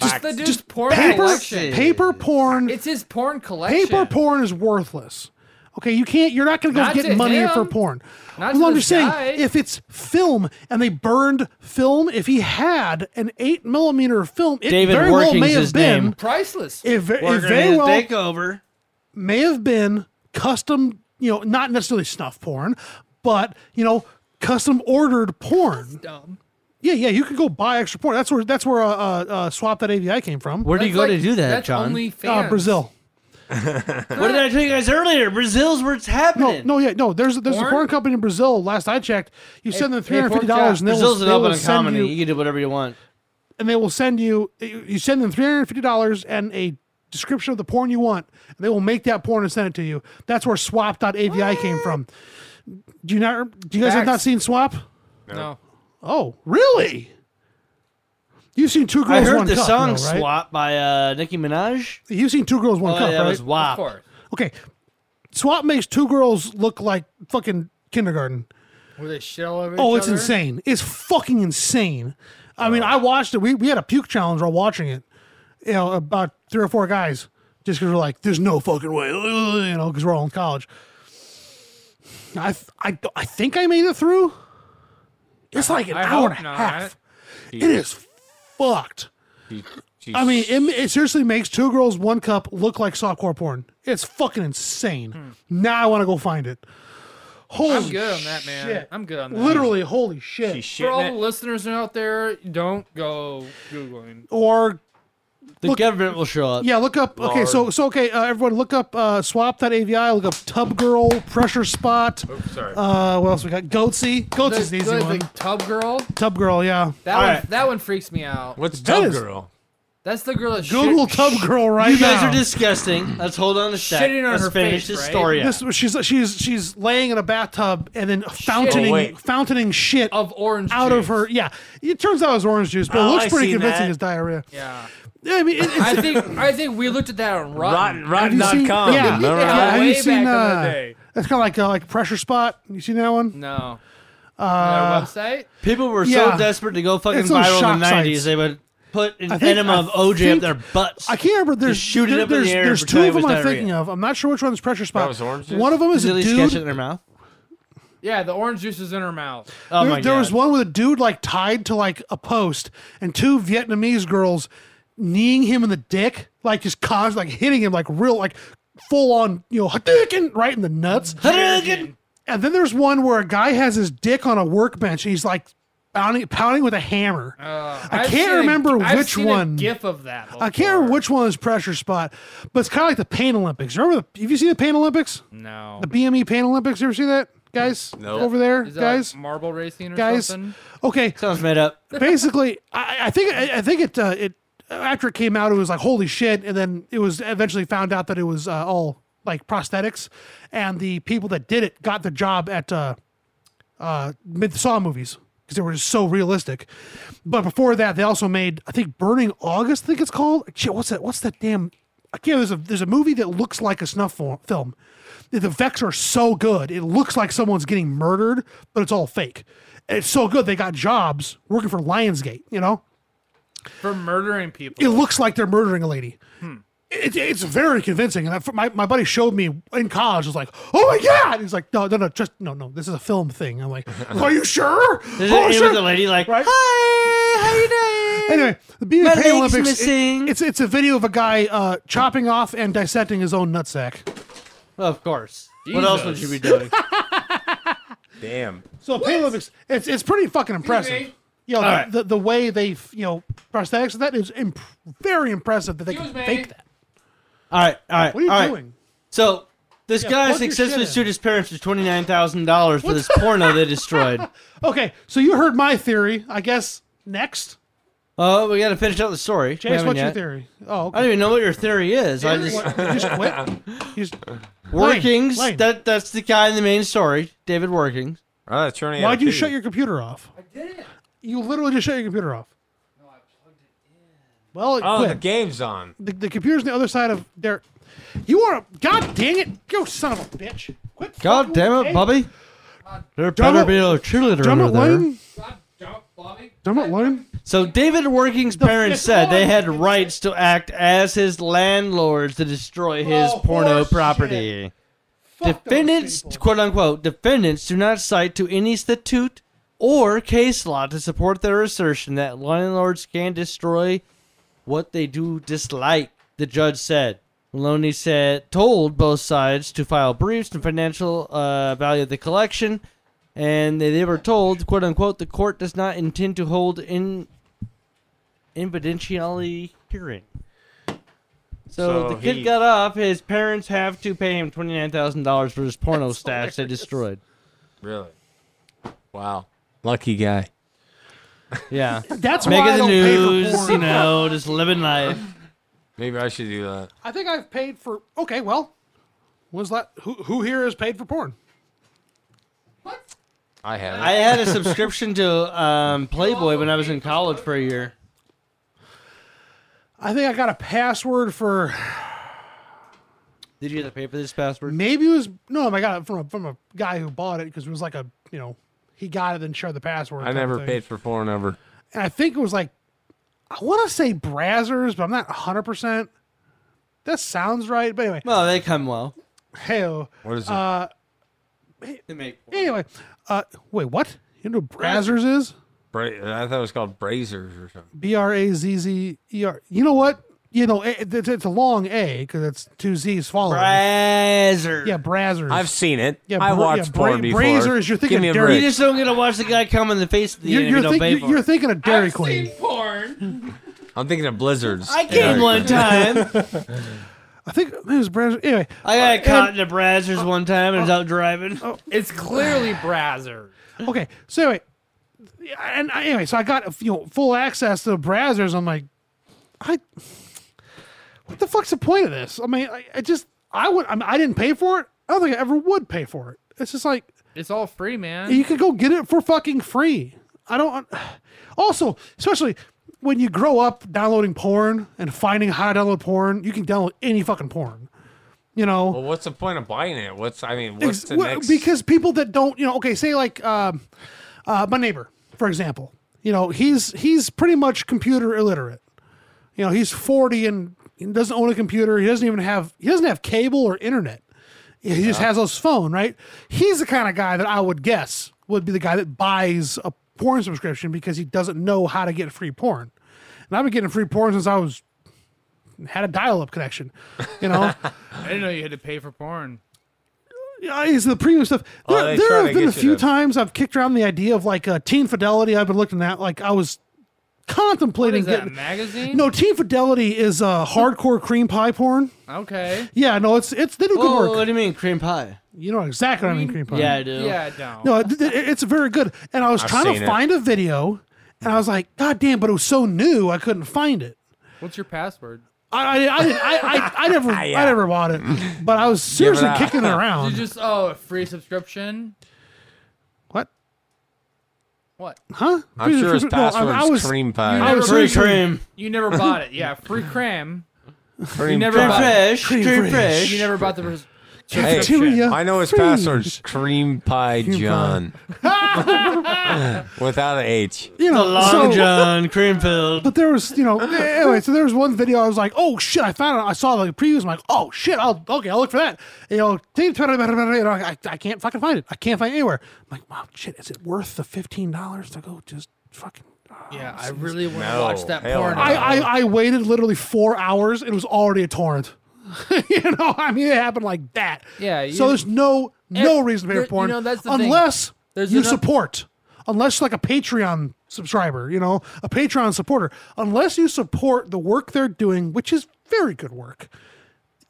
S1: Just the dude's
S4: just
S1: porn
S4: paper
S1: collection.
S4: paper porn.
S1: It's his porn collection.
S4: Paper porn is worthless. Okay, you can't. You're not going to go
S1: Not
S4: get
S1: to
S4: money
S1: him.
S4: for porn.
S1: Not
S4: well,
S1: to
S4: I'm
S1: this
S4: just saying,
S1: guy.
S4: if it's film and they burned film, if he had an eight millimeter film, it
S3: David
S4: very well
S3: Working's
S4: may have
S3: his
S4: been.
S3: name.
S1: Priceless.
S4: It, ve- it
S3: We're
S4: very
S3: gonna
S4: well
S3: take over.
S4: may have been custom, you know, not necessarily snuff porn, but you know, custom ordered porn.
S1: Dumb.
S4: Yeah, yeah, you could go buy extra porn. That's where that's where uh, uh, uh, swap that AVI came from.
S3: Where do you
S1: That's
S3: go to
S1: like-
S3: do that,
S1: that's
S3: John?
S1: OnlyFans.
S4: Uh, Brazil.
S3: What did I tell you guys earlier? Brazil's where it's
S4: No,
S3: happening.
S4: no, yeah, no. There's there's a
S1: Porn?
S4: porn company in Brazil. Last I checked, you send them three
S1: porn
S4: hundred fifty dollars, and they will,
S3: Brazil's an
S4: they
S3: open
S4: will send
S3: economy. You,
S4: you,
S3: can do whatever you want.
S4: and they will send you. You send them three hundred fifty dollars and a description of the porn you want, and they will make that porn and send it to you. That's where swap.avi came from. Do you not? Do you guys have not
S1: Facts.
S4: seen swap?
S1: No.
S4: Oh, really? You've seen two girls,
S3: I heard
S4: one
S3: the
S4: cup,
S3: song
S4: though, right?
S3: "Swap" by uh, Nicki Minaj.
S4: You've seen two girls, one
S3: Oh,
S4: cup,
S3: yeah, that
S4: right?
S3: was
S1: Of
S3: WAP.
S1: course.
S4: okay, swap makes two girls look like fucking kindergarten.
S1: Were they shit all over
S4: Oh,
S1: each
S4: it's
S1: other? Uh.
S4: insane! It's fucking insane. I mean, I watched it. We we had a puke challenge while watching it. You know, about three or four guys, just because we're like, "There's no fucking way," you know, because we're all in college. I th- I d- I think I made it through. It's like an
S1: I
S4: hour
S1: hope
S4: and a
S1: not.
S4: half. It is fucked. I mean, it, it seriously makes two girls, one cup look like softcore porn. It's fucking insane. Now I want to go find it. Holy
S1: Hmm. I'm good on that, man.
S4: shit.
S1: I'm good on that.
S4: Literally, holy shit.
S1: For all the listeners out there, don't go googling.
S4: or
S3: The
S4: Look-
S3: government will show up.
S4: yeah, look up. Okay, so so okay, uh, everyone, look up uh, swap.avi. Look up tub girl pressure spot.
S2: sorry.
S4: Uh, what else we got? Goatsy. Goatsy's an
S1: The-
S4: easy
S1: the-
S4: one.
S1: the tub girl.
S4: Tub girl, yeah.
S1: That
S3: All
S1: one,
S3: right.
S1: that one freaks me out.
S2: What's
S4: that
S2: Tub
S4: is-
S2: Girl?
S1: That's the girl that
S4: Google
S1: shit,
S4: tub girl right
S3: You guys
S4: now.
S3: are disgusting. Let's hold on a sec.
S1: Shitting on
S3: Let's
S1: her
S3: finish
S1: face,
S3: this
S1: right?
S3: story. out.
S4: this, she's she's she's laying in a bathtub and then fountaining
S2: Oh, wait.
S4: fountaining
S1: *laughs*
S4: shit
S1: of orange
S4: out of
S1: juice.
S4: her. Yeah, it turns out it was orange juice, but it
S2: Oh,
S4: looks
S2: I
S4: pretty
S2: seen
S4: convincing
S2: that.
S4: as diarrhea.
S1: Yeah.
S4: I mean, it,
S2: *laughs*
S4: it's,
S1: I think I think we looked at that on Rotten.
S2: Rotten, rotten
S4: have you seen-
S2: dot com.
S4: Yeah,
S2: remember
S4: yeah,
S2: that?
S4: Have you
S1: Way
S4: seen?
S1: back in the
S4: Uh,
S1: day.
S4: that's kind of like uh, like pressure spot. You seen that one?
S1: No.
S5: Their website.
S3: People were
S4: yeah.
S3: so desperate to go fucking
S4: It's those
S3: viral
S4: shock
S3: in the 90s,
S4: sites.
S3: they would put an
S4: I think-
S3: enema
S4: I
S3: of OJ
S4: think-
S3: up their butts.
S4: I can't remember. There's
S3: shoot it
S4: there-
S3: up in the
S4: there's,
S3: air and
S4: there's
S3: pretend
S4: two
S3: it
S4: of them
S3: was
S4: I'm
S3: diarrhea.
S4: thinking of. I'm not sure which one's pressure spot.
S2: was orange juice?
S4: One of them is
S3: Did
S4: a
S3: they sketch it in
S4: dude.
S3: their mouth?
S5: Yeah, the orange juice is in her mouth.
S3: Oh
S4: there
S3: my
S4: there
S3: god.
S4: was one with a dude like tied to like a post and two Vietnamese girls kneeing him in the dick, like just cause like hitting him like real like full on you know "Hadouken," right in the nuts.
S3: Hadouken!
S4: And then there's one where a guy has his dick on a workbench. And he's like pounding pounding with a hammer.
S3: Oh,
S5: Uh,
S4: I
S5: I've
S4: can't
S5: seen a-
S4: remember
S5: I've
S4: which
S5: seen
S4: one.
S5: A gif of that.
S4: I can't remember
S5: before.
S4: which one is pressure spot, but it's kind of like the Pain Olympics. Remember the? Have you seen the Pain Olympics?
S5: No.
S4: The BME Pan Olympics. You ever see that, guys?
S2: Nope.
S4: Over there,
S5: Is that like
S4: guys.
S5: marble racing or
S4: Guys.
S5: something?
S4: Okay.
S5: *laughs*
S3: Sounds made up.
S4: Basically, I, I think I, I think it uh, it after it came out, it was like holy shit, and then it was eventually found out that it was uh, all like prosthetics, and the people that did it got the job at uh, uh, mid Saw movies because they were just so realistic. But before that, they also made I think Burning August. I think it's called. Shit, what's that? What's that damn? I can't. There's a there's a movie that looks like a snuff fo- film. The the effects are so good. It looks like someone's getting murdered, but it's all fake. And It's so good. They got jobs working for Lionsgate. You know,
S5: For murdering people.
S4: it looks like they're murdering a lady. It, it's very convincing. And I, my, my buddy showed me in college. I was like, oh my God. He's like, no, no, no, just, no, no, this is a film thing. I'm like, are you sure?
S3: Is
S4: Oh,
S3: it
S4: sure."
S3: the lady like,
S4: Right?
S3: hi, how you doing?
S4: Anyway, the Beat the
S3: My
S4: Pain
S3: leg's
S4: Olympics. it-
S3: missing.
S4: it's, it's a video of a guy uh, chopping off and dissecting his own nutsack.
S3: Well, of course. What else would you be doing?
S2: Damn.
S4: So Pain Olympics, it's, it's pretty fucking impressive.
S5: me?
S4: You know, the,
S3: right.
S4: the, the way they, f- you know, prosthetics and that is imp- very impressive that they
S5: Excuse
S4: can
S5: me.
S4: fake that.
S3: *laughs* All right, all right.
S4: What are you
S3: all right.
S4: doing?
S3: So this guy
S4: plug your
S3: successfully
S4: shit in.
S3: sued his parents for twenty nine thousand dollars for this porno they
S4: *laughs*
S3: destroyed.
S4: Okay, so you heard my theory. I guess next.
S3: Oh, we got to finish out the story. We
S4: Chase,
S3: haven't
S4: what's your
S3: yet.
S4: theory? Oh, okay.
S3: I don't even know what your theory is. I just
S4: What, you just quit. You
S2: *laughs*
S4: just-
S3: workings.
S4: Lane, Lane.
S3: That that's the guy in the main story, David Workings.
S2: Oh, that's turning.
S4: why'd
S2: out
S4: you
S2: pee.
S4: shut your computer off? I didn't. You literally just shut your computer off. No, I plugged it in. Well, it
S2: Oh, the
S4: quit.
S2: game's on.
S4: The, the computer's on the other side of there. You are a god dang it! Go son of a bitch! Quit. fucking
S3: God
S4: with
S3: damn
S4: the
S3: it,
S4: game.
S3: Bobby! There
S4: Drum
S3: better
S4: it-
S3: be a cheerleader
S4: Drum
S3: over
S4: it,
S3: there.
S4: Lane.
S5: God, don't, Bobby.
S4: Drum it, Lane.
S3: So David Working's parents
S4: fifth
S3: said they
S4: one.
S3: had rights to act as his landlords to destroy his
S4: Oh,
S3: porno
S4: horse
S3: property.
S4: Fuck those
S3: defendants,
S4: people.
S3: quote unquote, defendants do not cite to any statute or case law to support their assertion that landlords can destroy what they do dislike, the judge said. Maloney said, told both sides to file briefs and financial uh, value of the collection, and they, they were told, quote unquote, the court does not intend to hold in evidentiary hearing. So,
S2: So
S3: the kid
S2: he-
S3: got off. His parents have to pay him twenty nine thousand dollars for his porno stash they destroyed.
S2: Really? Wow. Lucky guy.
S3: Yeah,
S4: That's why I
S3: making the
S4: don't pay for
S3: news.
S4: porn.
S3: You know, just living life.
S2: Maybe I should do that.
S4: I think I've paid for. Okay, well, was that who? Who here has paid for porn?
S2: I have.
S3: I had a subscription to um, Playboy when I was in college for a year.
S4: I think I got a password for
S3: Did you have to pay for this password?
S4: maybe it was no. I got it from a, from a guy who bought it because it was like a you know he got it and shared the password.
S2: I
S4: type
S2: never
S4: thing.
S2: paid for porn ever.
S4: And I think it was like I want to say Brazzers, but I'm not 100. percent That sounds right. But anyway,
S3: Well, Oh, they come well.
S4: hey
S2: What is it?
S4: Uh,
S3: They make.
S4: anyway, uh, wait, what? You know what Brazzers is
S2: Bra- I thought it was called Brazers or something.
S4: B R A Z Z E R. You know what? You know it, it's, it's a long A because it's two Z's following.
S3: Razor.
S4: yeah, Brazzers.
S2: I've seen it.
S4: Yeah,
S2: I
S4: bra- yeah,
S2: watched
S4: bra-
S2: porn before.
S4: brazers, you're thinking
S2: Give me a
S4: dirty-
S2: break.
S3: You just don't get to watch the guy come in the face of the
S4: you're,
S3: enemy.
S4: you're,
S3: Don't
S4: think-
S3: pay for
S4: you're
S3: it.
S4: thinking of Dairy
S5: I've
S4: Queen.
S5: seen porn.
S2: I'm thinking of blizzards.
S3: I came one time.
S4: I think it was Brazzers. Anyway,
S3: I got caught in the Brazzers one time and was out driving.
S4: Oh,
S5: It's clearly Brazzer.
S4: okay. So anyway, and I- anyway, so I got you know full access to the browsers. I'm like, I what the fuck's the point of this? I mean, I, I just I would I, mean, I didn't pay for it. I don't think I ever would pay for it. It's just like
S5: It's all free, man.
S4: you could go get it for fucking free. I don't. Also, especially when you grow up downloading porn and finding how to download porn, you can download any fucking porn. You know,
S2: Well, what's the point of buying it? What's I mean?
S4: Ex-
S2: What's the
S4: well,
S2: next?
S4: because people that don't you know okay say like um Uh, my neighbor, for example, you know, he's he's pretty much computer illiterate. You know, he's 40 and he doesn't own a computer. He doesn't even have he doesn't have cable or internet. He just has his phone, right? He's the kind of guy that I would guess would be the guy that buys a porn subscription because he doesn't know how to get free porn. And I've been getting free porn since I was had a dial-up connection. You know,
S2: *laughs*
S1: I didn't know you had to pay for porn.
S4: Yeah, it's the premium stuff. There,
S2: Oh, they
S4: there
S2: try
S4: have
S2: to
S4: been a
S2: get you
S4: few
S2: to-
S4: times I've kicked around the idea of like uh, Teen Fidelity. I've been looking at like I was
S1: What
S4: contemplating
S1: is that, a
S4: getting.
S1: magazine?
S4: No, Teen Fidelity is uh, hardcore cream pie porn.
S1: Okay.
S4: Yeah, no, it's it's they do good
S3: Whoa,
S4: work. Oh,
S3: what do you mean cream pie?
S4: You know exactly what I mean, cream pie.
S3: Yeah, I do.
S1: Yeah, don't.
S4: No, it, it- it's very good. And I was trying
S2: seen
S4: to
S2: it.
S4: find a video, and I was like, God damn! But it was so new, I couldn't find it.
S1: What's your password?
S4: I I I I, I,
S2: *laughs*
S4: I never I never bought it, but I was seriously
S2: up. *laughs*
S4: kicking it
S1: You
S4: around.
S1: just oh, a free subscription.
S4: what?
S1: What?
S4: Huh?
S2: I'm sure his
S4: No, I-
S2: password's
S4: I was-
S2: cream
S1: You
S2: pie.
S4: I
S1: never
S4: was
S3: Free
S4: seriously-
S3: cream.
S1: You
S4: *laughs*
S1: never bought it. Yeah, free cram.
S2: Cream
S1: never
S2: pie.
S3: Cream
S1: bought it.
S3: fresh. Cream,
S4: Cream
S3: fresh.
S1: You never bought the pres-
S2: Hey,
S4: Cafeteria.
S2: I know his
S4: Freeze.
S2: password's cream pie *laughs* John. Without an H.
S4: you know,
S3: The Long
S4: so-
S3: John cream filled.
S4: But there was, you know, anyway. So there was one video. I was like, "Oh shit!" I found it. I saw the previews. I'm like, "Oh shit!" I'll okay. I'll look for that. You know, you know I, I can't fucking find it. I can't find it anywhere. I'm like, "Wow, shit! Is it worth the fifteen dollars to go just fucking?" uh,
S1: Yeah, I really want to
S2: No,
S1: watch that
S2: hell
S1: porn.
S2: no.
S4: I, I I waited literally four hours. It was already a torrent. *laughs* you know, I mean, it happened like that.
S1: Yeah, you-
S4: so there's no no reason to pay
S1: there-
S4: for porn
S1: you know, that's the thing.
S4: unless
S1: There's
S4: you
S1: enough-
S4: support, unless like a Patreon subscriber, you know, a Patreon supporter. Unless you support the work they're doing, which is very good work.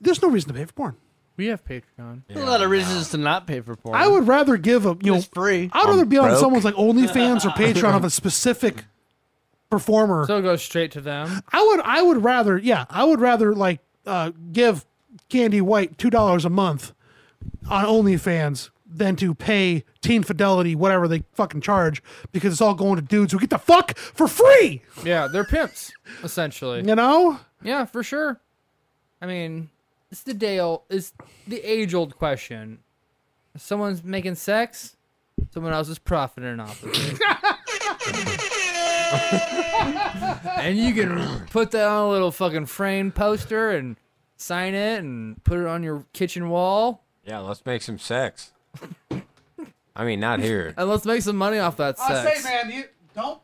S4: There's no reason to pay for porn.
S1: we have Patreon.
S3: *laughs* a lot of reasons to not pay for porn.
S4: I would rather give a you know
S3: It's free.
S4: I'd rather be on
S2: broke.
S3: *laughs*
S4: someone's like OnlyFans or Patreon of a specific performer
S1: So go straight to them.
S4: I would I would rather yeah I would rather like uh, give Candy White two dollars a month on OnlyFans than to pay Teen Fidelity whatever they fucking charge because it's all going to dudes who get the fuck for free.
S1: Yeah, they're pimps essentially.
S4: You know?
S1: Yeah, for sure. I mean, it's the Dale is the age old question. If someone's making sex, someone else is profiting off of
S2: *laughs*
S1: it. and you can put that on a little fucking frame poster and sign it and put it on your kitchen wall.
S2: Yeah, let's make some sex. I mean, not here.
S1: And let's make some money off that sex.
S4: man, you don't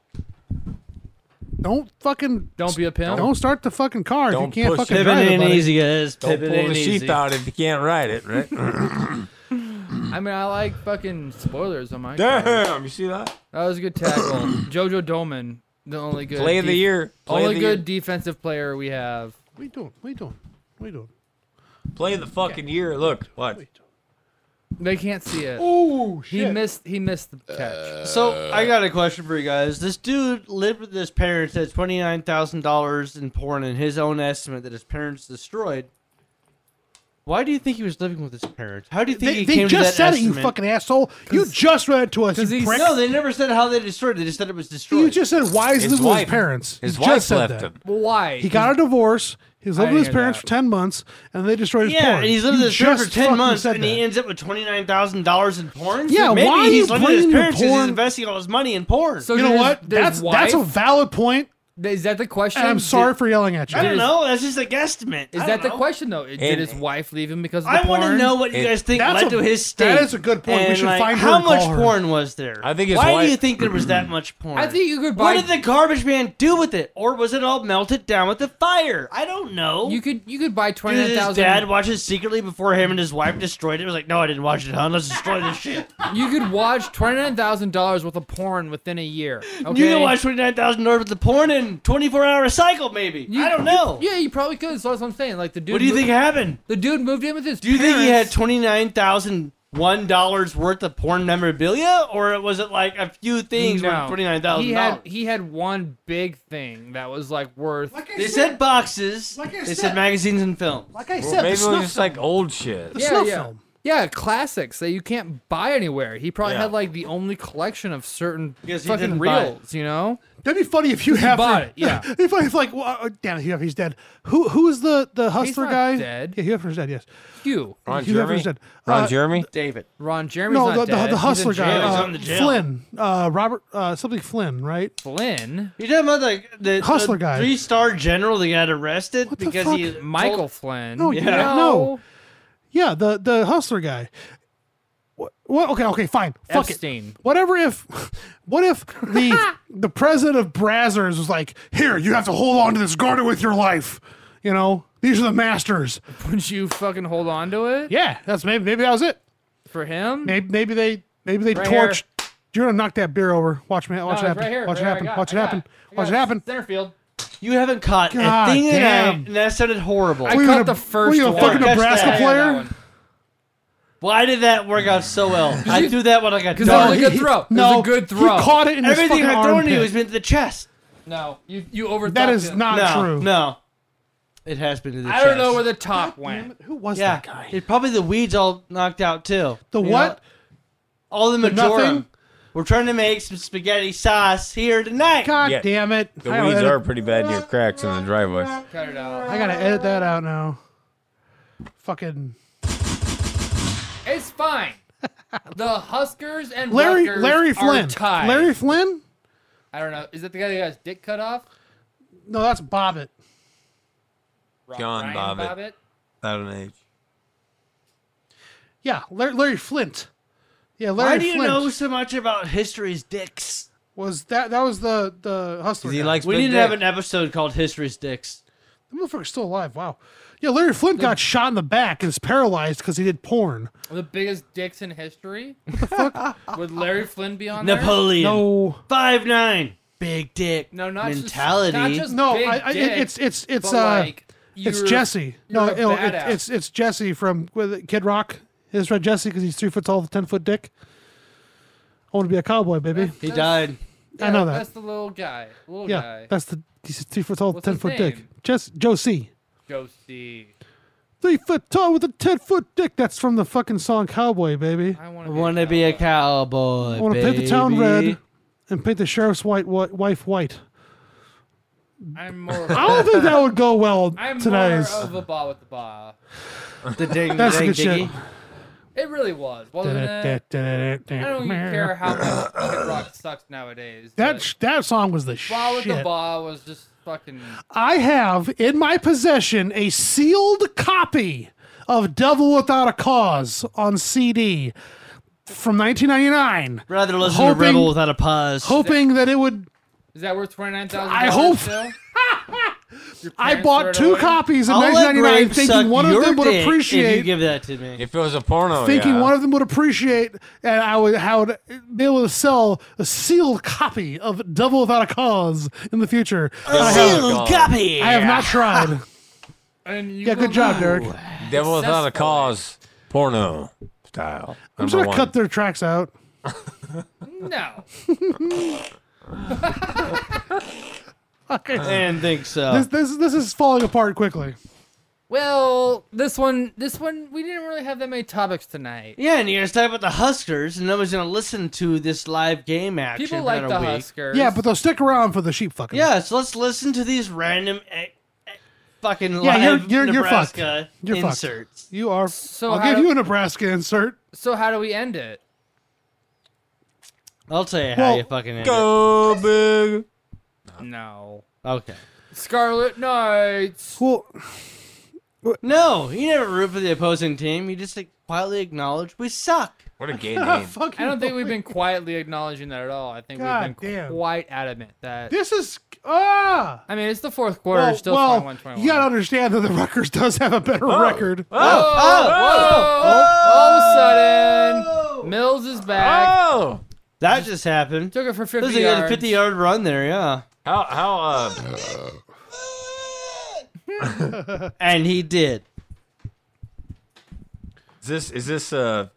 S4: don't fucking
S1: Don't be a pimp.
S4: don't start the fucking car
S2: Don't
S4: if you can't
S2: push
S4: fucking
S2: it.
S3: Pippin
S4: drive it,
S3: ain't
S4: buddy.
S3: easy, guys.
S2: Don't
S3: Pippin
S2: pull
S3: ain't
S2: the sheep
S3: easy.
S2: out if you can't ride it, right?
S1: I mean, I like fucking spoilers
S2: *laughs*
S1: on my card.
S2: Damn, you see that?
S1: That was a good tackle. Jojo Doman, the only good
S2: Play of the
S1: def-
S2: year. Play
S1: only
S2: of the
S1: good
S2: year.
S1: defensive player we have.
S4: What are you doing? What are you doing? What are you doing?
S2: Play of the fucking year. Look, what?
S1: They can't see it.
S4: Oh
S1: he
S4: shit!
S1: missed. He missed the catch.
S3: So I got a question for you guys. This dude lived with his parents at twenty nine thousand dollars in porn, in his own estimate that his parents destroyed. Why do you think he was living with his parents? How do you think
S4: they
S3: he
S4: they
S3: came to that
S4: just said it, you
S3: estimate?
S4: fucking asshole. You just read it to us.
S1: Because
S4: You
S1: he's
S4: prick.
S3: No, they never said how they destroyed. it. They just said it was destroyed.
S4: You just said why is
S2: His
S4: living with
S2: wife-
S4: his parents?
S2: His
S4: you just
S2: wife
S4: said
S2: left
S4: that.
S2: him.
S1: Why?
S4: He got a divorce. He was living with his
S1: didn't hear
S4: parents
S1: that.
S4: for ten months, and they destroyed his
S3: yeah,
S4: porn.
S3: and he's living
S4: You
S3: with his parents for
S4: just
S3: ten
S4: fucking
S3: months,
S4: said
S3: and he
S4: that.
S3: ends up with twenty nine thousand dollars in porn.
S4: Yeah,
S3: So maybe
S4: why are
S3: he's
S4: you
S3: living with his
S4: blaming
S3: parents 'cause
S4: porn?
S3: he's investing all his money in porn.
S1: so
S4: You know
S1: did his-
S4: what?
S1: did
S4: That's
S1: his
S4: that's a
S1: wife-
S4: valid point,
S1: is that the question?
S4: and I'm
S1: Did-
S4: sorry for yelling at
S3: I
S4: you.
S3: don't
S1: is-
S3: know. That's just a guesstimate.
S1: Is that
S3: I don't
S1: the
S3: know.
S1: question though? Did his wife leave him because of the
S3: I want to
S1: porn?
S3: know what you
S2: It-
S3: guys think
S4: That's
S3: led
S4: a-
S3: to his state.
S4: that is a good point. We
S3: And,
S4: should
S3: like,
S4: find her
S3: how
S4: and
S3: much
S4: call her.
S3: porn was there.
S2: I think his
S3: Why do
S2: wife-
S3: you think there was
S4: *clears throat*
S3: that much porn?
S1: I think you could buy.
S3: What did the garbage man do with it, or was it all melted down with the fire? I don't
S1: *laughs*
S3: know.
S1: you could you could buy
S3: Did
S1: twenty nine
S3: his dad
S1: thousand.
S3: watch it secretly before him and his wife destroyed it? It was like, no, I didn't watch it, hon. Let's destroy this shit.
S1: You could watch twenty nine thousand dollars worth of porn within a year. Okay?
S3: You can watch twenty nine thousand dollars with the porn in twenty four hour cycle, maybe.
S1: You-
S3: I don't know.
S1: Yeah, you probably could. So that's what I'm saying. Like the dude.
S3: what do you
S1: moved-
S3: think happened?
S1: The dude moved in with his.
S3: Do you think he had
S1: parents.
S3: twenty nine thousand one dollars worth of porn memorabilia, or was it like a few things
S1: No.
S3: worth twenty nine
S1: He
S3: thousand
S1: had
S3: dollars?
S1: he had one big thing that was like worth.
S3: They said boxes.
S4: Like I
S3: they
S4: said-
S3: said magazines and films.
S4: like I
S2: Maybe
S4: said,
S2: it
S4: the
S2: was
S4: snuff
S2: just like
S4: film.
S2: old shit.
S4: The
S1: Yeah,
S4: snuff
S1: yeah.
S4: film.
S1: Yeah, classics that you can't buy anywhere. He probably
S2: Yeah.
S1: had like the only collection of certain
S3: Because he
S1: fucking
S3: didn't buy it.
S1: reels, you know?
S4: That'd be funny if you have
S1: bought it, yeah.
S4: It'd be funny *laughs* if like, well, uh, damn it, Hugh Hefner's dead. Who who is the the hustler
S1: not
S4: guy?
S1: dead.
S4: Yeah, Hugh Hefner's dead. Yes.
S1: You,
S2: Ron
S4: Hugh
S2: Jeremy.
S4: Hefner's dead.
S2: Ron
S4: Uh,
S2: Jeremy.
S3: David.
S1: Ron Jeremy's
S4: No,
S1: not
S4: the, the
S1: dead.
S4: the
S1: He's
S4: hustler
S1: in
S4: guy,
S1: jail.
S3: He's
S4: uh,
S3: on the jail.
S4: Flynn, uh, Robert, uh, something Flynn, right?
S1: Flynn,
S3: You talking about the, the
S4: Hustler
S3: the
S4: guy.
S3: three star general that got arrested
S4: the
S3: because
S4: fuck?
S3: he
S1: Michael
S3: told-
S1: Flynn.
S4: No, yeah. no. Yeah, the the hustler guy. What? what okay, okay, fine. Fuck
S1: Epstein.
S4: it. Whatever if, what if the the president of Brazzers was like, here, you have to hold on to this, guard it with your life. You know, these are the masters.
S1: Would you fucking hold on to it
S4: Yeah, that's maybe maybe that was it.
S1: for him?
S4: Maybe maybe they maybe they
S1: Right
S4: torched. You're gonna knock that beer over. Watch me. Watch
S1: Oh, it's
S4: it happen.
S1: right here,
S4: watch
S1: right here, I
S4: it happen.
S1: got-
S4: watch it
S1: I
S4: happen.
S1: got- I
S4: Watch it
S1: got
S4: happen.
S1: Center field.
S3: You haven't caught
S4: God
S3: a thing
S4: damn.
S3: tonight, and that sounded horrible.
S1: I
S4: What,
S1: caught
S4: you
S1: the
S4: gonna-
S1: first
S4: What are you, a
S1: one.
S4: fucking
S3: Catch
S4: Nebraska
S3: that.
S4: player?
S3: Why did that work out so well? I threw that one like a
S1: that was
S3: dart.
S1: a good throw. It was
S4: no,
S1: a good
S4: he
S1: throw.
S4: caught it in his
S3: Everything
S4: fucking
S3: I thrown to you
S4: armpit.
S3: has been to the chest.
S1: No, you you overthought
S4: That is
S1: it.
S4: not
S3: no,
S4: true.
S3: no, it has been to the
S1: I
S3: chest.
S1: don't know where the top went.
S4: Who was
S3: yeah,
S4: that guy?
S3: It, probably the weeds all knocked out too.
S4: The
S3: You
S4: what?
S3: know? All the majora.
S4: nothing?
S3: We're trying to make some spaghetti sauce here tonight.
S4: God
S2: Yeah.
S4: damn it!
S2: The
S4: I,
S2: weeds
S4: gotta
S2: are
S4: edit,
S2: pretty bad near cracks in the driveway.
S1: Cut it out.
S4: I gotta edit that out now. Fucking
S1: It's
S4: *laughs*
S1: fine. The Huskers and
S4: Larry,
S1: Rutgers
S4: Larry
S1: are
S4: Flynn,
S1: tied.
S4: Larry Flynn.
S1: I don't know. Is that the guy that got his dick cut off?
S4: No, that's Bobbitt.
S1: Ro-
S2: John
S1: Ryan
S2: Bobbitt. I don't know.
S4: Yeah, Larry, Larry Flint. Yeah, Larry
S3: Why do you
S4: Flint
S3: know so much about history's dicks?
S4: was that. That was the the hustler.
S2: Does he
S4: guy.
S2: likes
S3: We
S2: big
S3: need to have
S2: dick?
S3: an episode called History's Dicks.
S4: The motherfucker's still alive. Wow. Yeah, Larry Flint got shot in the back and is paralyzed because he did porn.
S1: The biggest dicks in
S4: *laughs*
S1: history? *laughs* Would Larry Flynn be on there?
S3: Napoleon.
S4: No,
S3: Five nine. Big dick.
S1: No, not just-
S3: mentality.
S1: not just
S4: no,
S1: big
S4: I, I,
S1: dick,
S4: it, it's it's it's
S1: but,
S4: uh,
S1: like,
S4: it's
S1: you're-
S4: Jesse. No,
S1: you're a
S4: no, it-
S1: badass.
S4: it's it's Jesse from with it, Kid Rock. His friend Jesse because he's three foot tall, ten foot dick. I want to be a cowboy, baby.
S3: he died.
S4: I know
S1: yeah,
S4: that.
S1: That's the little guy. Little
S4: yeah,
S1: guy.
S4: that's the he's a three foot tall,
S1: What's
S4: ten
S1: his
S4: foot dick.
S1: name?
S4: Jess Josie,
S1: Josie.
S4: three foot tall with a ten foot dick. That's from the fucking song Cowboy, baby.
S1: I
S3: I
S1: want to
S3: want to be a cowboy.
S4: I want to paint the town red and paint the sheriff's white, white wife
S1: *laughs*
S4: white.
S1: I'm more.
S4: *laughs* I don't think that would go well
S1: *laughs* I'm
S4: tonight.
S1: more of a ball with the ball.
S3: The ding,
S4: That's
S3: ding,
S4: good shit.
S3: diggy.
S1: It really was.
S4: *laughs*
S1: Wasn't it? I don't even care
S4: That
S1: how much Kid Rock sucks nowadays. but
S4: sh- that song was the
S1: ball with the
S4: shit.
S1: ball was just fucking.
S4: I have in my possession a sealed copy of "Devil Without a Cause" on CD from 1999,
S3: Rather listen
S4: Hoping-
S3: to Rebel without a pause.
S4: hoping that it would.
S1: Is that worth twenty nine thousand?
S4: I hope-
S1: Still? Your
S4: I
S1: parents threw
S4: bought
S1: it
S4: two
S1: away?
S4: copies in
S3: I'll let
S4: 1999,
S3: Grape suck
S4: thinking one of
S3: your
S4: them would
S3: dick If you
S4: appreciate.
S3: give that to me.
S2: If it was a porno,
S4: Thinking
S2: yeah.
S4: one of them would appreciate, and I would how would be able to sell a sealed copy of "Devil Without a Cause" in the future. I have-
S2: Sealed
S3: copy.
S4: I have not tried.
S1: And you
S4: Yeah, good
S1: will
S3: *laughs*
S4: job,
S1: not.
S4: Derek.
S2: Devil without a
S1: Successfully.
S2: cause, porno style.
S4: I'm just gonna cut their tracks out. *laughs*
S1: No,
S3: And think so.
S4: This this this is falling apart quickly.
S1: Well, this one, this one, we didn't really have that many topics tonight.
S3: yeah, and you're gonna talk about the Huskers, and nobody's gonna listen to this live game action.
S1: People
S3: for
S1: like the
S3: another week.
S1: Huskers.
S4: Yeah, but they'll stick around for the sheep fucking.
S3: Yeah, so let's listen to these random eh, eh, fucking
S4: Yeah, you're-
S3: live
S4: you're- you're fucked.
S3: Nebraska
S4: You're fucked.
S3: inserts.
S4: you are.
S1: So
S4: I'll
S1: how
S4: give
S1: do-
S4: you a Nebraska insert.
S1: so how do we end it?
S3: I'll tell you how
S4: Well,
S3: you fucking end it.
S2: Go big.
S1: No.
S3: Okay.
S1: Scarlet Knights.
S4: Well,
S3: No, you never root for the opposing team. You just like, quietly acknowledge we suck.
S2: What a
S4: *laughs*
S2: gay name.
S4: Ah, fuck.
S1: I don't think we've been quietly acknowledging that at all. I think
S4: God
S1: we've been
S4: damn.
S1: quite adamant that.
S4: *laughs* This is ah.
S1: I mean, it's the fourth quarter.
S4: Well,
S1: it's still
S4: well,
S1: 21 21.
S4: you gotta understand that the Rutgers does have a better record.
S1: Oh, oh,
S4: oh,
S1: all of a sudden, Mills is back.
S2: Oh,
S3: That just happened.
S1: Took it for 50
S3: There's a
S1: yards.
S3: 50 yard run there, yeah.
S2: how how uh,
S3: And he did.
S2: is this is this uh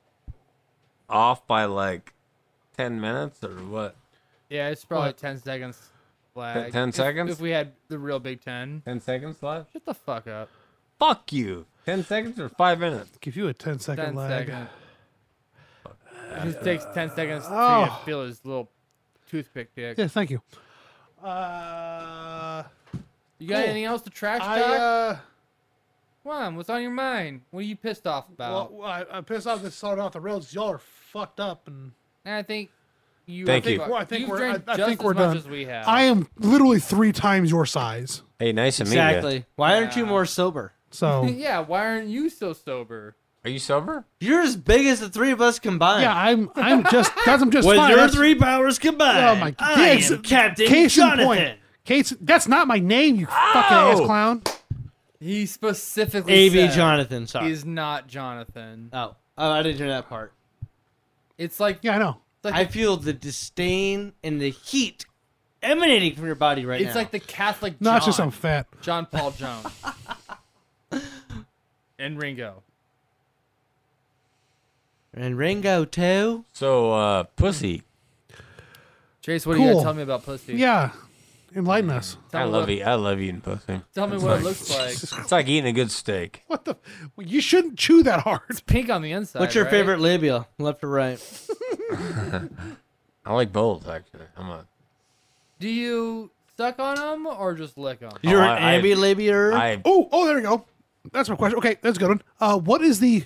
S2: off by like ten minutes or what?
S1: Yeah, it's probably 10 seconds. Lag.
S2: 10
S1: If-
S2: seconds?
S1: If we had the real Big Ten.
S2: Ten seconds left.
S1: Shut the fuck up.
S2: Fuck you. Ten seconds or five minutes?
S4: Give you a 10 second
S1: 10
S4: lag.
S1: seconds. It just takes 10 seconds
S4: oh.
S1: to feel his little toothpick pick.
S4: Yeah, thank you. Uh,
S1: You got
S4: Cool.
S1: anything else to trash
S4: I,
S1: talk?
S4: uh,
S1: Come on, what's on your mind? What are you pissed off about?
S4: well, I, I'm pissed off this started off the rails. Y'all are fucked up, and
S1: and I think you. I
S2: Thank
S1: think,
S2: you.
S4: Well, I think
S1: you've
S4: we're-
S1: drank
S4: I- I
S1: just
S4: think
S1: as
S4: we're
S1: much
S4: done.
S1: as we have.
S4: I am literally three times your size.
S2: Hey, nice to meet
S3: Exactly. Why aren't you
S1: Yeah.
S3: more sober?
S1: *laughs*
S4: So
S1: yeah, why aren't you so sober?
S2: you. Are you sober?
S3: You're as big as the three of us combined.
S4: yeah, I'm I'm just guys. I'm just
S3: With
S4: fine.
S3: your
S4: That's-
S3: three powers combined,
S4: Oh my
S3: I
S4: yes,
S3: am Captain
S4: case in
S3: Jonathan.
S4: point. Case, that's not my name, you fucking ass
S2: Oh!
S4: clown.
S1: He specifically
S3: A.V.
S1: said
S3: Jonathan, sorry.
S1: he's not Jonathan.
S3: Oh, oh, I didn't hear that part.
S1: It's like
S4: Yeah, I know.
S3: I feel the disdain and the heat emanating from your body right
S1: it's
S3: now.
S1: like the Catholic
S4: Not
S1: John,
S4: just I'm fat.
S1: John Paul Jones and Ringo.
S3: and Ringo too.
S2: So, uh, pussy.
S1: Chase, what do you got
S4: Cool.
S1: to tell me about pussy?
S4: Yeah, enlighten us.
S1: Tell
S2: I
S1: me
S2: love
S1: what,
S2: you. I love eating pussy.
S1: Tell me
S2: It's
S1: what it
S2: like-
S1: looks like.
S2: It's like eating a good steak.
S4: What the? Well, you shouldn't chew that hard. *laughs*
S1: Pink on the inside.
S3: What's your
S1: right?
S3: favorite labia, left or right?
S2: Oh, I like both, actually. I'm a.
S1: Do you suck on them or just lick them?
S3: You're
S2: Oh, I- I-
S3: an ambilabier.
S2: I
S4: Oh, oh, there you go. That's my question. Okay, that's a good one. Uh, what is the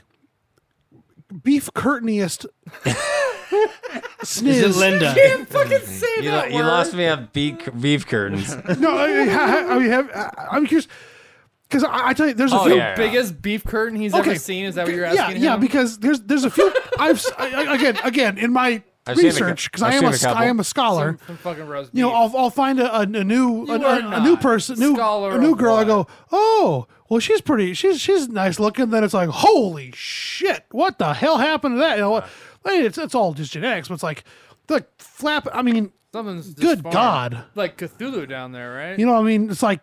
S4: beef curtainiest
S3: *laughs*
S4: sniz?
S3: Is it Linda?
S1: fucking say
S2: Mm-hmm. you, lo- you lost me on beef, beef
S4: *laughs*
S2: curtains.
S4: no, I, I, I mean, have, I, I'm curious because I, I tell you, there's a
S2: Oh,
S4: few.
S2: yeah.
S1: Biggest beef curtain he's ever seen. Is that what you're
S4: yeah,
S1: asking
S4: yeah.
S1: him?
S4: Because there's there's a few. I've s- I- I- again again in my
S2: I've seen a cou-
S4: research because I
S2: I've
S4: am
S2: seen
S4: a,
S2: a
S4: s- I
S2: couple.
S4: am a scholar.
S1: Some, some fucking roast
S4: you know,
S1: beef.
S4: I'll, I'll find a, a, a new a,
S1: are
S4: a- a new
S1: not.
S4: person, new
S1: Scholar
S4: a new
S1: of
S4: girl. I
S1: what?
S4: go, oh, well, she's pretty, she's she's nice looking. Then it's like, holy shit, what the hell happened to that? You know, what? I mean, it's it's all just genetics, but it's like the flap. I mean,
S1: Something's
S4: good
S1: disfarmed.
S4: God.
S1: Like Cthulhu down there, right?
S4: you know, what I mean, it's like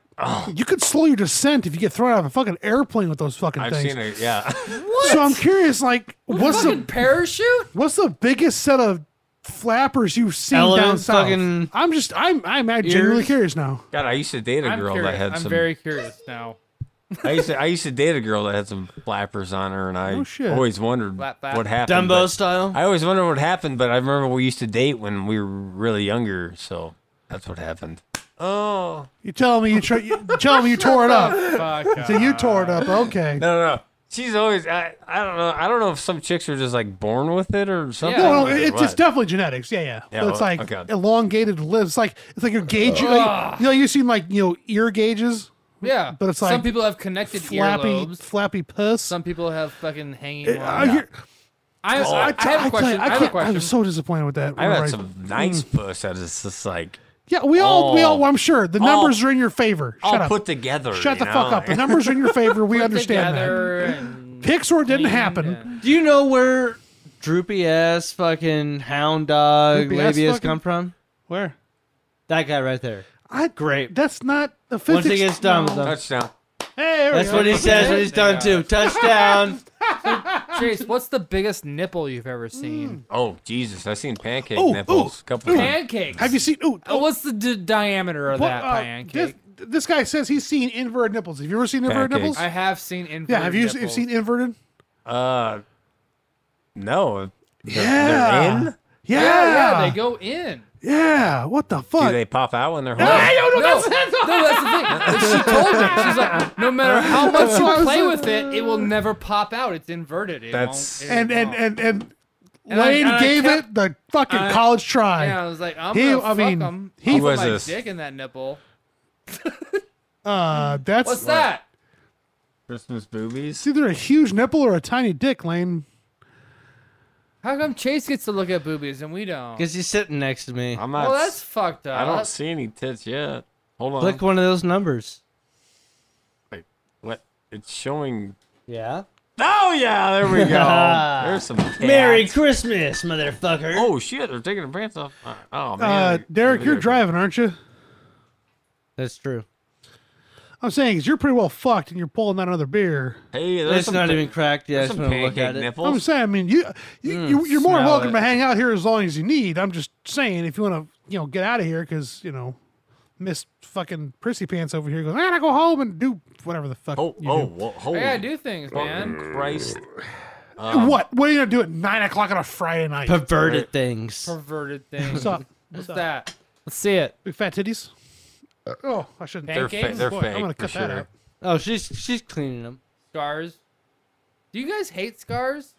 S4: you could slow your descent if you get thrown out of a fucking airplane with those fucking
S2: I've
S4: things.
S2: seen it. Yeah. *laughs*
S4: So I'm curious, like, what's
S1: fucking
S4: the
S1: parachute?
S4: what's the biggest set of flappers you've seen down
S3: Elephant
S4: south?
S3: fucking
S4: I'm just, I'm, I'm genuinely
S3: ears?
S4: curious now.
S2: God, I used to date a
S1: I'm,
S2: girl
S1: curious.
S2: that had
S1: I'm
S2: some.
S1: very curious now.
S2: I used to I used to date a girl that had some flappers on her, and I
S4: Oh, shit.
S2: always wondered
S1: Flap, flap.
S2: what happened.
S3: Dumbo
S2: but-
S3: style.
S2: I always wondered what happened, but I remember we used to date when we were really younger, so that's what happened. Oh
S4: You tell me you, try, you tell me you tore it up.
S1: *laughs*
S4: *laughs*
S1: Fuck. uh,
S4: So you tore it up. Okay.
S2: no, no, no. She's always I, I don't know I don't know if some chicks are just like born with it or something.
S1: Yeah.
S4: No, no,
S2: or
S4: it's, it's
S2: what.
S4: definitely genetics. Yeah, yeah.
S2: Yeah,
S4: But it's
S2: well,
S4: like
S2: okay.
S4: elongated lips. It's like it's like your gauge. Like, you know, you seen like you know ear gauges,
S1: yeah,
S4: But it's
S1: some
S4: like
S1: people have connected
S4: flappy,
S1: earlobes.
S4: flappy puss.
S1: Some people have fucking hanging.
S4: Uh,
S1: ones.
S4: you're-
S1: I,
S4: I-
S1: Oh, I,
S4: I-
S1: have
S4: I
S1: a question.
S4: can't-
S1: I, have a
S4: can't-
S1: question.
S4: I'm so disappointed with that.
S2: I've
S4: Right.
S2: had some nice
S4: Mm.
S2: puss that is just like
S4: Yeah, we all, we all. I'm sure the
S2: All-
S4: numbers are in your favor. Shut
S2: all
S4: up.
S2: put together.
S4: Shut
S2: you
S4: the fuck
S2: know?
S4: up. The numbers are in your favor. We understand that.
S1: together and
S4: Pixar didn't happen.
S1: and-
S3: Do you know where droopy ass fucking hound dog
S4: Droopy ass
S3: labias
S4: fucking-
S3: come from?
S4: Where?
S3: That guy right there.
S4: I
S3: Great.
S4: That's not the
S3: One
S4: physics.
S3: thing is done with them.
S2: Touchdown.
S4: Hey, there we
S3: That's
S4: go.
S3: what he says when he's done too. Touchdown.
S1: Chase, what's the biggest nipple you've ever
S4: Mm.
S1: seen?
S2: Oh Jesus! I seen pancake
S4: Ooh,
S2: nipples.
S4: ooh,
S2: couple
S4: ooh.
S2: times.
S1: Pancakes.
S4: Have you seen? Ooh,
S1: Oh, what's the d- diameter of
S4: Well,
S1: that
S4: uh,
S1: pancake?
S4: This, this guy says he's seen inverted nipples. Have you ever seen inverted
S2: Pancakes.
S4: nipples?
S1: I have seen inverted.
S4: yeah, have you
S1: nipples.
S4: seen inverted?
S2: Uh, no. They're,
S4: Yeah.
S2: They're in.
S4: Yeah,
S1: Yeah, yeah, they go in.
S4: Yeah, what the fuck? Ah,
S2: Do they pop out when they're
S4: I
S2: home?
S4: don't know.
S1: No, no, that's the thing. Like, She told me she's like, no matter
S4: *laughs*
S1: how much
S4: That's what I
S1: you
S4: was
S1: play
S4: saying.
S1: with it, it will never pop out. It's inverted. It
S2: That's-
S1: won't, it
S4: And and
S1: won't.
S4: and and,
S1: And I-
S4: Lane
S1: and I
S4: gave
S1: kept-
S4: it the fucking
S1: I-
S4: college try.
S1: yeah, I was like, I'm
S4: He-
S1: gonna
S4: I
S1: fuck
S4: mean,
S1: him.
S4: he
S1: I'll put
S2: was
S1: my
S2: this-
S1: dick in that nipple.
S4: Uh, that's
S1: What's that?
S2: Christmas boobies.
S4: It's either a huge nipple or a tiny dick, Lane.
S1: How come Chase gets to look at boobies and we don't?
S3: Because he's sitting next to me.
S2: I'm not.
S1: Well, that's fucked up.
S2: I don't see any tits yet. Hold on.
S3: Click one of those numbers.
S2: Wait, what? It's showing.
S3: Yeah.
S2: Oh yeah, there we go. There's some. Tats.
S3: Merry Christmas, motherfucker.
S2: Oh shit! They're taking their pants off. Uh, Oh man.
S4: Uh, Derek, you're driving, aren't you?
S3: That's true.
S4: I'm saying you you're pretty well fucked, and you're pulling that other beer.
S2: Hey, there's
S3: It's
S2: some
S3: not
S2: pa-
S3: even cracked yet. I
S2: there's
S3: just
S2: some
S3: want to look
S2: pancake
S3: at it.
S4: I'm
S2: nipples.
S4: saying, I mean, you, you,
S2: Mm,
S4: you you're more
S3: smell
S4: welcome
S3: it.
S4: to hang out here as long as you need. I'm just saying, if you want to, you know, get out of here because you know Miss fucking Prissy Pants over here goes, man, I go home and do whatever the fuck.
S2: Oh,
S4: you
S2: oh,
S4: do."
S2: whoa, holy
S1: I gotta do things, man.
S2: Christ. um,
S4: what? What are you gonna do at nine o'clock on a Friday night?
S3: Perverted things.
S4: *laughs*
S1: Perverted things.
S4: What's up?
S1: *laughs* What's that? Uh, Let's see it.
S4: Big fat titties. Oh, I shouldn't.
S1: Thank
S2: They're,
S1: Pancakes?
S2: fa- they're
S4: Boy, I'm
S2: fake. for
S4: gonna cut that
S2: sure.
S4: out.
S3: Oh, she's she's cleaning them.
S1: Scars. Do you guys hate scars?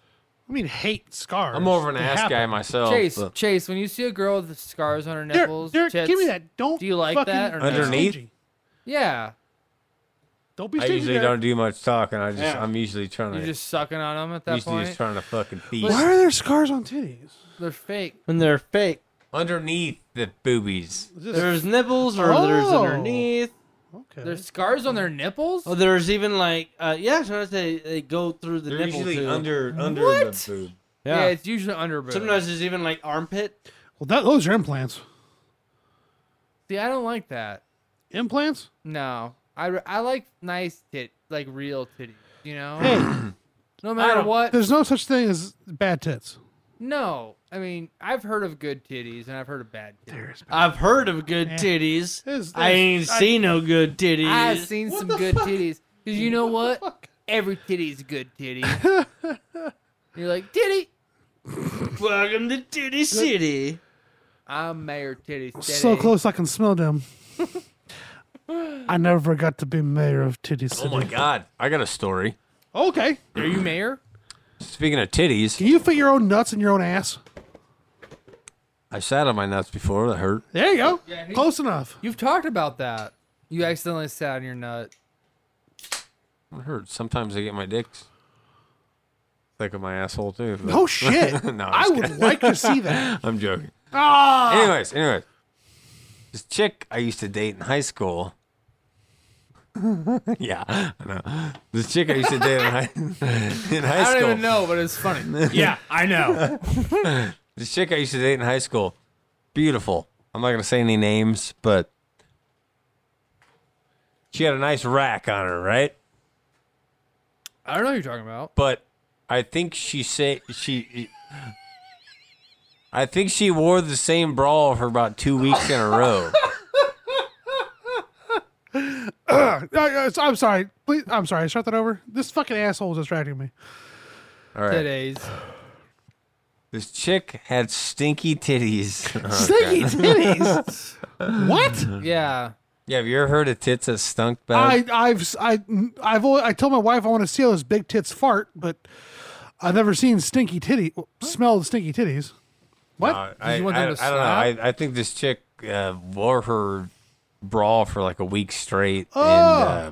S4: I mean, hate scars.
S2: I'm more of an
S4: They
S2: ass
S4: happen.
S2: guy myself.
S1: Chase,
S2: but-
S1: Chase, when you see a girl with scars on her
S4: Derek,
S1: nipples,
S4: Derek,
S1: tits,
S4: give me that. Don't.
S1: Do you like
S4: fucking
S1: that or no?
S2: Underneath?
S4: stingy.
S1: yeah,
S4: Don't be
S2: I
S4: stingy.
S2: usually
S4: Derek.
S2: don't do much talking. I just
S3: Yeah.
S2: I'm usually trying
S1: you're
S2: to
S1: just sucking on them at that
S2: usually
S1: point.
S2: just trying to fucking feed
S4: Why are there scars on titties?
S1: They're fake.
S3: When they're fake.
S2: underneath the boobies.
S4: Is this-
S3: There's nipples or there's
S4: Oh.
S3: underneath.
S4: okay.
S1: There's scars on their nipples.
S3: Oh, there's even like uh yeah, sometimes they, they go through the
S2: They're
S3: nipple
S2: usually
S3: too.
S2: under under
S1: What?
S2: the boob.
S1: yeah.
S3: yeah.
S1: it's usually under boob.
S3: Sometimes there's even like armpit.
S4: well, that, those are implants.
S1: See, I don't like that.
S4: Implants?
S1: No, I, I like nice tit, like real titty. You know,
S4: Hey,
S1: no matter
S2: don't-
S1: what.
S4: there's no such thing as bad tits.
S1: No, I mean I've heard of good titties and I've heard of bad titties.
S4: There's
S3: I've heard of good
S4: Yeah.
S3: titties.
S4: There's-
S3: I ain't
S4: there's- I-
S3: seen no good titties.
S1: I've seen some
S4: the
S1: good
S4: fuck?
S1: titties. Cause you know what? Every titty's a good titty. You're like titty.
S3: Welcome to Titty City.
S1: I'm Mayor Titty City.
S4: so close I can smell them. I never got to be mayor of Titty City.
S2: Oh my god, I got a story.
S4: *laughs* Okay.
S1: Are you mayor?
S2: Speaking of titties,
S4: Can you fit your own nuts in your own ass?
S2: I sat on my nuts before. That hurt.
S4: There you go.
S1: Yeah, he-
S4: Close enough.
S1: You've talked about that. You accidentally sat on your nut.
S2: It hurt. Sometimes I get my dicks. Think of my asshole too. but-
S4: Oh shit.
S2: No, I'm
S4: I
S2: just
S4: would like to
S2: *laughs*
S4: see that.
S2: I'm joking. *laughs*
S4: Ah.
S2: Anyways, anyways, this chick I used to date in high school. *laughs* yeah, I know. This chick I used to date in high, *laughs* in high
S1: I don't
S2: school.
S1: even know, but it's funny.
S4: Yeah, I *laughs* know.
S2: This chick I used to date in high school, beautiful. I'm not gonna say any names, but she had a nice rack on her, right?
S1: I don't know what you're talking about.
S2: But I think she say she. I think she wore the same bra for about two weeks in a row.
S4: Uh, I'm sorry. Please, I'm sorry. Start that over. This fucking asshole is distracting me.
S2: All right.
S1: Today's
S2: This chick had stinky titties.
S4: *laughs* Stinky titties. *laughs* what?
S1: yeah.
S2: Yeah, have you ever heard of tits that stunk bad?
S4: I, I've, s- I, I've, always, I told my wife I want to see how this big tits fart, but I've never seen stinky titty, smelled stinky titties. What?
S2: Uh, I,
S1: you want
S2: I-
S1: them to
S2: I don't know. I, I think this chick uh, wore her bra for like a week straight
S1: Oh!
S2: and uh,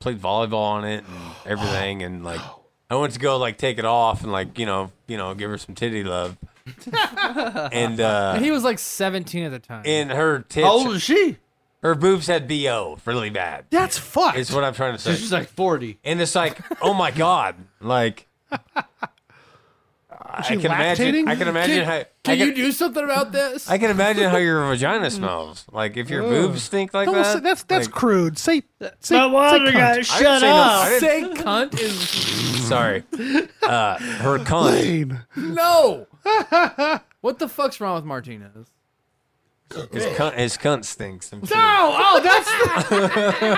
S2: played volleyball on it and everything. And like,
S1: Oh,
S2: I went to go like take it off and like you know you know give her some titty
S1: *laughs*
S2: love. and uh,
S1: He was like 17 at the time.
S2: and her tits,
S3: How old is she?
S2: her boobs had bo really bad.
S4: That's fucked.
S2: Is what I'm trying to say.
S3: She's like 40.
S2: And it's like, oh my god,
S1: *laughs*
S2: like. I
S4: she
S2: can imagine.
S4: lactating?
S2: I can imagine how. I
S1: Can
S2: can-
S1: you do something about this?
S2: I can imagine how your
S1: *laughs*
S2: vagina smells. Like if your boobs stink like
S4: Don't
S2: that.
S4: say- that's that's
S2: like,
S4: crude. Say, say,
S3: My water
S4: say
S3: guy,
S4: cunt.
S2: I didn't
S3: shut
S2: say no- I
S3: up.
S2: didn't-
S1: Say cunt is
S2: *laughs* sorry, uh, her cunt
S4: Lane.
S1: no. what the fuck's wrong with Martinez?
S2: his cunt. His cunt stinks. I'm sorry.
S4: No, oh, that's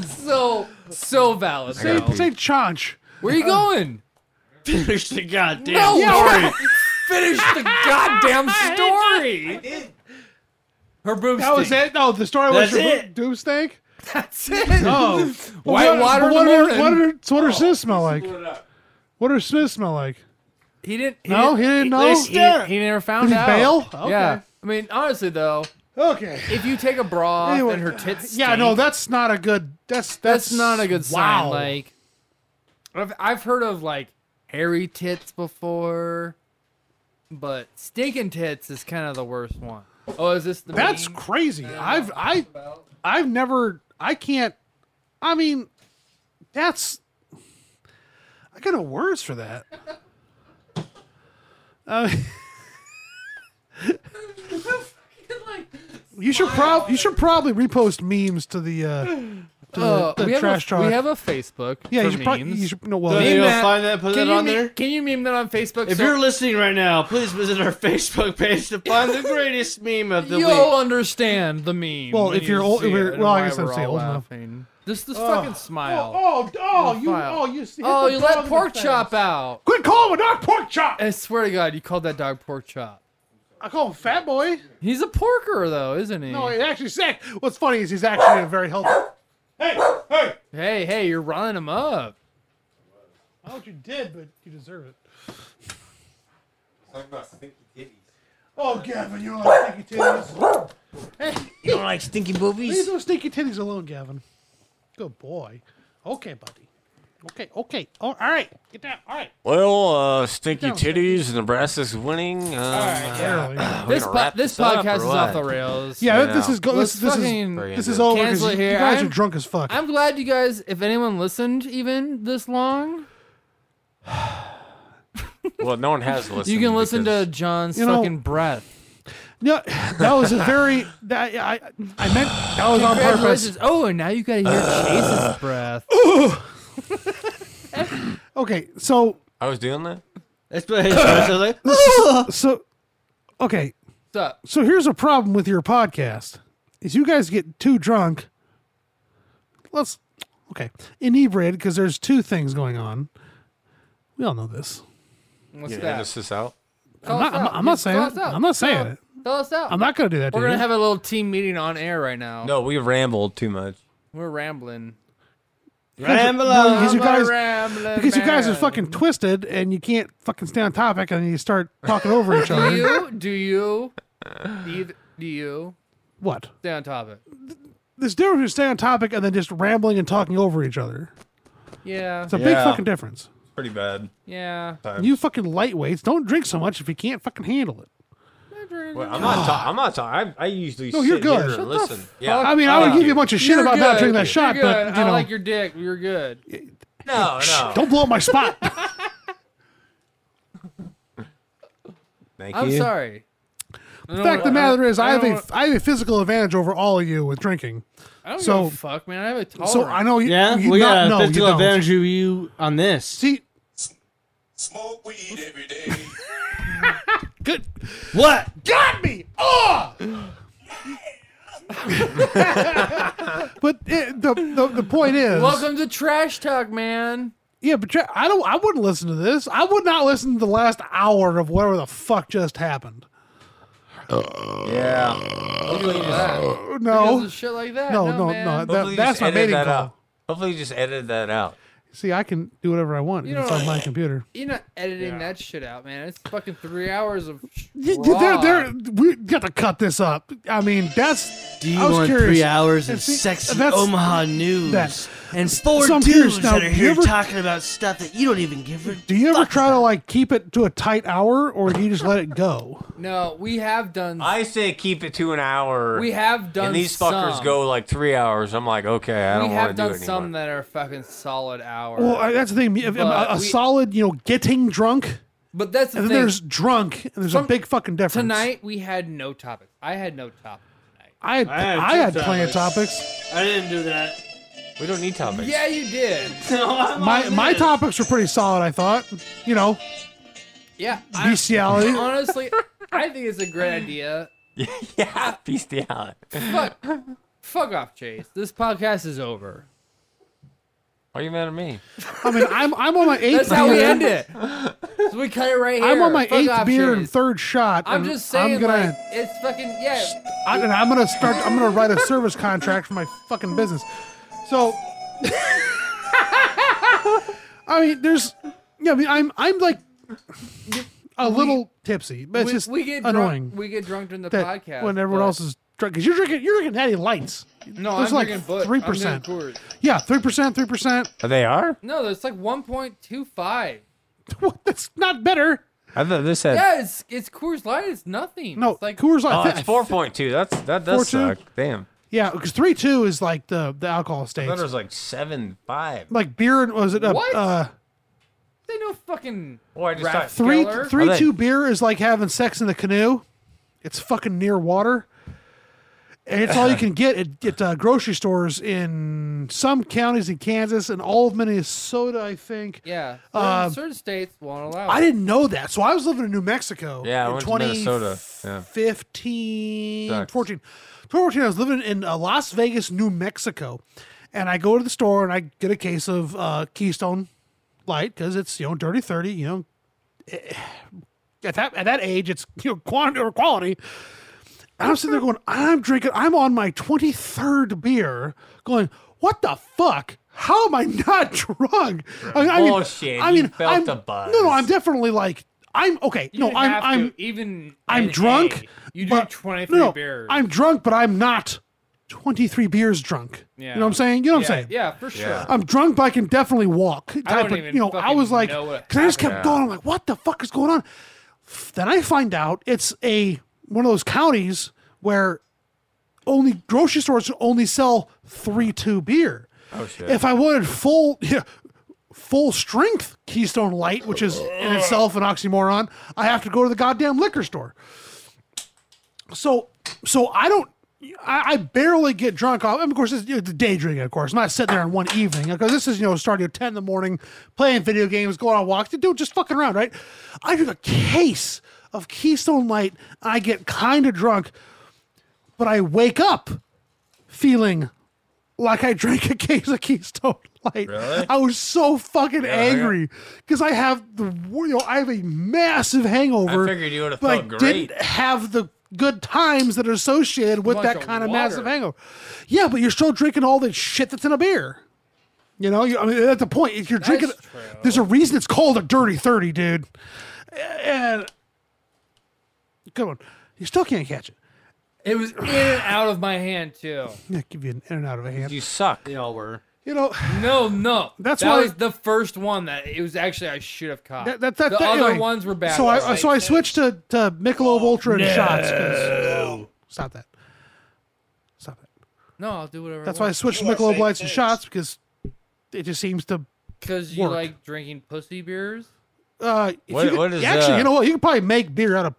S4: *laughs*
S1: So so valid.
S2: I
S1: though.
S2: gotta
S4: say, say chonch.
S1: Where are you going?
S3: Finish the goddamn
S1: No, *laughs*
S3: story.
S1: Finish the goddamn story. Her boobs.
S4: That was
S1: stink.
S4: it. No, the story
S3: That's
S4: was your
S3: it.
S4: boob- doom *laughs* stank.
S1: That's it.
S4: Oh,
S1: White water in
S4: What
S1: the
S4: are,
S1: morning.
S4: what are, so what
S2: Oh.
S4: are Smith smell like? What does Smith smell like?
S1: He didn't. He
S4: No, he
S1: didn't,
S4: didn't know.
S3: They
S1: he,
S3: stink.
S1: he never found
S4: Did he
S1: out.
S4: bail? Okay.
S1: Yeah. I mean, honestly though,
S4: Okay.
S1: if you take a bra off
S4: Anyway,
S1: and her tits.
S4: Yeah, no,
S1: stink,
S4: that's not a good. That's that's,
S1: that's, not a good sign.
S4: wow.
S1: Like, I've I've heard of like hairy tits before, but stinking tits is kind of the worst one. Oh, is this the?
S4: That's
S1: meme?
S4: crazy. I've I I've never I can't I mean that's I got no words for that. Uh, *laughs* you should prob you should probably repost memes to the uh up the,
S1: Uh,
S4: the
S1: we, have
S4: trash
S1: a,
S4: talk.
S1: we have a Facebook.
S4: yeah,
S1: for
S4: you should probably
S1: memes.
S4: Oh, you should, no, well,
S3: So
S1: Meme
S3: you
S1: that.
S3: gonna find that, and put
S1: can,
S3: that
S1: you
S3: on
S1: meme,
S3: there.
S1: can you meme that on Facebook?
S3: If
S1: so-
S3: you're listening right now, please visit our *laughs* Facebook page to find the greatest meme of the
S1: You'll
S3: week.
S1: understand the meme.
S4: Well,
S1: when
S4: if
S1: you
S4: you're old-
S1: see
S4: if you're-
S1: it and
S4: well, I
S1: why
S4: guess I'd
S1: we're
S4: say
S1: all
S4: old enough.
S1: laughing. Just this fucking smile. Oh,
S4: oh, oh, you,
S1: file.
S4: oh, you, see,
S1: you let pork chop out.
S4: Quit calling him a dog pork chop.
S1: I swear to God, you called that dog pork chop.
S4: I call him fat boy.
S1: He's a porker though, isn't he?
S4: No, he's actually sick. What's funny is he's actually a very healthy. Hey, hey!
S1: hey, hey, you're riling him up.
S4: I know what you did, but you deserve it.
S2: Talking about stinky titties.
S4: Oh, Gavin, you don't like stinky titties.
S2: You don't like stinky
S4: Leave
S2: boobies?
S4: those stinky titties alone, Gavin. Good boy. Okay, buddy. Okay, okay. Oh, all right. Get down. All right.
S2: Well, uh, stinky
S4: No.
S2: titties. Nebraska's winning. Uh,
S4: yeah.
S1: This
S2: gonna
S1: po-
S2: wrap
S1: this
S2: this up,
S1: podcast
S2: or
S1: is off
S2: what?
S1: the rails.
S4: yeah,
S2: Yeah.
S4: this is go- this,
S1: Let's
S4: this
S1: fucking-
S2: Very
S4: is this is
S2: good.
S4: over because
S1: Cancel
S4: you,
S1: it
S4: you
S1: here.
S4: guys
S1: I'm-
S4: are drunk as fuck.
S1: I'm glad you guys. If anyone listened even this long,
S2: well, no one has listened.
S1: you can listen to
S2: because-
S1: John's
S4: You know-
S1: fucking breath.
S4: no, that was a very that I I meant that
S1: *laughs*
S4: was on purpose.
S1: Congratulations. Oh, and now you gotta hear Chase's
S2: *laughs*
S1: breath.
S4: Okay, so
S2: I was doing that.
S3: That's what it is. I was like,
S2: *laughs*
S4: so okay,
S1: What's up?
S4: so here's a problem with your podcast is you guys get too drunk let's okay inebriated because there's two things going on we all know this
S1: What's
S2: You edit
S1: that?
S2: this out.
S1: Call
S4: i'm
S1: us
S4: not, I'm,
S1: out.
S4: I'm not
S1: Just
S4: saying
S1: call
S4: it
S1: us out.
S4: i'm not saying
S1: Call-
S4: it
S1: Tell us out.
S4: i'm not gonna do that
S1: We're
S4: to
S1: gonna
S4: you.
S1: have a little team meeting on air right now.
S2: No, we rambled too much.
S1: We're rambling.
S3: Ramble
S4: No,
S3: on.
S4: because you
S1: I'm a
S4: guys
S1: rambling
S4: because you guys are
S1: man.
S4: fucking twisted and you can't fucking stay on topic and you start talking
S1: *laughs*
S4: over each
S1: Do
S4: other *laughs*
S1: you? Do you? Eve, do you?
S4: what
S1: Stay on topic.
S4: there's difference between staying on topic and then just rambling and talking over each other
S1: Yeah.
S4: it's a big
S2: Yeah.
S4: fucking difference
S2: Pretty bad.
S1: Yeah.
S4: you fucking lightweights don't drink so much if you can't fucking handle it
S2: Wait, I'm not talking. I'm not talking. I, I usually
S4: No,
S2: sit
S4: you're good.
S2: here and
S4: Shut the
S2: listen. yeah,
S4: I mean, I would
S2: Uh,
S4: give you a bunch of shit
S1: You're
S4: about
S1: good.
S4: that during that
S1: You're
S4: shot,
S1: good.
S4: but you
S1: I
S4: know,
S1: like your dick. You're good.
S2: no, no.
S4: don't blow up
S1: *laughs*
S4: my spot.
S2: Thank
S1: I'm
S2: you.
S1: sorry. I
S4: the
S1: don't
S4: fact of the
S1: wanna-
S4: matter is, I,
S1: I
S4: have
S1: don't
S4: a I have a physical advantage over all of you with drinking.
S1: I don't
S4: so-
S1: give a fuck, man. I have a tolerance.
S4: So I know you.
S3: Yeah,
S4: you
S3: we
S4: not,
S3: got a
S4: no, you
S3: physical
S4: don't.
S3: advantage of you on this.
S4: See,
S6: Smoke weed every day.
S4: good.
S3: what?
S4: Got me. Oh. *laughs* but it, the, the the point is,
S1: Welcome to Trash Talk, man.
S4: yeah. But tra- I don't. I wouldn't listen to this. I would not listen to the last hour of whatever the fuck just happened.
S2: Yeah. Uh, Oh.
S1: Because
S4: No, no,
S1: of shit like that.
S4: Oh. no,
S1: no,
S4: no.
S1: man.
S4: That,
S2: you
S4: that's
S2: just
S4: my
S2: edited
S4: mating
S2: that
S4: call.
S2: out. Hopefully, you just edited that out.
S4: See, I can do whatever I want.
S1: You
S4: it's
S1: know-
S4: on my computer.
S1: You're not editing that shit out, man. It's fucking three hours
S4: *laughs*
S1: of.
S4: Y- y-
S1: raw.
S4: There, there, we got to cut this up. I mean, that's.
S3: Do you
S4: I was
S3: want
S4: curious.
S3: three hours of
S4: And see,
S3: sexy
S4: that's-
S3: Omaha news
S4: that-
S3: and four
S4: So I'm curious
S3: dudes
S4: now,
S3: that are
S4: you
S3: here
S4: ever-
S3: talking about stuff that you don't even give a
S4: Do you ever try to like keep it to a tight hour, or do you just let it go?
S1: No, we have done.
S2: I say keep it to an hour.
S1: we have done.
S2: And these fuckers
S1: some.
S2: go like three hours. I'm like, okay, I don't
S1: we
S2: want
S1: have
S2: to do
S1: done
S2: it anymore.
S1: some that are fucking solid hours.
S4: Well, I- that's the thing. If-
S1: But
S4: a a
S1: we-
S4: solid, you know, getting drunk,
S1: but that's the
S4: and then
S1: thing.
S4: there's drunk, and there's a
S1: Some-
S4: big fucking difference.
S1: Tonight we had no topic. I had no topic tonight.
S4: I had,
S3: I had
S4: I
S3: two
S4: had plenty of topics.
S3: I didn't do that. *laughs*
S2: We don't need topics.
S1: Yeah, you did.
S3: No, I'm
S4: My
S3: on
S4: my
S3: this.
S4: topics were pretty solid. I thought, you know,
S1: Yeah. I,
S4: bestiality.
S1: honestly, I think it's a great idea.
S2: *laughs* yeah. Beastie out. Why
S1: Fuck, fuck off, Chase. This podcast is over.
S2: are you mad at me?
S4: I mean, I'm I'm on my eighth.
S1: That's how we
S4: beer.
S1: end it. So we cut it right here.
S4: I'm on my
S1: Fuck
S4: eighth
S1: off,
S4: beer and
S1: Chase.
S4: third shot.
S1: I'm
S4: and
S1: just saying,
S4: I'm gonna
S1: like, it's fucking yeah.
S4: I, and I'm gonna start. I'm gonna write a service contract for my fucking business. So, *laughs* I mean, there's, yeah, I mean, I'm, I'm like a little tipsy, but it's
S1: We,
S4: just
S1: we get
S4: annoying
S1: drunk. We get drunk during the
S4: that
S1: podcast
S4: when everyone
S1: but-
S4: else is drunk because you're drinking, you're drinking Natty Lights.
S1: No, I'm
S4: Those are like
S1: drinking Bud. I'm
S4: 3%.
S1: drinking Coors.
S4: Yeah, three percent, three percent. *laughs*
S2: Oh, They are?
S1: No, there's like 1.25.
S4: What? That's not better.
S2: I thought this had.
S1: Yeah, it's it's Coors Light. It's nothing.
S4: No,
S1: it's like
S4: Coors Light.
S2: Oh,
S4: I thi-
S2: it's 4.2. That's That does
S4: 4.2?
S2: suck. Damn.
S4: Yeah, because three two is like the the alcohol
S2: I thought it
S4: states.
S2: was like 7.5.
S4: Like beer and was it uh,
S1: What?
S4: uh
S1: they know fucking
S2: Well, I just
S1: Rap-
S2: thought-
S4: Three
S1: Keller?
S4: three
S2: Are they-
S4: two beer is like having sex in a canoe. It's fucking near water. And it's
S2: *laughs*
S4: all you can get at, at uh, grocery stores in some counties in Kansas and all of Minnesota, I think.
S1: Yeah.
S4: Um,
S1: certain states won't allow.
S4: I
S1: it.
S4: didn't know that. So I was living in New Mexico.
S2: Yeah, I
S4: in
S2: went to Minnesota. Yeah.
S4: 15,
S2: Sucks.
S4: 14. 2014, I was living in uh, Las Vegas, New Mexico. And I go to the store and I get a case of uh, Keystone Light because it's, you know, dirty 30, you know. Eh, At that, at that age, it's, you know, quantity or quality. And I'm sitting there going, I'm drinking, I'm on my 23rd beer, going, what the fuck? How am I not *laughs* drunk? I mean, I mean-
S2: Bullshit,
S4: I
S2: you
S4: mean,
S2: felt
S4: I'm,
S2: the buzz.
S4: No, no, I'm definitely like, I'm okay.
S1: You
S4: no, I'm,
S1: have to,
S4: I'm,
S1: even.
S4: I'm
S1: in
S4: drunk.
S1: A, you drink
S4: but-
S1: twenty
S4: no,
S1: three
S4: no,
S1: beers.
S4: I'm drunk, but I'm not 23 beers drunk. You know what I'm saying? You know what
S1: yeah,
S4: I'm saying?
S1: yeah, for sure.
S2: Yeah.
S4: I'm drunk, but I can definitely walk. Type
S1: don't
S4: of-
S1: even
S4: you know, I
S1: fucking
S4: was like,
S1: know what
S4: because I just kept
S2: happened.
S4: going. I'm like, what the fuck is going on? Then I find out it's a one of those counties where only grocery stores only sell three two beer.
S2: Oh shit.
S4: If I wanted full, *laughs* yeah, full strength Keystone Light, which is in itself an oxymoron, I have to go to the goddamn liquor store. So, so I don't. I, I barely get drunk. off. and Of course, it's, you know, the day drinking. Of course, I'm not sitting there in one evening because this is you know starting at ten in the morning, playing video games, going on walks, dude, just fucking around, right? I drink a case of Keystone Light. And I get kind of drunk, but I wake up feeling like I drank a case of Keystone Light.
S2: Really?
S4: I was so fucking
S2: Yeah, I got-
S4: angry because I have the wor- you know I have a massive hangover.
S2: I figured you would have
S4: but I
S2: felt great.
S4: didn't have the good times that are associated with
S1: Bunch
S4: that
S1: of
S4: kind of
S1: water.
S4: massive hangover. Yeah, but you're still drinking all the shit that's in a beer. You know, you, I mean, at the point, if you're drinking, there's a reason it's called a dirty thirty, dude. And good one. You still can't catch it.
S1: It was in and out of my hand too.
S4: Yeah, give you an in and out of a hand.
S2: You suck.
S3: They all were.
S4: You know,
S1: No, no.
S4: That's
S1: that
S4: why-
S1: was the first one that it was actually I should have caught.
S4: that, that, that,
S1: the
S4: that-
S1: other
S4: anyway.
S1: ones were bad.
S4: So I
S1: ones.
S4: so I switched to to Michelob Ultra and shots. 'cause- oh, Stop that. Stop that.
S1: no, I'll do whatever.
S4: That's why I switched to
S7: You are
S4: Michelob
S7: saying
S4: lights and
S7: things.
S4: shots because it just seems to.
S1: because you
S4: work.
S1: like drinking pussy beers.
S4: Uh, if
S2: What-
S4: you could-
S2: what is,
S4: actually?
S2: uh,
S4: You know what? You can probably make beer out of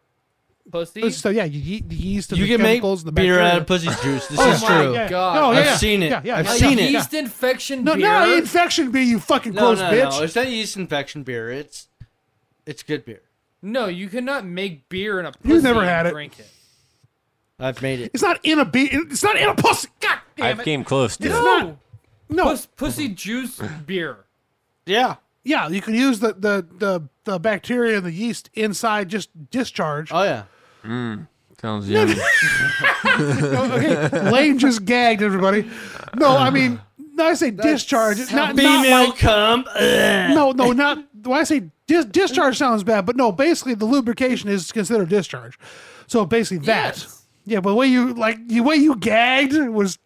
S1: Pussy.
S4: pussy. So yeah, you ye- the yeast and
S3: You
S4: the
S3: can make
S4: chemicals and the
S3: beer
S4: bacteria.
S3: out of pussy juice. This
S1: Oh
S3: is
S1: my
S3: true.
S1: God.
S4: No, yeah,
S3: I've
S4: yeah.
S3: seen it.
S4: Yeah, yeah,
S3: I've
S4: yeah.
S1: Like
S3: seen it.
S1: yeast infection
S4: No,
S1: beer.
S4: no, infection beer. You fucking
S3: No,
S4: gross
S3: no,
S4: bitch.
S3: no. It's not yeast infection beer. It's it's good beer.
S1: No, you cannot make beer in a pussy.
S4: You've never had
S1: and
S4: it.
S1: Drink it.
S3: I've made it.
S4: It's not in a beer. It's not in a pussy. God
S2: I
S4: damn it!
S2: came close to
S4: It's
S2: it.
S4: not. No.
S1: Puss, pussy juice beer.
S3: Yeah.
S4: Yeah, you can use the, the the the bacteria and the yeast inside just discharge.
S3: Oh yeah.
S2: Sounds yummy.
S3: Oh,
S4: okay, *laughs* Lane just gagged everybody. No, I mean, no, I say discharge. Not, not
S3: Female
S4: like-
S3: cum. Ugh.
S4: no, no, not when I say dis- discharge sounds bad, but no, basically the lubrication is considered discharge. So basically that.
S1: Yes.
S4: Yeah, but the way you like the way you gagged was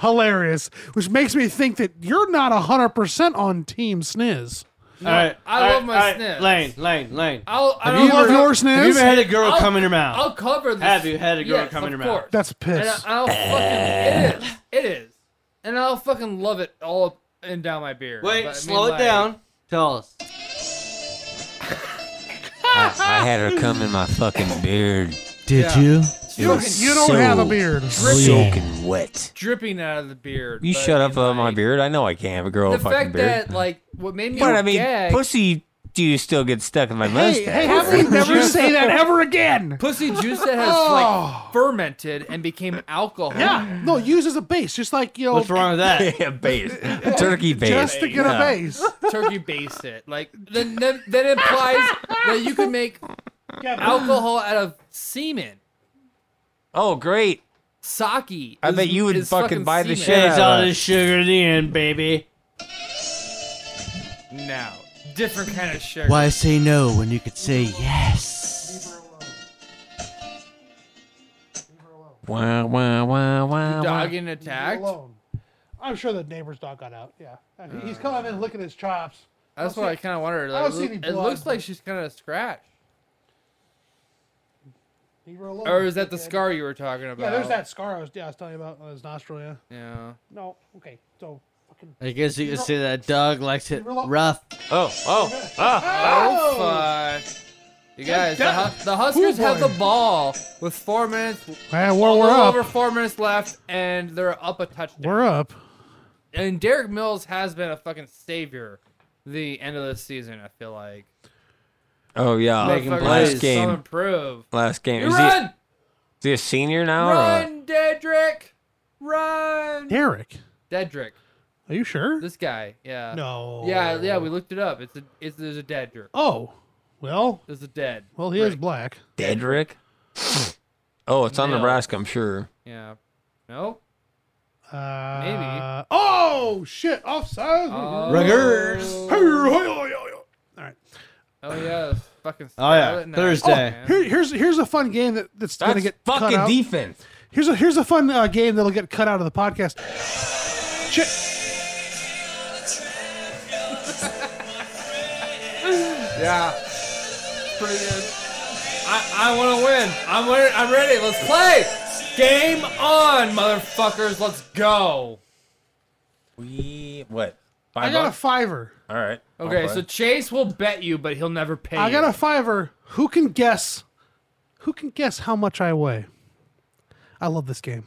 S4: hilarious, which makes me think that you're not hundred percent on Team Sniz.
S3: all right.
S1: I
S3: all
S1: love
S3: right,
S1: my
S3: all right.
S1: sniffs.
S3: Lane, Lane, Lane.
S1: I'll. I
S4: Do
S1: don't
S4: you love
S1: know-
S4: your
S3: Have you ever
S4: Sniz?
S3: had a girl
S1: I'll-
S3: come in your mouth?
S1: I'll cover this.
S3: Have you had a girl
S1: yes,
S3: come in
S1: of
S3: your mouth?
S1: course.
S4: That's
S1: And
S4: piss.
S1: I'll fucking. It is. It is. And I'll fucking love it all up and down my beer.
S3: Wait,
S1: But, I mean,
S3: slow it
S1: like,
S3: down. Tell us.
S2: I, I had her come in my fucking beard.
S3: Did
S1: Yeah.
S3: you?
S4: You don't, you don't have a beard.
S2: Soaking wet.
S1: Dripping out of the beard.
S2: You
S1: but,
S2: shut
S1: I
S2: up
S1: mean,
S2: about my
S1: like,
S2: beard. I know I can't have a girl
S1: The
S2: with a fucking
S1: fact
S2: beard.
S1: that like what made me
S2: But I mean,
S1: gag,
S2: pussy juice still gets stuck in my
S4: Hey,
S2: mustache.
S4: hey, how about you never say that ever again?
S1: pussy juice that
S3: *laughs*
S1: has
S3: Oh.
S1: like fermented and became alcohol.
S4: Yeah, no, use as a base, just like you know,
S3: What's wrong with *laughs*
S2: *laughs*
S3: that?
S2: Yeah, base. A turkey base.
S4: just to get a
S1: *laughs*
S2: Yeah.
S4: base.
S1: turkey base it. Like then then that implies that you can make alcohol out of semen.
S2: Oh, great.
S1: Sake.
S2: I
S1: is-
S2: bet you would
S1: is
S2: fucking buy the
S1: semen.
S2: shit.
S3: It's all the sugar in the end, baby.
S1: No. Different kind of sugar.
S3: Why say no when you could say yes?
S2: Wah, wah, wah, wah, wah.
S1: Dog getting attacked.
S4: alone. I'm sure the neighbor's dog got out. Yeah, he's coming in licking his chops.
S1: That's what I kind of wondered. Like,
S4: don't
S1: it
S4: see
S1: look-
S4: any
S1: it
S4: blood.
S1: looks like she's kind of scratched.
S4: Leave her alone.
S1: Or is that the scar you were talking about?
S4: Oh, Yeah, there's that scar I was, yeah, I was telling you about on his nostril. Yeah.
S1: Yeah.
S4: No. Okay. So fucking.
S3: I guess you could say that dog likes it rough.
S2: Oh, oh.
S1: Oh, fuck. You guys, the, Hu- the Huskers have
S4: boy.
S1: the ball with four minutes,
S4: Man, we're, we're
S1: a little
S4: up.
S1: over four minutes left, and they're up a touchdown.
S4: We're up.
S1: and Derek Mills has been a fucking savior the end of the season. I feel like
S2: Oh yeah,
S3: Making
S1: Motherfucker
S3: plays.
S1: has
S2: last game.
S1: Some improve.
S2: Last game.
S1: You
S2: Is he, is
S1: run,
S2: he a senior now? or a-
S1: run, Dedrick, run,
S4: Derek,
S1: Dedrick.
S4: are you sure?
S1: This guy, yeah,
S4: no.
S1: yeah, yeah.
S3: Oh.
S1: We looked it up. It's a, it's there's a Dedrick.
S4: Oh, well,
S1: There's a dead.
S4: well, he is black.
S2: Dedrick? Oh, it's on
S1: No.
S2: Nebraska, I'm sure.
S1: Yeah, no.
S4: Uh,
S1: Maybe.
S4: Oh shit! Offside.
S1: Oh,
S3: Ruggers.
S4: Hey, hey, hey, hey, hey. All right.
S1: Oh yeah, it's fucking.
S3: Oh, yeah.
S1: Scarlet Knight,
S3: Thursday.
S1: man.
S4: Here, here's here's a fun game that, that's gonna get cut out.
S2: defense.
S4: Here's a here's a fun uh, game that'll get cut out of the podcast. Shit.
S1: Yeah. Pretty good. I, I want to win. I'm ready. I'm ready. Let's play. Game on, motherfuckers. Let's go.
S2: We what?
S4: I
S2: Five
S4: got a
S2: bucks?
S4: fiver.
S2: All right. I'll
S1: Okay,
S2: play.
S1: so Chase will bet you, but he'll never pay.
S4: I
S1: you.
S4: got a fiver. Who can guess? Who can guess how much I weigh? I love this game.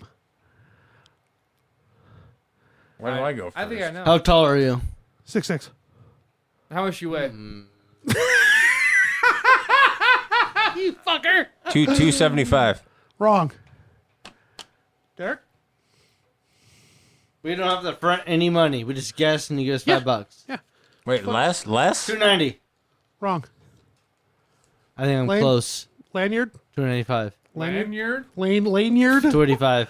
S2: where do I go first?
S1: I think I know.
S3: How tall are you?
S4: Six six.
S1: How much you weigh?
S2: Two two seventy five.
S4: Wrong.
S3: Dirk? We don't have to front any money. We just guess and you give us
S4: Yeah.
S3: five bucks.
S2: Wait, less? Less?
S3: Two ninety.
S4: Wrong.
S3: I think I'm
S4: Lane?
S3: close.
S4: Lanyard.
S3: Two ninety five.
S4: Lanyard.
S1: Lanyard?
S4: Lane. Lanyard.
S3: Two eighty *laughs* five.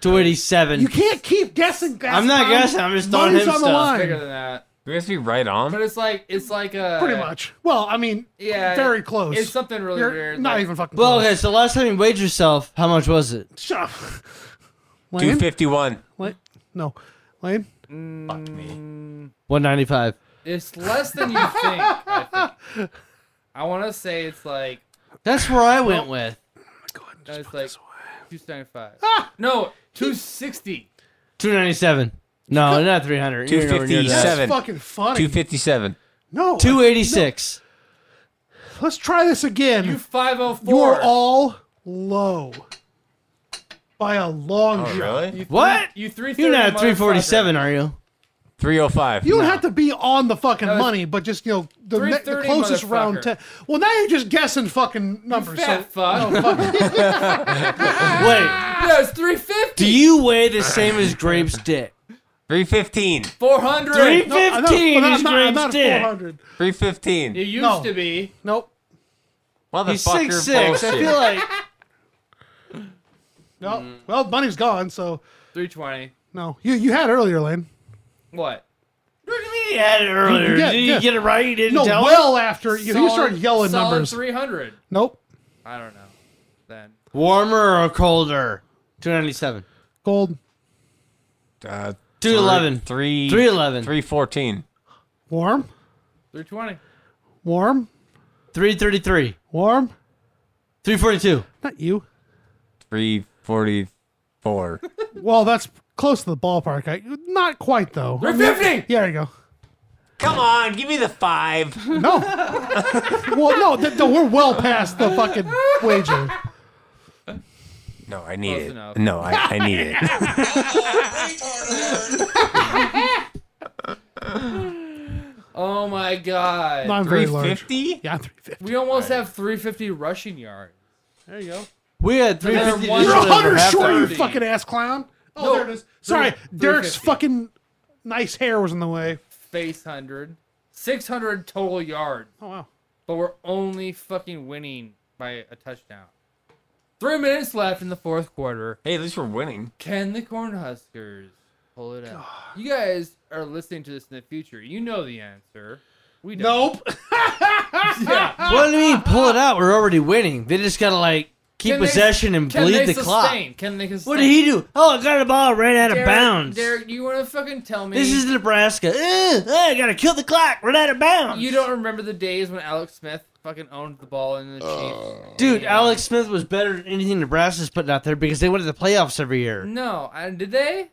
S3: Two eighty
S4: You
S3: seven.
S4: can't keep guessing. Guys.
S3: I'm not guessing, I'm just throwing
S4: Money's
S3: him
S4: on the
S3: stuff.
S4: line.
S1: Bigger than that.
S2: Do we have to be right on?
S1: But it's like it's like a
S4: Pretty much. Well, I mean,
S1: Uh, Yeah.
S4: very close.
S1: It's something really
S4: You're
S1: weird.
S4: Not
S1: like-
S4: even fucking
S3: Well,
S4: close.
S3: okay, so last time you weighed yourself, how much was it?
S4: Shut up. *laughs*
S2: Two
S4: Lane?
S2: fifty one.
S4: Lane? No. Lane?
S2: Fuck me.
S3: One ninety five.
S1: It's less than you think. I,
S4: *laughs*
S1: think. I want to say it's like
S3: That's where I went with.
S1: no, it's like two seventy five. No, two sixty.
S3: Two ninety seven. No, not three hundred.
S4: That's
S2: 257. Seven.
S4: fucking funny.
S2: Two fifty seven.
S4: no.
S3: Two eighty six.
S4: Let's try this again.
S1: You
S4: You
S1: five oh four.
S4: are all low. By a long
S3: Oh,
S2: Oh,
S4: shot.
S1: You
S3: What?
S1: You three.
S3: You're not at three forty seven, are you?
S2: Three oh five.
S4: You don't have to be on the fucking
S1: it's-
S4: money, but just, you know, the, ne- the
S1: 330,
S4: closest round
S1: motherfucker.
S4: 10. Well, now you're just guessing fucking numbers.
S1: Fat
S4: So, Oh,
S1: fuck.
S4: *laughs*
S3: Wait.
S1: Yeah, it's 350.
S3: Do you weigh the same as Grape's dick?
S2: Three fifteen.
S1: 400.
S3: Three
S1: No,
S4: I'm not-
S3: fifteen
S4: I'm
S3: is
S4: not- I'm
S3: Grape's
S4: not
S3: dick.
S4: 400.
S2: Three
S1: it
S2: fifteen.
S1: used
S4: No.
S1: to be.
S4: Nope.
S2: Motherfucker
S3: He's six six. I
S2: bullshit.
S3: feel like
S4: Nope. Well, money's gone, so
S1: 320.
S4: no. You you had earlier, Lane.
S1: What?
S3: What do you mean you had it earlier?
S4: You get-
S3: Did you
S4: yeah.
S3: get it right? You didn't
S4: No,
S3: tell
S4: well after you, you started yelling
S1: solid
S4: numbers.
S1: 300.
S4: Nope.
S1: I don't know. Then.
S3: him? Warmer or colder? 297.
S4: Gold.
S2: uh,
S3: 211.
S2: Three
S3: 311.
S2: three fourteen.
S4: Warm.
S1: 320.
S4: Warm.
S3: 333.
S4: Warm.
S3: 342.
S4: Not you.
S2: Three forty four.
S4: Well, that's close to the ballpark. I, not quite though.
S1: 350.
S4: Yeah, there you go.
S2: *laughs* Come on, give me the five.
S4: No. *laughs* well, no, th- no, we're well past the fucking wager.
S2: No, I need
S1: Close
S2: it.
S1: enough.
S2: No, I, I need it.
S1: Oh my god.
S4: No, I'm very large.
S2: 350?
S4: Yeah, three fifty.
S1: we almost have 350 rushing yards.
S4: There you go.
S3: We had
S1: Another
S3: 350.
S1: one.
S4: You're
S1: Should
S4: a
S1: have
S4: hundred
S1: half
S4: short, you
S1: already.
S4: fucking ass clown. Oh,
S1: No,
S4: there it is. Sorry,
S1: three-
S4: Derek's
S1: 350.
S4: fucking nice hair was in the way.
S1: Face 100. 600 total yards.
S4: Oh wow.
S1: But we're only fucking winning by a touchdown. Three minutes left in the fourth quarter.
S2: Hey, at least we're winning.
S1: Can the Cornhuskers pull it out? You guys are listening to this in the future. You know the answer. We don't.
S4: Nope.
S1: Yeah.
S3: What do you mean pull it out? We're already winning. They just got to, like, keep
S1: Can they-
S3: possession and
S1: Can
S3: bleed
S1: they
S3: the
S1: sustain?
S3: clock.
S1: Can they sustain?
S3: What did he do? Oh, I got the ball right out of
S1: Derek,
S3: bounds.
S1: Derek, you want to fucking tell me?
S3: This is Nebraska. Ugh, I got to kill the clock. Run out of bounds.
S1: You don't remember the days when Alex Smith fucking owned the ball in the Chiefs?
S3: Dude,
S1: Yeah.
S3: Alex Smith was better than anything Nebraska's putting out there because they went to the playoffs every year.
S1: No, I, did they?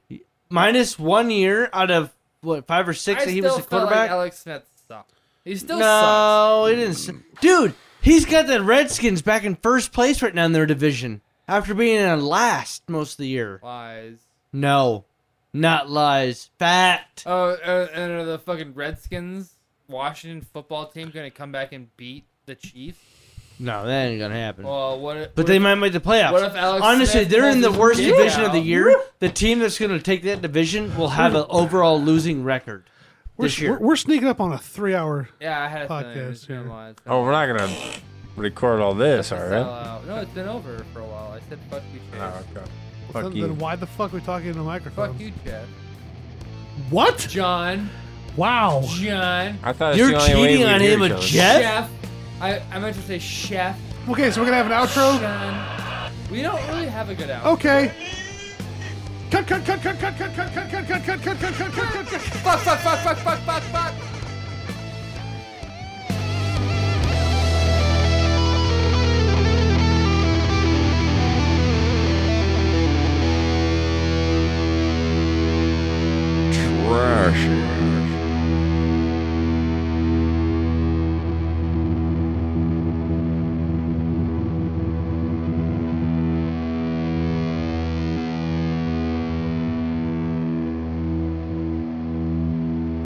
S3: minus one year out of what five or
S1: I
S3: six that
S1: still
S3: he was a
S1: felt like
S3: quarterback.
S1: Alex Smith sucked. He still sucks.
S3: No, it didn't. s- Dude, he's got the Redskins back in first place right now in their division after being in last most of the year.
S1: Lies.
S3: No, not lies. Fact.
S1: Oh, uh, and are the fucking Redskins, Washington football team, gonna come back and beat the Chiefs?
S3: No, that ain't gonna happen.
S1: Well, what? If,
S3: but
S1: what
S3: they
S1: if-
S3: might make the playoffs.
S1: what if Alex
S3: Honestly,
S1: Smith
S3: they're in the
S1: doesn't
S3: worst
S1: get
S3: division of the
S1: out?
S3: year. The team that's gonna take that division will have an overall losing record
S4: We're,
S3: this year.
S4: we're, we're sneaking up on a three hour.
S1: Yeah, I had a feeling it
S4: Podcast,
S1: was gonna
S4: yeah.
S1: lie. It's gonna
S2: Oh, we're not gonna record all this, all
S1: sell
S2: right?
S1: out. No, it's been over for a while. I said fuck you, Chad.
S2: Oh, okay.
S4: then,
S2: Fuck
S4: then
S2: you.
S4: why the fuck are we talking in the microphone?
S1: Fuck you, Chad.
S4: What?
S1: John,
S4: Wow.
S1: John,
S2: I thought it's
S3: You're
S2: the only way
S3: cheating
S2: we
S3: on
S2: hear
S3: him
S2: each other.
S3: again? Chef?
S1: chef. I, I meant to say chef.
S4: Okay, so we're gonna have an outro.
S1: John. We don't really have a good out.
S4: Okay. Cut, cut, cut, cut, cut, cut, cut, cut, cut, cut, cut, cut, cut, cut, cut, cut, cut.
S1: Fuck! Fuck! Fuck! Fuck! Fuck! Fuck! Fuck!